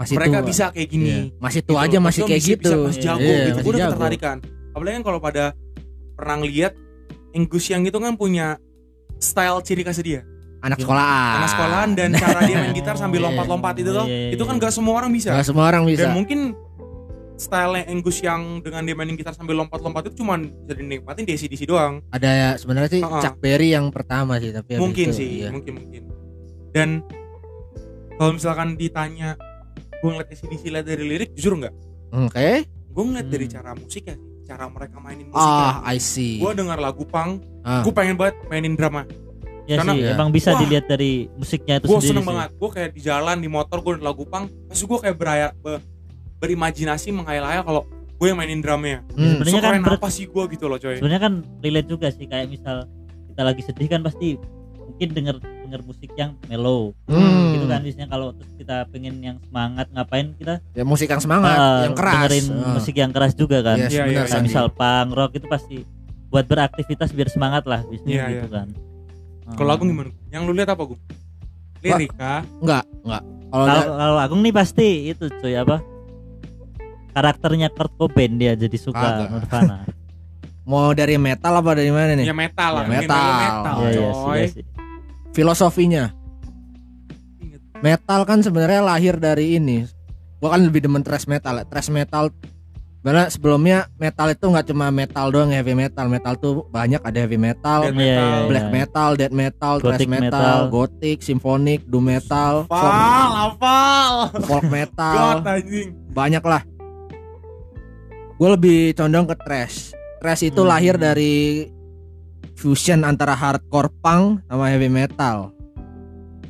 [SPEAKER 2] Masih
[SPEAKER 1] mereka
[SPEAKER 2] tua.
[SPEAKER 1] bisa kayak
[SPEAKER 2] Iya.
[SPEAKER 1] gini
[SPEAKER 2] Masih
[SPEAKER 1] gitu
[SPEAKER 2] tua
[SPEAKER 1] loh.
[SPEAKER 2] aja masih
[SPEAKER 1] Maksudnya
[SPEAKER 2] kayak
[SPEAKER 1] bisa-
[SPEAKER 2] gitu.
[SPEAKER 1] bisa, masih jago
[SPEAKER 2] Iya,
[SPEAKER 1] gitu
[SPEAKER 2] masih
[SPEAKER 1] gue udah
[SPEAKER 2] jago.
[SPEAKER 1] ketertarikan apalagi kan kalau pada pernah lihat English yang itu kan punya style ciri khas dia
[SPEAKER 2] anak sekolahan Nah,
[SPEAKER 1] Anak sekolahan dan cara dia main gitar sambil
[SPEAKER 2] Ah. Iya.
[SPEAKER 1] lompat-lompat itu loh.
[SPEAKER 3] Iya, iya,
[SPEAKER 1] Itu kan
[SPEAKER 3] iya.
[SPEAKER 1] gak semua orang bisa.
[SPEAKER 2] Nggak semua orang bisa
[SPEAKER 1] Dan mungkin style Enggus yang dengan dia mainin gitar sambil lompat-lompat itu cuman bisa dinikmatin di ACDC doang.
[SPEAKER 2] ada ya sebenarnya sih
[SPEAKER 1] Ha-ha.
[SPEAKER 2] Chuck Berry yang pertama sih tapi habis
[SPEAKER 1] mungkin
[SPEAKER 2] itu,
[SPEAKER 1] sih
[SPEAKER 2] iya.
[SPEAKER 1] mungkin mungkin dan kalau misalkan ditanya gue ngeliat ACDC lihat dari lirik jujur nggak
[SPEAKER 2] Hmm, oke
[SPEAKER 1] gue ngeliat dari
[SPEAKER 3] Hmm.
[SPEAKER 1] cara musiknya sih, cara mereka mainin musiknya
[SPEAKER 2] ah I see
[SPEAKER 1] gue dengar lagu punk
[SPEAKER 2] Ah.
[SPEAKER 1] gue pengen banget mainin drama
[SPEAKER 3] ya
[SPEAKER 1] Karena-
[SPEAKER 3] sih
[SPEAKER 2] Iya.
[SPEAKER 3] emang bisa
[SPEAKER 1] Wah.
[SPEAKER 3] dilihat dari musiknya itu
[SPEAKER 1] gue
[SPEAKER 3] sendiri
[SPEAKER 1] seneng
[SPEAKER 3] sih.
[SPEAKER 1] banget gue kayak di jalan di motor gue lagu punk terus gue kayak beraya, be- berimajinasi menghayal-hayal kalau gue yang mainin drumnya
[SPEAKER 2] Hmm.
[SPEAKER 3] Sebenarnya
[SPEAKER 1] so
[SPEAKER 3] kan
[SPEAKER 1] keren
[SPEAKER 3] ber-
[SPEAKER 1] apa sih gue gitu loh coy
[SPEAKER 3] sebenarnya kan relate juga sih kayak misal kita lagi sedih kan pasti mungkin denger denger musik yang mellow
[SPEAKER 2] Hmm.
[SPEAKER 3] gitu kan biasanya kalau terus kita pengen yang semangat ngapain kita
[SPEAKER 2] ya musik yang semangat
[SPEAKER 3] eh,
[SPEAKER 2] yang keras
[SPEAKER 3] dengerin
[SPEAKER 2] Ah.
[SPEAKER 3] musik yang keras juga kan
[SPEAKER 2] Yes,
[SPEAKER 1] Iya,
[SPEAKER 2] benar,
[SPEAKER 1] iya,
[SPEAKER 3] kayak
[SPEAKER 2] Sandi.
[SPEAKER 3] misal punk rock itu pasti buat beraktivitas biar semangat lah biasanya
[SPEAKER 1] Iya,
[SPEAKER 3] gitu kan Hmm.
[SPEAKER 1] kalau lagu gimana yang lu lihat apa gue lirika
[SPEAKER 2] enggak enggak kalau
[SPEAKER 3] kalau
[SPEAKER 2] da-
[SPEAKER 3] kalau Agung nih pasti itu cuy apa karakternya Kurt Cobain dia jadi suka
[SPEAKER 2] Kagak.
[SPEAKER 3] Nirvana Iya,
[SPEAKER 2] mau dari metal apa dari mana nih
[SPEAKER 1] ya metal lah
[SPEAKER 2] Ya,
[SPEAKER 1] mungkin
[SPEAKER 2] metal.
[SPEAKER 1] metal
[SPEAKER 3] Iya, iya sih,
[SPEAKER 1] coy
[SPEAKER 3] iya sih.
[SPEAKER 2] filosofinya
[SPEAKER 1] Ingat.
[SPEAKER 2] metal kan sebenarnya lahir dari ini gua kan lebih demen thrash metal ya. thrash metal karena sebelumnya metal itu nggak cuma metal doang heavy metal metal tuh banyak ada heavy metal
[SPEAKER 1] Death
[SPEAKER 3] Iya, iya,
[SPEAKER 1] metal.
[SPEAKER 3] iya.
[SPEAKER 2] black metal death metal thrash
[SPEAKER 3] Gothic
[SPEAKER 2] metal,
[SPEAKER 3] metal.
[SPEAKER 2] gothic symphonic doom metal
[SPEAKER 1] Apal, apal.
[SPEAKER 2] folk, folk
[SPEAKER 1] God
[SPEAKER 2] metal
[SPEAKER 1] anjing.
[SPEAKER 2] banyak lah gue lebih condong ke thrash thrash itu
[SPEAKER 3] Hmm.
[SPEAKER 2] lahir dari fusion antara hardcore punk sama heavy metal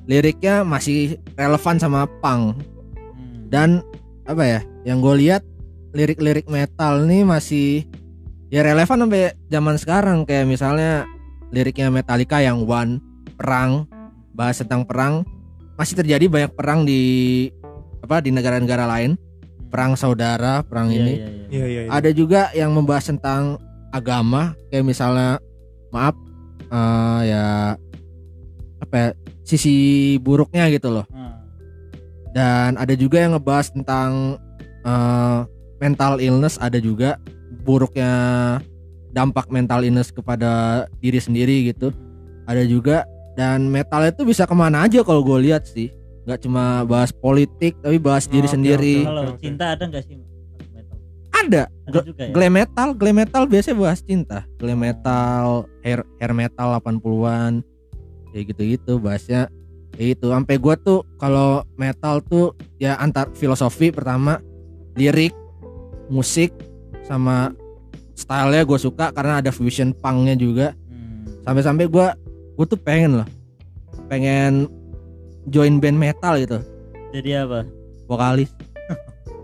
[SPEAKER 2] liriknya masih relevan sama punk
[SPEAKER 3] Hmm.
[SPEAKER 2] dan apa ya yang gue lihat lirik-lirik metal nih masih ya relevan sampai zaman sekarang kayak misalnya liriknya Metallica yang one perang bahas tentang perang masih terjadi banyak perang di apa di negara-negara lain perang saudara perang
[SPEAKER 3] Iya,
[SPEAKER 2] ini
[SPEAKER 3] iya, iya.
[SPEAKER 1] Iya iya.
[SPEAKER 2] ada juga yang membahas tentang agama kayak misalnya maaf eh, ya apa ya, sisi buruknya gitu loh
[SPEAKER 3] Hmm.
[SPEAKER 2] dan ada juga yang ngebahas tentang eh, mental illness ada juga buruknya dampak mental illness kepada diri sendiri gitu ada juga dan metal itu bisa kemana aja kalau gue lihat sih nggak cuma bahas politik tapi bahas diri
[SPEAKER 1] Oke,
[SPEAKER 2] sendiri
[SPEAKER 1] Oke,
[SPEAKER 3] Kalau
[SPEAKER 1] oke.
[SPEAKER 3] cinta ada nggak sih? metal?
[SPEAKER 2] ada
[SPEAKER 3] Ada
[SPEAKER 2] Gla-
[SPEAKER 3] juga ya.
[SPEAKER 2] glam metal glam metal biasanya bahas cinta glam metal hair hair metal 80-an kayak gitu-gitu bahasnya kayak itu sampai gua tuh kalau metal tuh ya antar filosofi pertama lirik musik sama stylenya gue suka karena ada fusion punknya juga
[SPEAKER 3] Hmm.
[SPEAKER 2] sampai-sampai gua gue tuh pengen loh pengen join band metal gitu
[SPEAKER 3] Jadi apa?
[SPEAKER 2] vokalis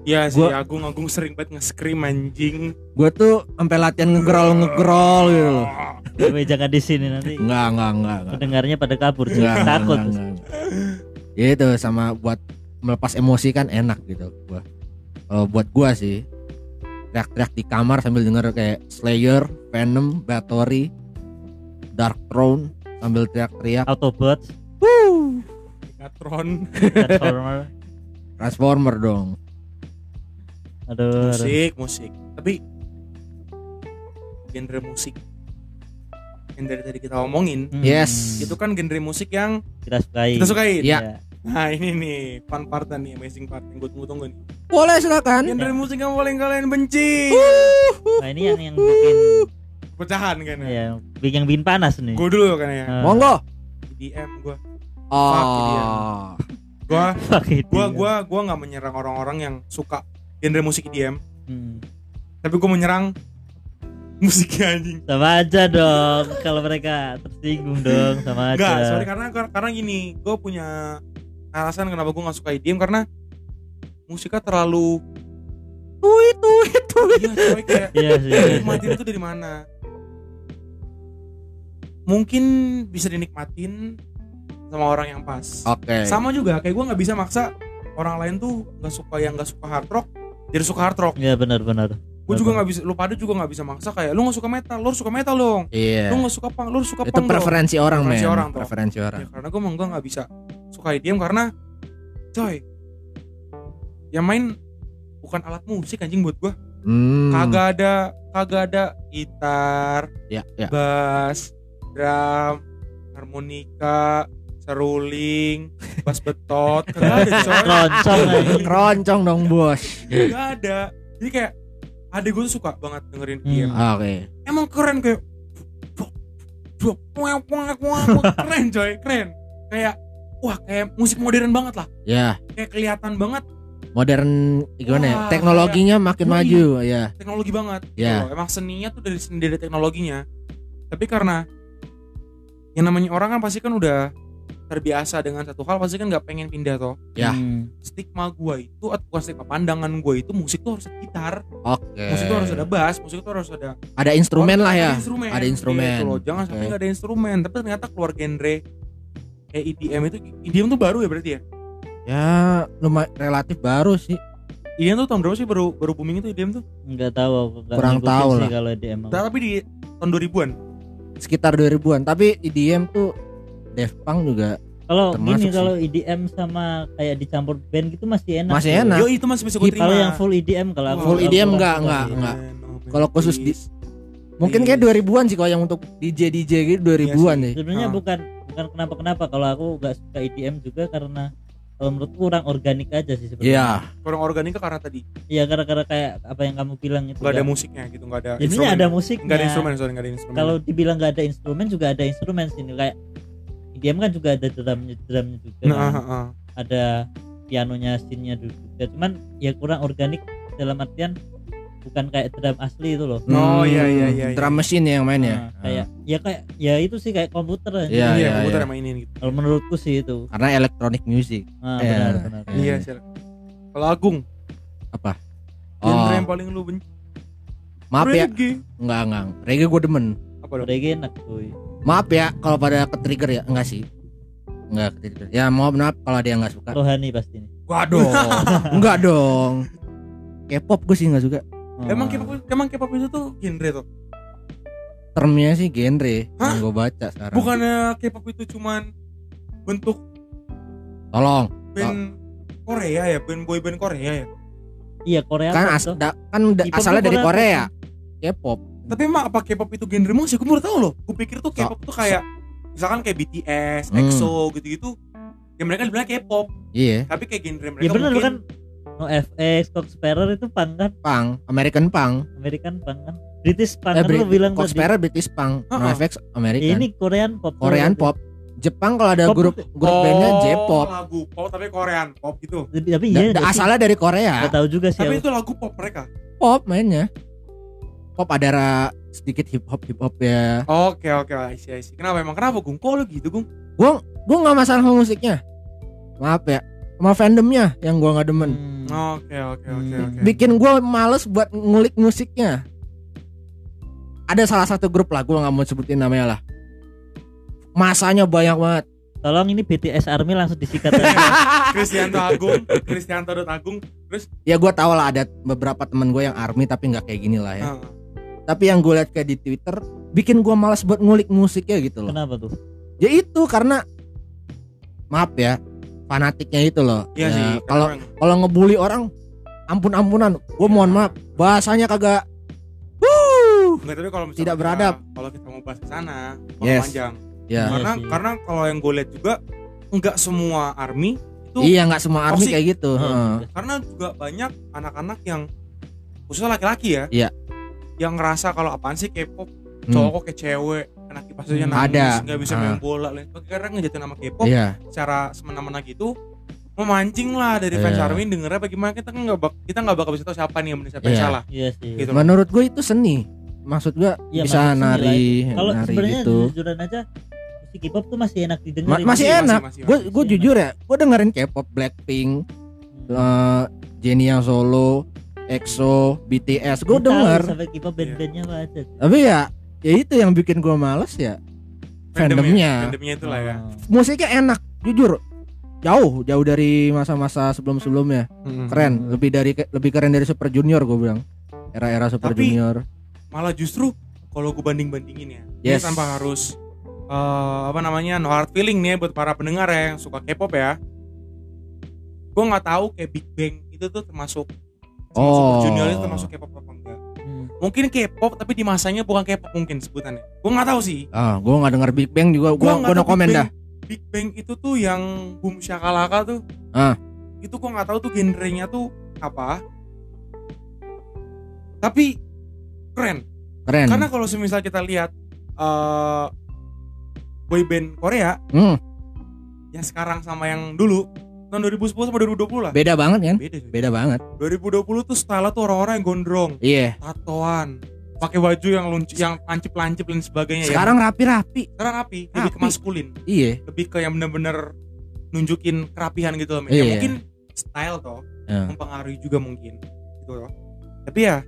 [SPEAKER 1] Iya sih,
[SPEAKER 2] Gua-
[SPEAKER 1] Agung Agung sering banget nge-scream anjing.
[SPEAKER 2] gue tuh sampai latihan ngegrol ngegrol gitu loh
[SPEAKER 1] Ah,
[SPEAKER 3] Tapi jangan di sini nanti
[SPEAKER 2] enggak enggak enggak enggak
[SPEAKER 3] pendengarnya pada kabur,
[SPEAKER 2] Enggak,
[SPEAKER 3] cuy.
[SPEAKER 2] Iya, enggak,
[SPEAKER 3] takut.
[SPEAKER 2] enggak, enggak, enggak. Ya itu sama buat melepas emosi kan enak gitu gua. Kalau buat gua sih teriak-teriak di kamar sambil denger kayak Slayer, Venom, Bathory, Dark Throne sambil teriak-teriak
[SPEAKER 3] Autobot,
[SPEAKER 1] Megatron.
[SPEAKER 3] Transformer,
[SPEAKER 2] Transformer dong.
[SPEAKER 3] aduh, aduh.
[SPEAKER 1] musik, musik. Tapi genre musik yang dari tadi kita omongin
[SPEAKER 3] Hmm.
[SPEAKER 2] Yes.
[SPEAKER 1] itu kan genre musik yang
[SPEAKER 3] kita sukai.
[SPEAKER 1] kita sukain.
[SPEAKER 2] Iya.
[SPEAKER 1] Nah ini nih fun part nih amazing part yang gue tunggu-tunggu nih.
[SPEAKER 2] Boleh silakan.
[SPEAKER 1] Genre musik yang paling kalian benci.
[SPEAKER 3] Nah ini yang yang bikin,
[SPEAKER 1] Pecahan kan ya.
[SPEAKER 2] Iya.
[SPEAKER 3] ya, bikin yang bikin panas nih.
[SPEAKER 1] Gue dulu kan ya.
[SPEAKER 3] Eh,
[SPEAKER 2] Monggo.
[SPEAKER 1] EDM gue. Fuck, iya.
[SPEAKER 2] Oh.
[SPEAKER 1] Gue
[SPEAKER 3] fuck it,
[SPEAKER 1] gue
[SPEAKER 3] ya.
[SPEAKER 2] Iya.
[SPEAKER 1] gue gue nggak menyerang orang-orang yang suka genre musik EDM.
[SPEAKER 3] Hmm.
[SPEAKER 1] Tapi gue menyerang musiknya anjing.
[SPEAKER 3] Sama aja dong, kalau mereka tersinggung dong, sama aja.
[SPEAKER 1] Enggak, sorry karena karena gini, gue punya alasan kenapa gue nggak suka IDM karena musiknya terlalu
[SPEAKER 2] Tuh itu itu.
[SPEAKER 1] iya coy kayak
[SPEAKER 3] Iya sih.
[SPEAKER 1] nikmatin itu dari mana? Mungkin bisa dinikmatin sama orang yang pas.
[SPEAKER 2] Oke.
[SPEAKER 1] Sama juga kayak gue nggak bisa maksa orang lain tuh nggak suka yang nggak suka hard rock jadi suka hard rock.
[SPEAKER 3] Iya benar-benar.
[SPEAKER 1] Gue juga nggak bisa, lu pada juga nggak bisa maksa kayak lu nggak suka metal, lu harus suka metal dong.
[SPEAKER 2] Iya.
[SPEAKER 1] Lu nggak suka punk, lu harus suka
[SPEAKER 2] Itu
[SPEAKER 1] punk dong.
[SPEAKER 2] preferensi orang, men.
[SPEAKER 1] Preferensi orang, toh.
[SPEAKER 2] Preferensi orang.
[SPEAKER 1] Ya, karena gue emang gue nggak bisa suka IDM karena coy yang main bukan alat musik anjing buat gue
[SPEAKER 2] Hmm.
[SPEAKER 1] kagak ada kagak ada gitar
[SPEAKER 2] Ya, ya.
[SPEAKER 1] bass drum harmonika seruling, bas betot, kagak ada coy.
[SPEAKER 3] Keroncong
[SPEAKER 2] eh.
[SPEAKER 3] lagi.
[SPEAKER 2] Keroncong dong bos.
[SPEAKER 1] Gak ada. Jadi kayak adik gue tuh suka banget dengerin dia.
[SPEAKER 2] Oke.
[SPEAKER 1] Emang keren kayak dua puang puang puang keren coy, keren. Kayak wah kayak musik modern banget lah.
[SPEAKER 2] Ya
[SPEAKER 1] Kayak kelihatan banget
[SPEAKER 2] modern gimana ya?
[SPEAKER 1] Wah,
[SPEAKER 2] Teknologinya makin
[SPEAKER 1] Yoi.
[SPEAKER 2] maju ya.
[SPEAKER 1] teknologi banget.
[SPEAKER 2] Ya.
[SPEAKER 1] Gitu loh. Emang seninya tuh dari seni- dari teknologinya. Tapi karena yang namanya orang kan pasti kan udah terbiasa dengan satu hal pasti kan nggak pengen pindah toh.
[SPEAKER 2] Ya.
[SPEAKER 3] Hmm.
[SPEAKER 1] Stigma gue itu atau bukan stigma pandangan gue itu musik tuh harus ada gitar,
[SPEAKER 2] Oke.
[SPEAKER 1] musik tuh harus ada bass, musik tuh harus ada
[SPEAKER 2] Ada instrumen lah ya.
[SPEAKER 1] Ada instrumen.
[SPEAKER 2] Ada instrumen.
[SPEAKER 1] Gitu loh. Jangan sampai
[SPEAKER 2] Oke.
[SPEAKER 1] nggak ada instrumen. Tapi ternyata keluar genre E kayak EDM itu EDM tuh baru ya berarti ya?
[SPEAKER 2] Ya lumayan relatif baru sih.
[SPEAKER 1] EDM tuh tahun berapa sih baru baru booming itu EDM tuh?
[SPEAKER 3] Nggak tahu aku nggak
[SPEAKER 2] Kurang
[SPEAKER 3] ngikutin
[SPEAKER 2] tahu
[SPEAKER 3] sih
[SPEAKER 2] lah.
[SPEAKER 3] kalau dia emang.
[SPEAKER 1] Tapi di tahun 2000-an.
[SPEAKER 2] Sekitar 2000-an. Tapi EDM tuh Def Punk juga
[SPEAKER 3] Kalau
[SPEAKER 2] Termasuk
[SPEAKER 3] gini
[SPEAKER 2] sih.
[SPEAKER 3] kalau EDM sama kayak dicampur band gitu masih enak.
[SPEAKER 2] Masih
[SPEAKER 3] Tuh.
[SPEAKER 2] enak. Nah.
[SPEAKER 1] Yo itu masih bisa gue
[SPEAKER 2] Hip-
[SPEAKER 1] terima.
[SPEAKER 3] Kalau yang full EDM kalau aku
[SPEAKER 1] Full
[SPEAKER 3] aku
[SPEAKER 2] EDM
[SPEAKER 3] kurang
[SPEAKER 2] E nggak,
[SPEAKER 3] suka
[SPEAKER 2] nggak,
[SPEAKER 3] sih.
[SPEAKER 2] nggak.
[SPEAKER 1] Man, oh man,
[SPEAKER 2] Kalau khusus di-
[SPEAKER 1] please.
[SPEAKER 2] mungkin
[SPEAKER 1] Iya.
[SPEAKER 2] kayak 2000-an sih kalau yang untuk DJ DJ gitu 2000-an deh.
[SPEAKER 3] Sebenarnya
[SPEAKER 1] Ah.
[SPEAKER 3] bukan bukan kenapa-kenapa kalau aku nggak suka EDM juga karena kalau menurutku kurang organik aja sih sebenarnya.
[SPEAKER 2] Iya.
[SPEAKER 1] kurang organik karena tadi
[SPEAKER 3] Iya gara-gara kayak apa yang kamu bilang itu.
[SPEAKER 1] nggak ada
[SPEAKER 2] Iya.
[SPEAKER 3] nggak-
[SPEAKER 1] musiknya gitu nggak ada
[SPEAKER 3] Jadinya ada musiknya.
[SPEAKER 1] nggak ada instrumen sorry nggak ada instrumen
[SPEAKER 3] Kalau dibilang nggak ada instrumen juga ada instrumen sini kayak EDM kan juga ada drumnya drumnya juga.
[SPEAKER 1] nah,
[SPEAKER 3] kan.
[SPEAKER 1] ah, ah.
[SPEAKER 3] ada pianonya scene-nya dulu juga cuman ya kurang organik dalam artian bukan kayak drum asli itu loh
[SPEAKER 1] Oh,
[SPEAKER 2] Hmm,
[SPEAKER 1] iya, iya, iya, iya.
[SPEAKER 2] Drum machine yang main ya.
[SPEAKER 3] Nah, kayak ya kayak ya itu sih kayak komputer
[SPEAKER 2] Iya,
[SPEAKER 1] iya
[SPEAKER 2] iya,
[SPEAKER 1] komputer
[SPEAKER 2] iya.
[SPEAKER 1] yang mainin gitu
[SPEAKER 3] kalau menurutku sih itu
[SPEAKER 2] Karena electronic music.
[SPEAKER 3] nah,
[SPEAKER 2] Iya.
[SPEAKER 3] benar benar
[SPEAKER 2] Iya.
[SPEAKER 1] iya sih kalau Agung
[SPEAKER 2] Apa?
[SPEAKER 1] genre
[SPEAKER 2] Oh,
[SPEAKER 1] yang paling lu benci
[SPEAKER 2] maaf ya.
[SPEAKER 1] Reggae.
[SPEAKER 2] Enggak, enggak. Reggae gue demen.
[SPEAKER 1] apa dong
[SPEAKER 3] reggae enak cuy
[SPEAKER 2] Maaf ya kalau pada ke trigger ya. Enggak sih. Enggak ke trigger. Ya mohon maaf kalau ada yang enggak suka.
[SPEAKER 3] rohani pasti ini
[SPEAKER 2] Waduh. enggak dong. K-pop gue sih enggak suka.
[SPEAKER 3] Oh.
[SPEAKER 1] emang K-pop emang K-pop itu tuh genre tuh
[SPEAKER 2] Kan. Termnya sih genre
[SPEAKER 1] Hah?
[SPEAKER 2] yang gue baca sekarang.
[SPEAKER 1] bukannya K-pop itu cuman bentuk
[SPEAKER 2] Tolong. Oh.
[SPEAKER 1] band Korea ya band boy band Korea ya
[SPEAKER 3] iya Korea
[SPEAKER 2] Kan
[SPEAKER 3] pop
[SPEAKER 2] as-
[SPEAKER 3] tuh.
[SPEAKER 2] da- kan da-
[SPEAKER 3] K-pop
[SPEAKER 2] asalnya
[SPEAKER 3] tuh
[SPEAKER 2] dari
[SPEAKER 3] Korea
[SPEAKER 2] Korea. K-pop.
[SPEAKER 1] tapi emang apa K-pop itu genre musik gue baru tau loh gue pikir tuh K-pop tuh kayak misalkan kayak BTS,
[SPEAKER 2] Oh. Hmm.
[SPEAKER 1] EXO E gitu-gitu ya mereka dibilang K-pop
[SPEAKER 2] Iya.
[SPEAKER 1] tapi kayak genre mereka
[SPEAKER 3] ya benar
[SPEAKER 1] mungkin
[SPEAKER 3] kan no FX Cox Sparrow itu punk kan
[SPEAKER 2] Pang, American Pang.
[SPEAKER 3] American punk kan British punk
[SPEAKER 2] Eh,
[SPEAKER 3] kan lu
[SPEAKER 2] Brit-
[SPEAKER 3] bilang tadi
[SPEAKER 2] Coxpera British Pang,
[SPEAKER 1] Ha-ha.
[SPEAKER 2] NoFX
[SPEAKER 3] Ya,
[SPEAKER 2] American.
[SPEAKER 3] ini Korean pop
[SPEAKER 2] Korean pop. Jepang kalau ada
[SPEAKER 3] Pop
[SPEAKER 2] grup grup bandnya J-pop.
[SPEAKER 1] Oh, lagu pop tapi Korean pop gitu
[SPEAKER 3] tapi tapi
[SPEAKER 2] Da-
[SPEAKER 3] iya
[SPEAKER 2] da-
[SPEAKER 3] nggak sih?
[SPEAKER 2] asalnya dari Korea.
[SPEAKER 3] nggak tahu juga sih
[SPEAKER 1] tapi
[SPEAKER 3] aku.
[SPEAKER 1] itu lagu pop mereka
[SPEAKER 2] Pop mainnya. Pop ada ra- sedikit hip hop hip hop ya.
[SPEAKER 1] oke oke I see, I see. kenapa emang kenapa Gung kok lu gitu Gung
[SPEAKER 2] Gue nggak masalah sama musiknya. Maaf ya. Sama fandomnya yang gua nggak demen.
[SPEAKER 3] Hmm.
[SPEAKER 1] oke oke oke
[SPEAKER 3] Hmm.
[SPEAKER 1] oke
[SPEAKER 2] Bikin gua males buat ngulik musiknya. Ada salah satu grup lah, gua nggak mau sebutin namanya lah. Masanya banyak banget.
[SPEAKER 3] Tolong ini BTS Army langsung disikat aja.
[SPEAKER 1] Kristianto Agung Kristianto dot Agung
[SPEAKER 2] Ya gua tau lah ada beberapa temen gue yang army tapi nggak kayak gini lah ya.
[SPEAKER 1] Ah,
[SPEAKER 2] Tapi yang gue lihat kayak di Twitter bikin gua males buat ngulik musiknya gitu loh.
[SPEAKER 3] Kenapa tuh?
[SPEAKER 2] ya itu karena maaf ya fanatiknya itu loh
[SPEAKER 1] iya
[SPEAKER 2] Ya,
[SPEAKER 1] sih
[SPEAKER 2] kalau
[SPEAKER 1] orang-
[SPEAKER 2] kalau ngebully orang ampun ampunan gue mohon maaf bahasanya kagak Wuh.
[SPEAKER 1] Enggak, tapi kalau misalnya
[SPEAKER 2] Tidak
[SPEAKER 1] kita-
[SPEAKER 2] beradab.
[SPEAKER 1] kalau kita mau bahas ke sana bakal
[SPEAKER 2] Yes.
[SPEAKER 1] panjang
[SPEAKER 2] Ya.
[SPEAKER 1] karena
[SPEAKER 3] Iya sih.
[SPEAKER 1] karena kalau yang gue lihat juga nggak semua army itu
[SPEAKER 2] iya nggak semua army
[SPEAKER 1] Toxic. Ah.
[SPEAKER 2] kayak gitu heeh.
[SPEAKER 1] karena juga banyak anak-anak yang khususnya laki-laki ya
[SPEAKER 2] Iya.
[SPEAKER 1] yang ngerasa kalau apaan sih K-pop
[SPEAKER 2] Hmm.
[SPEAKER 1] cowok kok kayak cewek anak kipasnya
[SPEAKER 3] Hmm.
[SPEAKER 1] nangis
[SPEAKER 2] Ada.
[SPEAKER 1] nggak bisa
[SPEAKER 2] Ah.
[SPEAKER 1] main bola lain sebagainya. karena ngejatuhin nama K-pop
[SPEAKER 2] iya
[SPEAKER 1] secara semena-mena gitu memancing lah dari fans
[SPEAKER 2] Iya.
[SPEAKER 1] Army dengernya bagaimana kita kan nggak bak- kita nggak bakal bisa tahu siapa nih yang benar siapa yang
[SPEAKER 2] Iya.
[SPEAKER 1] salah
[SPEAKER 3] Iya sih.
[SPEAKER 1] gitu loh.
[SPEAKER 2] menurut gue itu seni maksud gue
[SPEAKER 3] Iya,
[SPEAKER 2] bisa
[SPEAKER 3] maksud seni
[SPEAKER 2] nari
[SPEAKER 3] Kalau
[SPEAKER 2] nari
[SPEAKER 3] sebenarnya
[SPEAKER 2] gitu
[SPEAKER 3] jujuran aja musik K-pop tuh masih enak Iya,
[SPEAKER 2] Ma-
[SPEAKER 3] didengar.
[SPEAKER 2] masih enak.
[SPEAKER 1] masih,
[SPEAKER 2] gue
[SPEAKER 1] masih.
[SPEAKER 2] gue
[SPEAKER 3] enak.
[SPEAKER 2] jujur ya gue dengerin K-pop Blackpink eh, Jennie yang solo EXO BTS gue denger
[SPEAKER 3] Sampai
[SPEAKER 1] Iya.
[SPEAKER 3] K-pop band-bandnya apa aja.
[SPEAKER 2] tapi ya ya itu yang bikin gue males ya
[SPEAKER 1] ya,
[SPEAKER 2] fandomnya.
[SPEAKER 1] fandomnya itulah ya
[SPEAKER 3] Oh.
[SPEAKER 2] musiknya enak jujur jauh jauh dari masa-masa sebelum-sebelumnya
[SPEAKER 1] Mm-mm.
[SPEAKER 2] keren lebih dari lebih keren dari Super Junior gue bilang era-era Super
[SPEAKER 1] Tapi-
[SPEAKER 2] Junior
[SPEAKER 1] malah justru kalau gue banding bandingin ya
[SPEAKER 2] Yes.
[SPEAKER 1] ini tanpa harus eh, apa namanya no hard feeling nih buat para pendengar ya, yang suka K-pop ya gue nggak tahu kayak Big Bang itu tuh termasuk sama Super
[SPEAKER 2] Oh.
[SPEAKER 1] Junior itu termasuk K-pop apa enggak
[SPEAKER 3] Hmm.
[SPEAKER 1] mungkin K-pop tapi di masanya bukan K-pop mungkin sebutannya gue nggak tahu sih
[SPEAKER 2] ah gue nggak denger Big Bang juga gue
[SPEAKER 1] Gua nggak
[SPEAKER 2] gue no
[SPEAKER 1] tahu Big
[SPEAKER 2] comment
[SPEAKER 1] Bang.
[SPEAKER 2] dah
[SPEAKER 1] Big Bang itu tuh yang Boom Shakalaka tuh.
[SPEAKER 2] Ah.
[SPEAKER 1] Itu gua nggak tahu tuh genrenya tuh apa. Tapi keren.
[SPEAKER 2] keren
[SPEAKER 1] Karena kalau semisal kita lihat eh boy band Korea
[SPEAKER 2] Hmm,
[SPEAKER 1] yang sekarang sama yang dulu tahun 2010 sama 2020 lah.
[SPEAKER 2] beda banget kan
[SPEAKER 1] Beda. coy.
[SPEAKER 2] beda banget
[SPEAKER 1] 2020 tuh style tuh orang-orang yang gondrong,
[SPEAKER 2] iya
[SPEAKER 1] tatoan, pakai baju yang lunci, yang lancip-lancip dan sebagainya. ya.
[SPEAKER 2] sekarang rapi-rapi
[SPEAKER 1] sekarang rapi, lebih ke
[SPEAKER 2] Rapi.
[SPEAKER 1] maskulin.
[SPEAKER 2] iya
[SPEAKER 1] lebih ke yang bener-bener nunjukin kerapihan gitu loh men.
[SPEAKER 2] Iya.
[SPEAKER 1] ya mungkin style toh
[SPEAKER 2] Iya.
[SPEAKER 1] mempengaruhi juga mungkin gitu loh tapi ya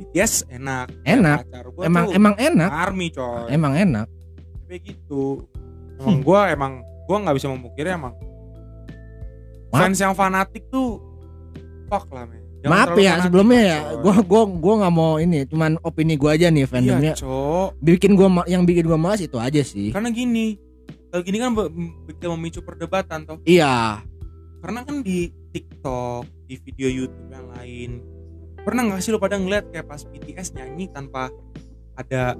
[SPEAKER 1] BTS enak Ya,
[SPEAKER 2] enak
[SPEAKER 1] pacar Iya, gua
[SPEAKER 2] emang
[SPEAKER 1] tuh Ah.
[SPEAKER 2] emang enak
[SPEAKER 1] army coy
[SPEAKER 2] emang enak
[SPEAKER 1] tapi gitu emang gua emang gua nggak bisa memungkiri emang
[SPEAKER 2] Maaf.
[SPEAKER 1] fans yang fanatik tuh fuck lah men Jangan
[SPEAKER 2] maaf
[SPEAKER 1] terlalu
[SPEAKER 2] ya
[SPEAKER 1] fanatik,
[SPEAKER 2] sebelumnya ya
[SPEAKER 1] coy.
[SPEAKER 2] gua gua gua nggak mau ini cuman opini gua aja
[SPEAKER 1] iya
[SPEAKER 2] nih
[SPEAKER 1] Kan-
[SPEAKER 2] fandomnya
[SPEAKER 1] cok
[SPEAKER 2] bikin gua ma- yang bikin gua malas itu aja sih
[SPEAKER 1] karena gini kalau gini kan be- bisa memicu perdebatan toh
[SPEAKER 2] iya
[SPEAKER 1] karena kan di TikTok, di video YouTube yang lain, pernah nggak sih lo pada ngeliat kayak pas BTS nyanyi tanpa ada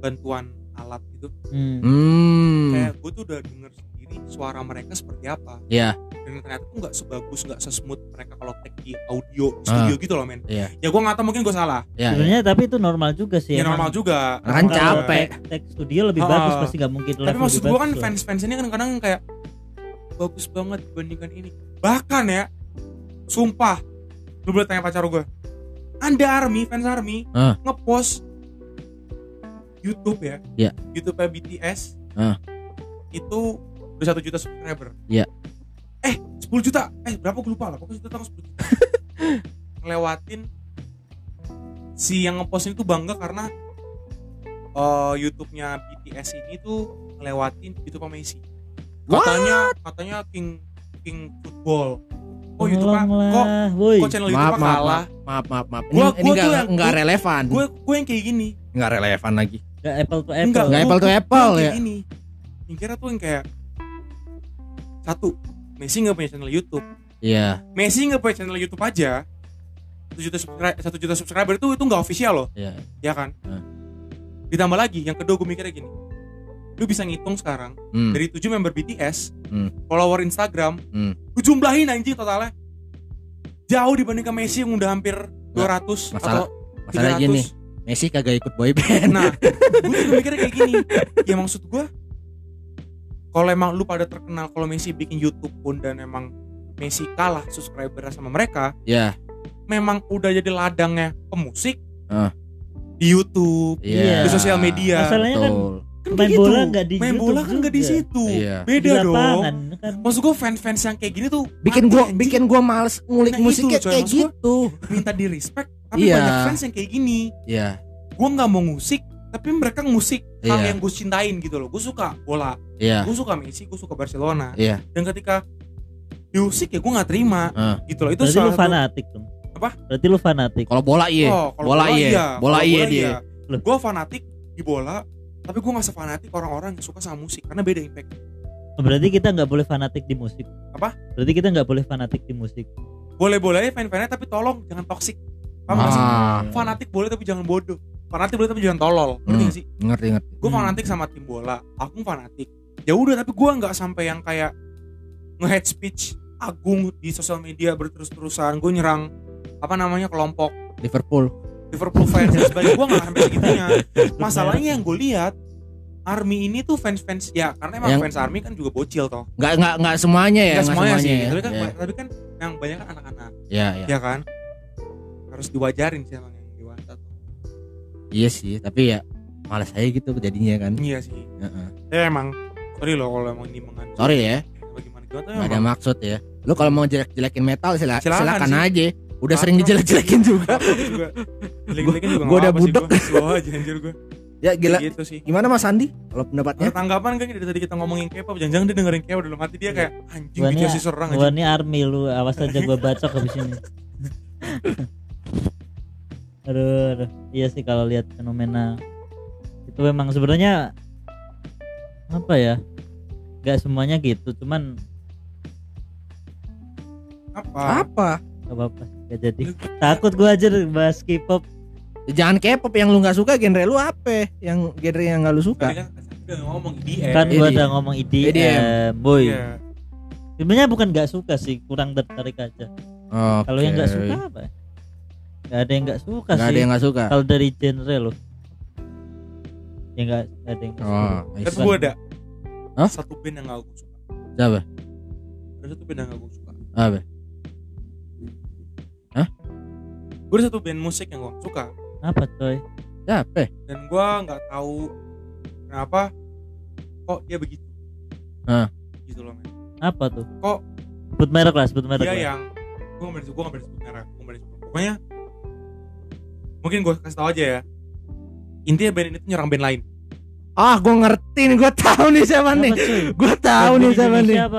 [SPEAKER 1] bantuan alat gitu?
[SPEAKER 3] Hmm.
[SPEAKER 2] hmm
[SPEAKER 1] Kayak gue tuh udah denger sendiri suara mereka seperti apa.
[SPEAKER 2] Iya.
[SPEAKER 1] Dan ternyata tuh nggak sebagus, nggak sesmooth mereka kalau take di audio di studio gitu loh men.
[SPEAKER 2] Iya.
[SPEAKER 1] Ya gue nggak tahu mungkin gue salah.
[SPEAKER 2] ya, ya.
[SPEAKER 3] Sebenarnya tapi itu normal juga sih.
[SPEAKER 1] Ya,
[SPEAKER 3] emang.
[SPEAKER 1] normal juga. Normal
[SPEAKER 2] Kan
[SPEAKER 1] juga.
[SPEAKER 2] capek.
[SPEAKER 3] Tag- Tag studio lebih
[SPEAKER 1] Ah.
[SPEAKER 3] bagus pasti nggak mungkin.
[SPEAKER 1] Tapi
[SPEAKER 3] level
[SPEAKER 1] maksud
[SPEAKER 3] lebih
[SPEAKER 1] gue kan
[SPEAKER 3] bagus lah.
[SPEAKER 1] fans-fans ini kadang-kadang kayak bagus banget dibandingkan ini. Bahkan ya, sumpah, lu boleh tanya pacar gue. Anda Army, fans Army,
[SPEAKER 2] Ah.
[SPEAKER 1] ngepost YouTube ya,
[SPEAKER 2] Ya.
[SPEAKER 1] YouTube BTS,
[SPEAKER 2] Ah.
[SPEAKER 1] itu udah satu juta subscriber.
[SPEAKER 2] Ya.
[SPEAKER 1] Eh, 10 juta, eh berapa gue lupa lah, pokoknya juta atau 10 juta. Ngelewatin si yang ngepost ini tuh bangga karena eh, YouTube-nya BTS ini tuh ngelewatin YouTube sama Messi. Katanya katanya King King Football. Oh YouTube Pak, kok
[SPEAKER 3] Tolonglah, woi.
[SPEAKER 1] kok channel
[SPEAKER 2] Maaf,
[SPEAKER 1] YouTube Pak
[SPEAKER 2] maaf,
[SPEAKER 1] kalah?
[SPEAKER 2] maaf maaf maaf ini,
[SPEAKER 1] Gua-
[SPEAKER 2] ini
[SPEAKER 1] gua tuh
[SPEAKER 2] nggak
[SPEAKER 1] yang-
[SPEAKER 2] nggak
[SPEAKER 1] gua-
[SPEAKER 2] relevan
[SPEAKER 1] Gue gue yang kayak gini.
[SPEAKER 2] nggak relevan lagi
[SPEAKER 3] Nggak apple to apple.
[SPEAKER 2] Nggak
[SPEAKER 1] gua-
[SPEAKER 2] apple to
[SPEAKER 1] gua- gua
[SPEAKER 2] apple,
[SPEAKER 1] yang kayak
[SPEAKER 2] ya.
[SPEAKER 1] Gini. Yang kira tuh yang kayak satu Messi nggak punya channel YouTube.
[SPEAKER 2] iya
[SPEAKER 1] Messi nggak punya channel YouTube aja. Satu juta subscriber, satu juta subscriber itu itu nggak official loh,
[SPEAKER 2] iya
[SPEAKER 1] ya kan?
[SPEAKER 2] Hmm.
[SPEAKER 1] Ditambah lagi yang kedua gue mikirnya gini. Lu bisa ngitung sekarang
[SPEAKER 2] Hmm,
[SPEAKER 1] dari 7 member BTS
[SPEAKER 2] Hmm.
[SPEAKER 1] follower Instagram
[SPEAKER 2] Hmm.
[SPEAKER 1] lu jumlahin anjing totalnya jauh dibandingkan Messi yang udah hampir 200 atau
[SPEAKER 2] masalah-
[SPEAKER 1] 300
[SPEAKER 2] masalah gini Messi kagak ikut boyband
[SPEAKER 1] nah gue juga mikirnya kayak gini ya maksud gue kalau emang lu pada terkenal kalau Messi bikin YouTube pun dan emang Messi kalah subscriber sama mereka
[SPEAKER 2] ya
[SPEAKER 1] memang udah jadi ladangnya pemusik
[SPEAKER 2] Ah.
[SPEAKER 1] di YouTube
[SPEAKER 2] iya
[SPEAKER 1] di sosial media
[SPEAKER 3] Masalahnya kan
[SPEAKER 2] Betul.
[SPEAKER 1] Kan
[SPEAKER 3] main
[SPEAKER 1] begitu.
[SPEAKER 3] bola nggak di
[SPEAKER 1] main
[SPEAKER 3] YouTube
[SPEAKER 1] bola kan nggak di
[SPEAKER 3] juga.
[SPEAKER 1] situ
[SPEAKER 2] Iya.
[SPEAKER 1] beda
[SPEAKER 3] Di
[SPEAKER 1] dong
[SPEAKER 3] lapangan, kan.
[SPEAKER 1] maksud gue fans-fans yang kayak gini tuh
[SPEAKER 2] bikin
[SPEAKER 1] mati,
[SPEAKER 2] gua
[SPEAKER 1] anjing.
[SPEAKER 2] bikin gua males ngulik
[SPEAKER 1] Nah, itu,
[SPEAKER 2] musiknya
[SPEAKER 1] coy,
[SPEAKER 2] kayak
[SPEAKER 1] maksud gua.
[SPEAKER 2] gitu
[SPEAKER 1] minta di respect tapi
[SPEAKER 2] Iya.
[SPEAKER 1] banyak fans yang kayak gini
[SPEAKER 2] iya
[SPEAKER 1] gue nggak mau ngusik tapi mereka ngusik hal
[SPEAKER 2] Iya.
[SPEAKER 1] yang gue cintain gitu loh gue suka bola
[SPEAKER 2] iya
[SPEAKER 1] gue suka Messi gue suka Barcelona
[SPEAKER 2] Iya.
[SPEAKER 1] dan ketika diusik ya gue nggak terima
[SPEAKER 2] Heeh.
[SPEAKER 1] gitu loh itu
[SPEAKER 3] Berarti lu
[SPEAKER 1] salah satu-
[SPEAKER 3] fanatik dong.
[SPEAKER 1] Apa?
[SPEAKER 3] Berarti lu fanatik.
[SPEAKER 2] kalau bola iya
[SPEAKER 1] Oh, kalau
[SPEAKER 2] bola, iya bola iya dia
[SPEAKER 3] Loh.
[SPEAKER 1] gue fanatik di bola tapi gue nggak sefanatik orang-orang yang suka sama musik karena beda impact
[SPEAKER 3] Berarti kita nggak boleh fanatik di musik.
[SPEAKER 1] Apa?
[SPEAKER 3] Berarti kita nggak boleh fanatik di musik.
[SPEAKER 1] boleh bolanya fan-fannya tapi tolong jangan toksik paham nggak sih
[SPEAKER 2] ah
[SPEAKER 1] fanatik boleh tapi janang bodoh fanatik boleh tapi jangan tolol ngerti
[SPEAKER 2] Hmm.
[SPEAKER 1] nggak sih
[SPEAKER 2] ngerti ngerti
[SPEAKER 1] gue
[SPEAKER 3] Hmm.
[SPEAKER 1] fanatik sama tim bola aku fanatik ya udah tapi gue nggak sampai yang kayak nge-head speech agung di sosial media berterus-terusan gue nyerang apa namanya kelompok
[SPEAKER 2] Liverpool
[SPEAKER 1] Liverpool fans dan sebagainya gue nggak sampai segitunya
[SPEAKER 2] Iya.
[SPEAKER 1] masalahnya yang gue lihat Army ini tuh fans-fans ya karena emang
[SPEAKER 2] Yang-
[SPEAKER 1] fans Army kan juga bocil toh
[SPEAKER 2] nggak nggak nggak semuanya ya
[SPEAKER 1] nggak semuanya, sih
[SPEAKER 2] ya.
[SPEAKER 1] tapi kan
[SPEAKER 2] ya,
[SPEAKER 1] tapi kan yang banyak kan anak-anak
[SPEAKER 2] ya, ya.
[SPEAKER 1] ya kan harus diwajarin sih emang yang dewasa tuh.
[SPEAKER 2] iya sih tapi ya malas aja gitu jadinya kan
[SPEAKER 1] iya sih
[SPEAKER 2] Heeh.
[SPEAKER 1] ya emang sorry loh kalau emang ini mengandung
[SPEAKER 2] sorry ya
[SPEAKER 1] bagaimana gimana tapi
[SPEAKER 2] nggak ada
[SPEAKER 1] emang-
[SPEAKER 2] maksud ya lu kalau mau jelek-jelekin metal sila
[SPEAKER 1] Silakan
[SPEAKER 2] silakan
[SPEAKER 1] sih.
[SPEAKER 2] aja udah
[SPEAKER 1] Silakan.
[SPEAKER 2] sering dijelek-jelekin juga
[SPEAKER 1] Jelek-jelekin juga
[SPEAKER 2] Gua
[SPEAKER 1] nggak
[SPEAKER 2] udah
[SPEAKER 1] apa-apa sih,
[SPEAKER 2] budek.
[SPEAKER 1] gua. Slow aja anjir gue
[SPEAKER 2] ya gila Ya.
[SPEAKER 1] Gitu sih
[SPEAKER 2] gimana Mas Andi kalau
[SPEAKER 1] Ada
[SPEAKER 2] pendapatnya
[SPEAKER 1] tanggapan kan dari tadi kita ngomongin K-pop Jangan-jangan dia dengerin K-pop dalam hati dia kayak
[SPEAKER 2] Iya.
[SPEAKER 1] Anjing
[SPEAKER 3] Gua
[SPEAKER 1] dia
[SPEAKER 3] nih-
[SPEAKER 1] sih serang
[SPEAKER 3] Gua
[SPEAKER 1] aja
[SPEAKER 3] nih army lu, awas aja gua bacok habis ini. aduh, aduh. Iya sih kalau lihat fenomena itu memang sebenarnya apa ya? Gak semuanya gitu, cuman
[SPEAKER 1] Apa?
[SPEAKER 2] apa
[SPEAKER 3] gak apa-apa, gak jadi. Takut gua aja bahas K-pop.
[SPEAKER 2] jangan K-pop yang lu nggak suka genre lu apa yang genre yang nggak lu suka
[SPEAKER 1] Tadi kan- udah ngomong IDM
[SPEAKER 3] kan gua
[SPEAKER 2] EDM.
[SPEAKER 3] udah ngomong
[SPEAKER 2] E
[SPEAKER 3] IDM,
[SPEAKER 2] EDM.
[SPEAKER 3] boy
[SPEAKER 1] Iya.
[SPEAKER 3] sebenarnya bukan nggak suka sih kurang tertarik aja kalau yang nggak suka apa ya? nggak ada yang nggak suka
[SPEAKER 2] nggak
[SPEAKER 3] sih
[SPEAKER 2] ada yang nggak suka
[SPEAKER 3] kalau dari genre loh ya nggak nggak ada yang nggak suka
[SPEAKER 2] oh I
[SPEAKER 1] Tapi
[SPEAKER 2] see.
[SPEAKER 1] gue ada
[SPEAKER 2] Hah?
[SPEAKER 1] satu band yang gak aku suka
[SPEAKER 2] siapa
[SPEAKER 1] ada satu band yang gak aku suka
[SPEAKER 2] apa
[SPEAKER 1] gue ada satu band musik yang gue suka
[SPEAKER 3] apa coy
[SPEAKER 2] siapa
[SPEAKER 1] dan gue nggak tahu kenapa kok dia begitu
[SPEAKER 2] Hah.
[SPEAKER 1] gitu loh men
[SPEAKER 3] apa tuh
[SPEAKER 1] Kok? Iya,
[SPEAKER 3] sebut merek lah sebut merek
[SPEAKER 1] dia
[SPEAKER 3] lah.
[SPEAKER 1] yang gue nggak berani gue nggak berani sebut merek gue nggak berani sebut pokoknya mungkin gue kasih tahu aja ya intinya band ini tuh nyerang band lain
[SPEAKER 2] ah gue ngerti nih gue tahu nih siapa
[SPEAKER 3] Apa,
[SPEAKER 2] nih
[SPEAKER 3] cuy?
[SPEAKER 2] gue tahu nih siapa nih
[SPEAKER 3] Indonesia apa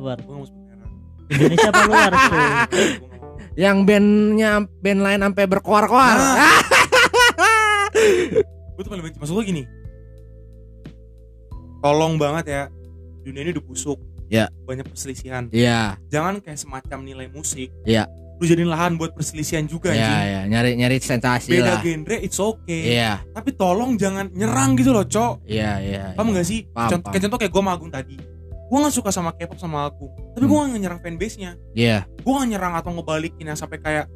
[SPEAKER 3] luar
[SPEAKER 1] gue nggak mau sebut merek
[SPEAKER 3] Indonesia apa luar cuy
[SPEAKER 1] Gua nggak mau.
[SPEAKER 2] yang bandnya band lain sampai berkoar-koar Ah.
[SPEAKER 1] Nah. gue tuh paling benci maksud gue gini tolong banget ya dunia ini udah busuk
[SPEAKER 2] Ya.
[SPEAKER 1] banyak perselisihan
[SPEAKER 2] iya
[SPEAKER 1] jangan kayak semacam nilai musik
[SPEAKER 2] Ya.
[SPEAKER 1] lu jadiin lahan buat perselisihan juga
[SPEAKER 2] iya
[SPEAKER 1] anjing
[SPEAKER 2] iya nyari nyari sensasi
[SPEAKER 1] beda
[SPEAKER 2] lah
[SPEAKER 1] genre it's okay
[SPEAKER 2] iya
[SPEAKER 1] tapi tolong jangan nyerang gitu loh cok
[SPEAKER 2] iya iya
[SPEAKER 1] paham gak sih
[SPEAKER 2] Paham,
[SPEAKER 1] contoh,
[SPEAKER 2] paham.
[SPEAKER 1] kayak contoh kayak gue sama Agung tadi gue gak suka sama K-pop sama Agung tapi
[SPEAKER 2] Hmm.
[SPEAKER 1] gue gak nyerang fanbase nya
[SPEAKER 2] iya
[SPEAKER 1] gue gak nyerang atau ngebalikin yang sampai kayak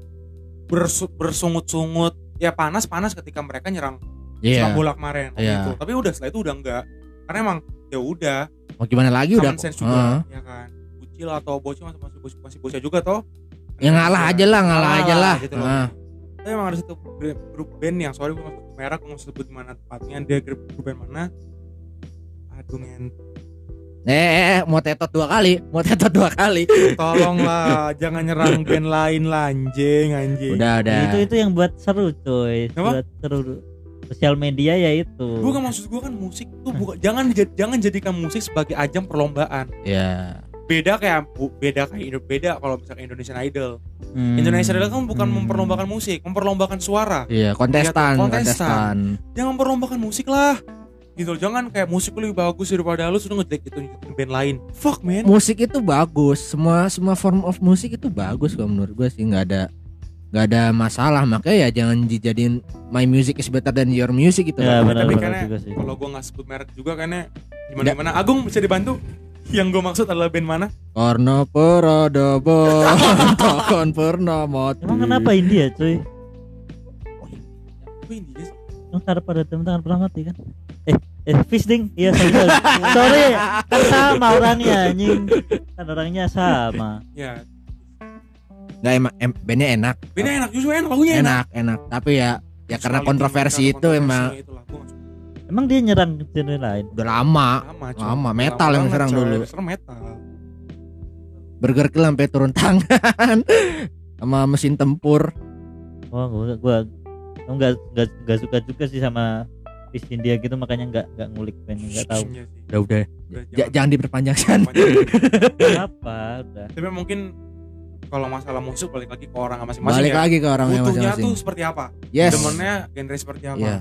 [SPEAKER 1] bersu- bersungut-sungut ya panas-panas ketika mereka nyerang sepak
[SPEAKER 2] iya
[SPEAKER 1] bola kemarin waktu
[SPEAKER 2] Iya.
[SPEAKER 1] itu. tapi udah setelah itu udah enggak karena emang ya udah
[SPEAKER 2] mau gimana lagi Iya, udah Ah.
[SPEAKER 1] common sense juga ya kan bucil atau bocil masih masih bocil masih bocil juga toh
[SPEAKER 2] yang Ya, ngalah aja lah ngalah
[SPEAKER 1] Iya. Ngalah
[SPEAKER 2] aja
[SPEAKER 1] lah,
[SPEAKER 2] lah
[SPEAKER 1] gitu loh.
[SPEAKER 2] Ah,
[SPEAKER 1] tapi emang ada satu gr- grup band yang sorry gue nggak sebut merek gue nggak sebut di mana tempatnya dia grup, grup band mana aduh men
[SPEAKER 2] eh, eh, eh, mau tetot dua kali mau tetot dua kali
[SPEAKER 1] Iya. tolonglah jangan nyerang band lain lah anjing anjing
[SPEAKER 2] udah udah
[SPEAKER 1] Gitu.
[SPEAKER 3] itu itu yang buat seru coy
[SPEAKER 1] Apa?
[SPEAKER 3] buat seru sosial media ya itu
[SPEAKER 1] gue kan maksud gue kan musik tuh bukan jangan dijad- jangan jadikan musik sebagai ajang perlombaan
[SPEAKER 2] ya
[SPEAKER 1] beda kayak bu- beda kayak Indo- beda kalau misalnya Indonesian Idol
[SPEAKER 3] Hmm.
[SPEAKER 1] Indonesian Idol kan bukan
[SPEAKER 2] Hmm.
[SPEAKER 1] memperlombakan musik memperlombakan suara
[SPEAKER 2] iya kontestan
[SPEAKER 1] Lihat, kontestan.
[SPEAKER 2] kontestan
[SPEAKER 1] jangan perlombakan musik lah gitu loh jangan kayak musik lu lebih bagus daripada lu sudah ngejelek itu band lain fuck man
[SPEAKER 2] musik itu bagus semua semua form of musik itu bagus kalau menurut gue sih nggak ada nggak ada masalah makanya ya jangan dijadiin my music is better than your music gitu
[SPEAKER 3] ya
[SPEAKER 2] loh.
[SPEAKER 3] benar
[SPEAKER 1] Tapi
[SPEAKER 3] benar
[SPEAKER 1] karena-
[SPEAKER 3] juga sih
[SPEAKER 1] kalau gua nggak sebut merek juga kayaknya gimana gimana Agung bisa dibantu yang gue maksud adalah band mana
[SPEAKER 2] Karena peradaban takkan pernah mati.
[SPEAKER 3] emang kenapa ya? India coy
[SPEAKER 2] Oh, iya.
[SPEAKER 1] Gua ini aja sih.
[SPEAKER 3] yang tar pada temen tangan pernah mati kan eh eh fisting iya sorry sorry. sorry kan sama orangnya anjing kan orangnya sama
[SPEAKER 1] ya
[SPEAKER 2] Nggak emang em, bandnya enak.
[SPEAKER 1] bandnya enak justru enak
[SPEAKER 3] Iya,
[SPEAKER 1] lagunya enak,
[SPEAKER 2] Oh. enak enak. Tapi ya ya karena
[SPEAKER 1] Soal
[SPEAKER 2] kontroversi
[SPEAKER 1] karena
[SPEAKER 2] itu emang
[SPEAKER 1] kontroversinya itu lah, gua nggak suka.
[SPEAKER 3] emang dia nyerang genre lain
[SPEAKER 2] udah lama
[SPEAKER 1] lama cuy.
[SPEAKER 2] Lama, Ah, metal yang
[SPEAKER 1] banget,
[SPEAKER 2] serang
[SPEAKER 1] coy.
[SPEAKER 2] dulu.
[SPEAKER 1] serang metal
[SPEAKER 2] burger kill sampai turun tangan sama mesin tempur.
[SPEAKER 3] wah gua Oh, gua gua nggak nggak nggak suka juga sih sama fis India gitu makanya nggak nggak ngulik band nggak tahu
[SPEAKER 1] Iya sih.
[SPEAKER 2] Udah udah.
[SPEAKER 1] Udah,
[SPEAKER 2] Ja- jangan diperpanjang San.
[SPEAKER 3] apa udah
[SPEAKER 1] tapi mungkin kalau masalah musik balik lagi ke orang masing-masing
[SPEAKER 2] Balik
[SPEAKER 1] ya.
[SPEAKER 2] lagi ke orangnya
[SPEAKER 1] butuhnya
[SPEAKER 2] masing-masing.
[SPEAKER 1] tuh seperti apa
[SPEAKER 2] Yes.
[SPEAKER 1] demennya genre seperti apa
[SPEAKER 2] Iya.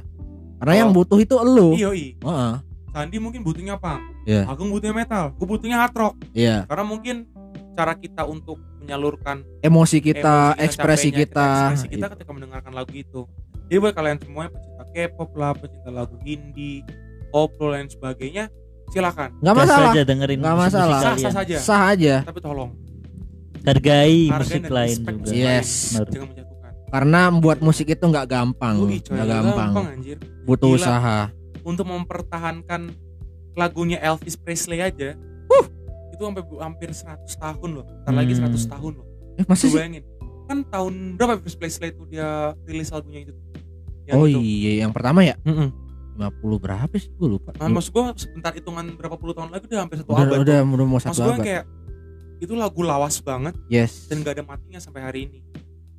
[SPEAKER 2] Karena yang
[SPEAKER 1] Oh.
[SPEAKER 2] butuh itu elu.
[SPEAKER 1] iyo i
[SPEAKER 2] Heeh.
[SPEAKER 1] Sandi mungkin butuhnya punk
[SPEAKER 2] Iya.
[SPEAKER 1] Agung butuhnya metal Gue butuhnya hard rock
[SPEAKER 2] Iya.
[SPEAKER 1] Karena mungkin cara kita untuk menyalurkan
[SPEAKER 2] Emosi kita,
[SPEAKER 1] emosi
[SPEAKER 2] ekspresi
[SPEAKER 1] capeknya
[SPEAKER 2] kita. Iya.
[SPEAKER 1] Ekspresi kita ketika mendengarkan lagu itu Jadi buat kalian semuanya pecinta K-pop lah Pecinta lagu indie Koplo dan sebagainya Silakan
[SPEAKER 2] Nggak
[SPEAKER 3] Gas
[SPEAKER 2] masalah.
[SPEAKER 3] aja dengerin
[SPEAKER 2] Nggak
[SPEAKER 3] musik-musik
[SPEAKER 2] masalah.
[SPEAKER 1] Sah,
[SPEAKER 3] kalian.
[SPEAKER 1] sah saja
[SPEAKER 2] Sah aja.
[SPEAKER 1] Tapi tolong hargain
[SPEAKER 3] hargai musik
[SPEAKER 1] dan
[SPEAKER 3] lain
[SPEAKER 1] respect
[SPEAKER 3] juga
[SPEAKER 1] musik
[SPEAKER 2] Yes.
[SPEAKER 1] lain.
[SPEAKER 3] Benar.
[SPEAKER 1] Jangan menjatuhkan
[SPEAKER 2] Karena membuat musik itu nggak gampang,
[SPEAKER 1] Yoi, coy,
[SPEAKER 2] nggak gampang.
[SPEAKER 1] anjir
[SPEAKER 2] Butuh
[SPEAKER 1] Gila.
[SPEAKER 2] usaha.
[SPEAKER 1] Untuk mempertahankan lagunya Elvis Presley aja Itu sampai hampir 100 tahun loh Ntar lagi
[SPEAKER 2] Hmm.
[SPEAKER 1] 100 tahun loh
[SPEAKER 2] Eh, masih
[SPEAKER 1] Lu
[SPEAKER 2] sih?
[SPEAKER 1] bayangin kan tahun berapa Elvis Presley itu dia rilis lagunya itu yang
[SPEAKER 2] Oh
[SPEAKER 1] itu
[SPEAKER 2] iya, yang pertama ya
[SPEAKER 1] Mm-mm.
[SPEAKER 2] 50 berapa sih? Gue lupa.
[SPEAKER 1] Nah, maksud gua sebentar hitungan berapa puluh tahun lagi udah hampir satu
[SPEAKER 2] Hmm. udah
[SPEAKER 1] abad
[SPEAKER 2] udah udah mau
[SPEAKER 1] Bang. maksud
[SPEAKER 2] satu
[SPEAKER 1] gua
[SPEAKER 2] abad.
[SPEAKER 1] kayak itu lagu lawas banget
[SPEAKER 2] Yes.
[SPEAKER 1] dan gak ada matinya sampai hari ini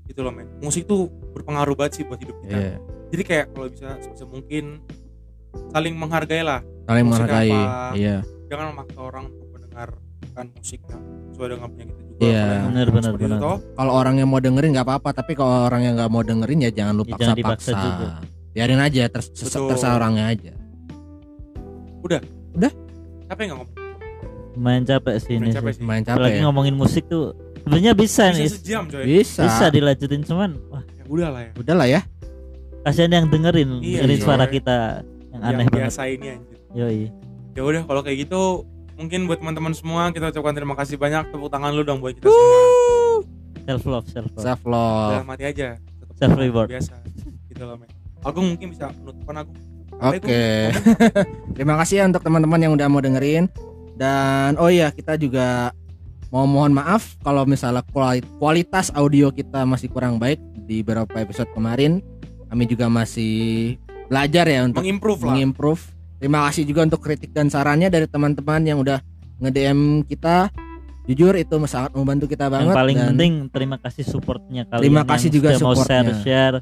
[SPEAKER 1] gitu loh men musik tuh berpengaruh banget sih buat hidup kita
[SPEAKER 2] Iya.
[SPEAKER 1] jadi kayak kalau bisa sebisa mungkin saling menghargai lah
[SPEAKER 2] Saling
[SPEAKER 1] Musik
[SPEAKER 2] menghargai.
[SPEAKER 1] apa?
[SPEAKER 2] Iya.
[SPEAKER 1] jangan memaksa orang untuk mendengarkan musik yang sesuai dengan punya kita juga
[SPEAKER 2] Iya.
[SPEAKER 1] Kalau yang
[SPEAKER 3] Benar, benar,
[SPEAKER 1] seperti itu
[SPEAKER 3] benar.
[SPEAKER 1] toh,
[SPEAKER 2] Kalau orang yang mau dengerin nggak apa-apa, tapi kalau orang yang nggak mau dengerin ya jangan lu
[SPEAKER 3] Ya, jangan dipaksa
[SPEAKER 2] paksa-paksa.
[SPEAKER 3] juga.
[SPEAKER 2] Biarin aja, ters-
[SPEAKER 1] Betul.
[SPEAKER 2] terserah orangnya aja.
[SPEAKER 1] capek nggak ngomong
[SPEAKER 3] main capek sih ini
[SPEAKER 1] Main capek
[SPEAKER 3] sih.
[SPEAKER 1] sih
[SPEAKER 2] Main
[SPEAKER 3] apalagi
[SPEAKER 2] capek. ya.
[SPEAKER 3] ngomongin musik tuh sebenarnya bisa,
[SPEAKER 1] bisa
[SPEAKER 3] nih
[SPEAKER 1] sejam coy
[SPEAKER 2] Bisa.
[SPEAKER 3] bisa dilanjutin cuman wah
[SPEAKER 1] ya udah lah ya
[SPEAKER 2] Udah lah ya.
[SPEAKER 3] kasihan yang dengerin
[SPEAKER 1] Iya,
[SPEAKER 3] dengerin
[SPEAKER 1] coy.
[SPEAKER 3] suara kita yang aneh
[SPEAKER 1] yang
[SPEAKER 3] banget
[SPEAKER 1] biasa ini anjir
[SPEAKER 3] Yoi.
[SPEAKER 1] ya udah kalau kayak gitu mungkin buat teman-teman semua kita ucapkan terima kasih banyak tepuk tangan lu dong buat kita semua
[SPEAKER 3] Self love, self love.
[SPEAKER 2] self love
[SPEAKER 1] dalam hati aja tetap
[SPEAKER 3] Self reward.
[SPEAKER 1] biasa gitu loh men Agung mungkin bisa menutupkan aku
[SPEAKER 2] oke terima kasih ya untuk teman-teman yang udah mau dengerin dan oh iya kita juga mau mohon maaf kalau misalnya kuali- kualitas audio kita masih kurang baik di beberapa episode kemarin kami juga masih belajar ya untuk
[SPEAKER 1] mengimprove lah
[SPEAKER 2] mengimprove. Terima kasih juga untuk kritik dan sarannya dari teman-teman yang udah nge-DM kita. Jujur itu sangat membantu kita banget
[SPEAKER 3] yang paling
[SPEAKER 2] dan
[SPEAKER 3] penting terima kasih supportnya kalian
[SPEAKER 2] Terima
[SPEAKER 3] yang
[SPEAKER 2] kasih juga
[SPEAKER 3] sudah mau
[SPEAKER 2] supportnya.
[SPEAKER 3] share share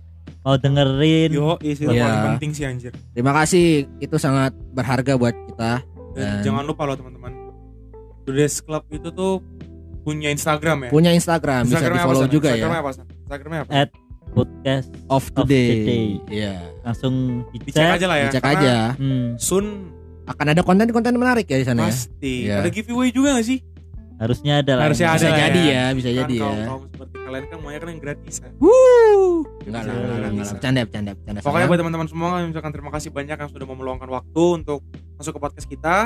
[SPEAKER 3] mau dengerin
[SPEAKER 1] yo itu yang
[SPEAKER 2] Iya.
[SPEAKER 1] paling penting sih anjir
[SPEAKER 2] terima kasih itu sangat berharga buat kita.
[SPEAKER 1] dan
[SPEAKER 2] Dan-
[SPEAKER 1] jangan lupa loh teman-teman Dudes Club itu tuh punya Instagram ya
[SPEAKER 2] Punya Instagram, Ah, bisa
[SPEAKER 1] Instagramnya
[SPEAKER 2] di-follow
[SPEAKER 1] San?
[SPEAKER 2] juga
[SPEAKER 1] Instagramnya
[SPEAKER 2] ya.
[SPEAKER 1] apa San? Instagramnya apa?
[SPEAKER 3] Eh, podcast
[SPEAKER 2] Of
[SPEAKER 3] Of
[SPEAKER 2] today.
[SPEAKER 3] today.
[SPEAKER 2] Iya.
[SPEAKER 3] langsung
[SPEAKER 1] Dicek
[SPEAKER 3] dicek
[SPEAKER 1] aja lah ya.
[SPEAKER 2] Dicek
[SPEAKER 1] karena
[SPEAKER 2] aja.
[SPEAKER 3] Hmm,
[SPEAKER 1] Sun
[SPEAKER 2] Akan ada konten-konten menarik ya di sana ya.
[SPEAKER 1] pasti.
[SPEAKER 2] Iya.
[SPEAKER 1] Ada giveaway juga gak sih?
[SPEAKER 3] harusnya ada lah
[SPEAKER 1] Harusnya
[SPEAKER 2] Bisa
[SPEAKER 1] ada lah
[SPEAKER 2] jadi
[SPEAKER 1] ya.
[SPEAKER 2] ya, bisa
[SPEAKER 1] Kan
[SPEAKER 2] jadi ya.
[SPEAKER 1] kaum- kaum seperti kalian kan maunya kan yang gratis ya.
[SPEAKER 2] Wuh. Enggak lah,
[SPEAKER 1] Bisa,
[SPEAKER 2] enggak lah, enggak
[SPEAKER 1] bisa.
[SPEAKER 2] lah. Bercanda, bercanda, bercanda.
[SPEAKER 1] Pokoknya
[SPEAKER 2] Sayang.
[SPEAKER 1] buat teman-teman semua misalkan terima kasih banyak yang sudah mau meluangkan waktu untuk masuk ke podcast kita.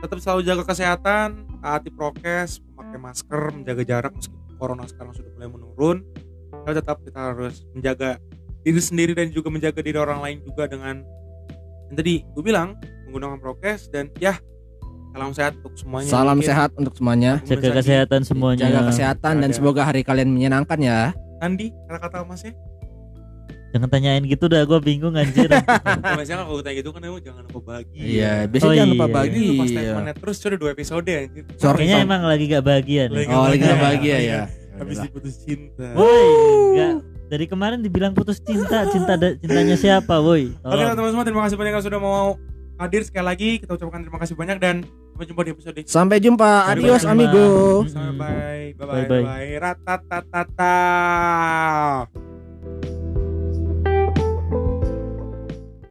[SPEAKER 1] Tetap selalu jaga kesehatan, taati prokes, memakai masker, menjaga jarak meskipun corona sekarang sudah mulai menurun. Tapi tetap kita harus menjaga diri sendiri dan juga menjaga diri orang lain juga dengan yang tadi gue bilang menggunakan prokes dan ya salam sehat untuk semuanya.
[SPEAKER 2] Salam
[SPEAKER 1] Mungkin
[SPEAKER 2] sehat untuk semuanya.
[SPEAKER 1] Bung
[SPEAKER 3] jaga
[SPEAKER 1] Sandi.
[SPEAKER 3] kesehatan semuanya
[SPEAKER 2] Jaga kesehatan dan
[SPEAKER 1] Ada.
[SPEAKER 2] semoga hari kalian menyenangkan ya.
[SPEAKER 1] Andi, kata-kata masnya.
[SPEAKER 3] jangan tanyain gitu dah gue bingung anjir
[SPEAKER 1] Biasanya kalau tanya gitu kan emang jangan lupa bagi.
[SPEAKER 2] Iya,
[SPEAKER 3] Oh,
[SPEAKER 2] biasanya jangan lupa
[SPEAKER 3] iya.
[SPEAKER 1] Ini
[SPEAKER 2] bagi.
[SPEAKER 1] lupa
[SPEAKER 2] Iya.
[SPEAKER 1] statementnya terus sudah dua episode anjir.
[SPEAKER 2] Sorry,
[SPEAKER 3] kayaknya
[SPEAKER 2] Tom.
[SPEAKER 3] emang lagi gak bahagia nih
[SPEAKER 1] Lagi-
[SPEAKER 2] Oh, lagi
[SPEAKER 1] Iya.
[SPEAKER 2] gak bahagia ya.
[SPEAKER 1] Habis diputus cinta.
[SPEAKER 3] woi enggak dari kemarin dibilang putus cinta cinta da- cintanya siapa woi
[SPEAKER 1] Oke
[SPEAKER 3] Tolong.
[SPEAKER 1] teman-teman semua terima kasih banyak yang sudah mau hadir sekali lagi. Kita ucapkan terima kasih banyak dan sampai jumpa di episode
[SPEAKER 2] Sampai jumpa.
[SPEAKER 1] Sampai
[SPEAKER 2] Adios
[SPEAKER 1] jumpa.
[SPEAKER 2] amigo.
[SPEAKER 3] Mm-mm.
[SPEAKER 1] Sampai bye bye bye
[SPEAKER 3] Bye-bye.
[SPEAKER 1] bye. Ratatatata.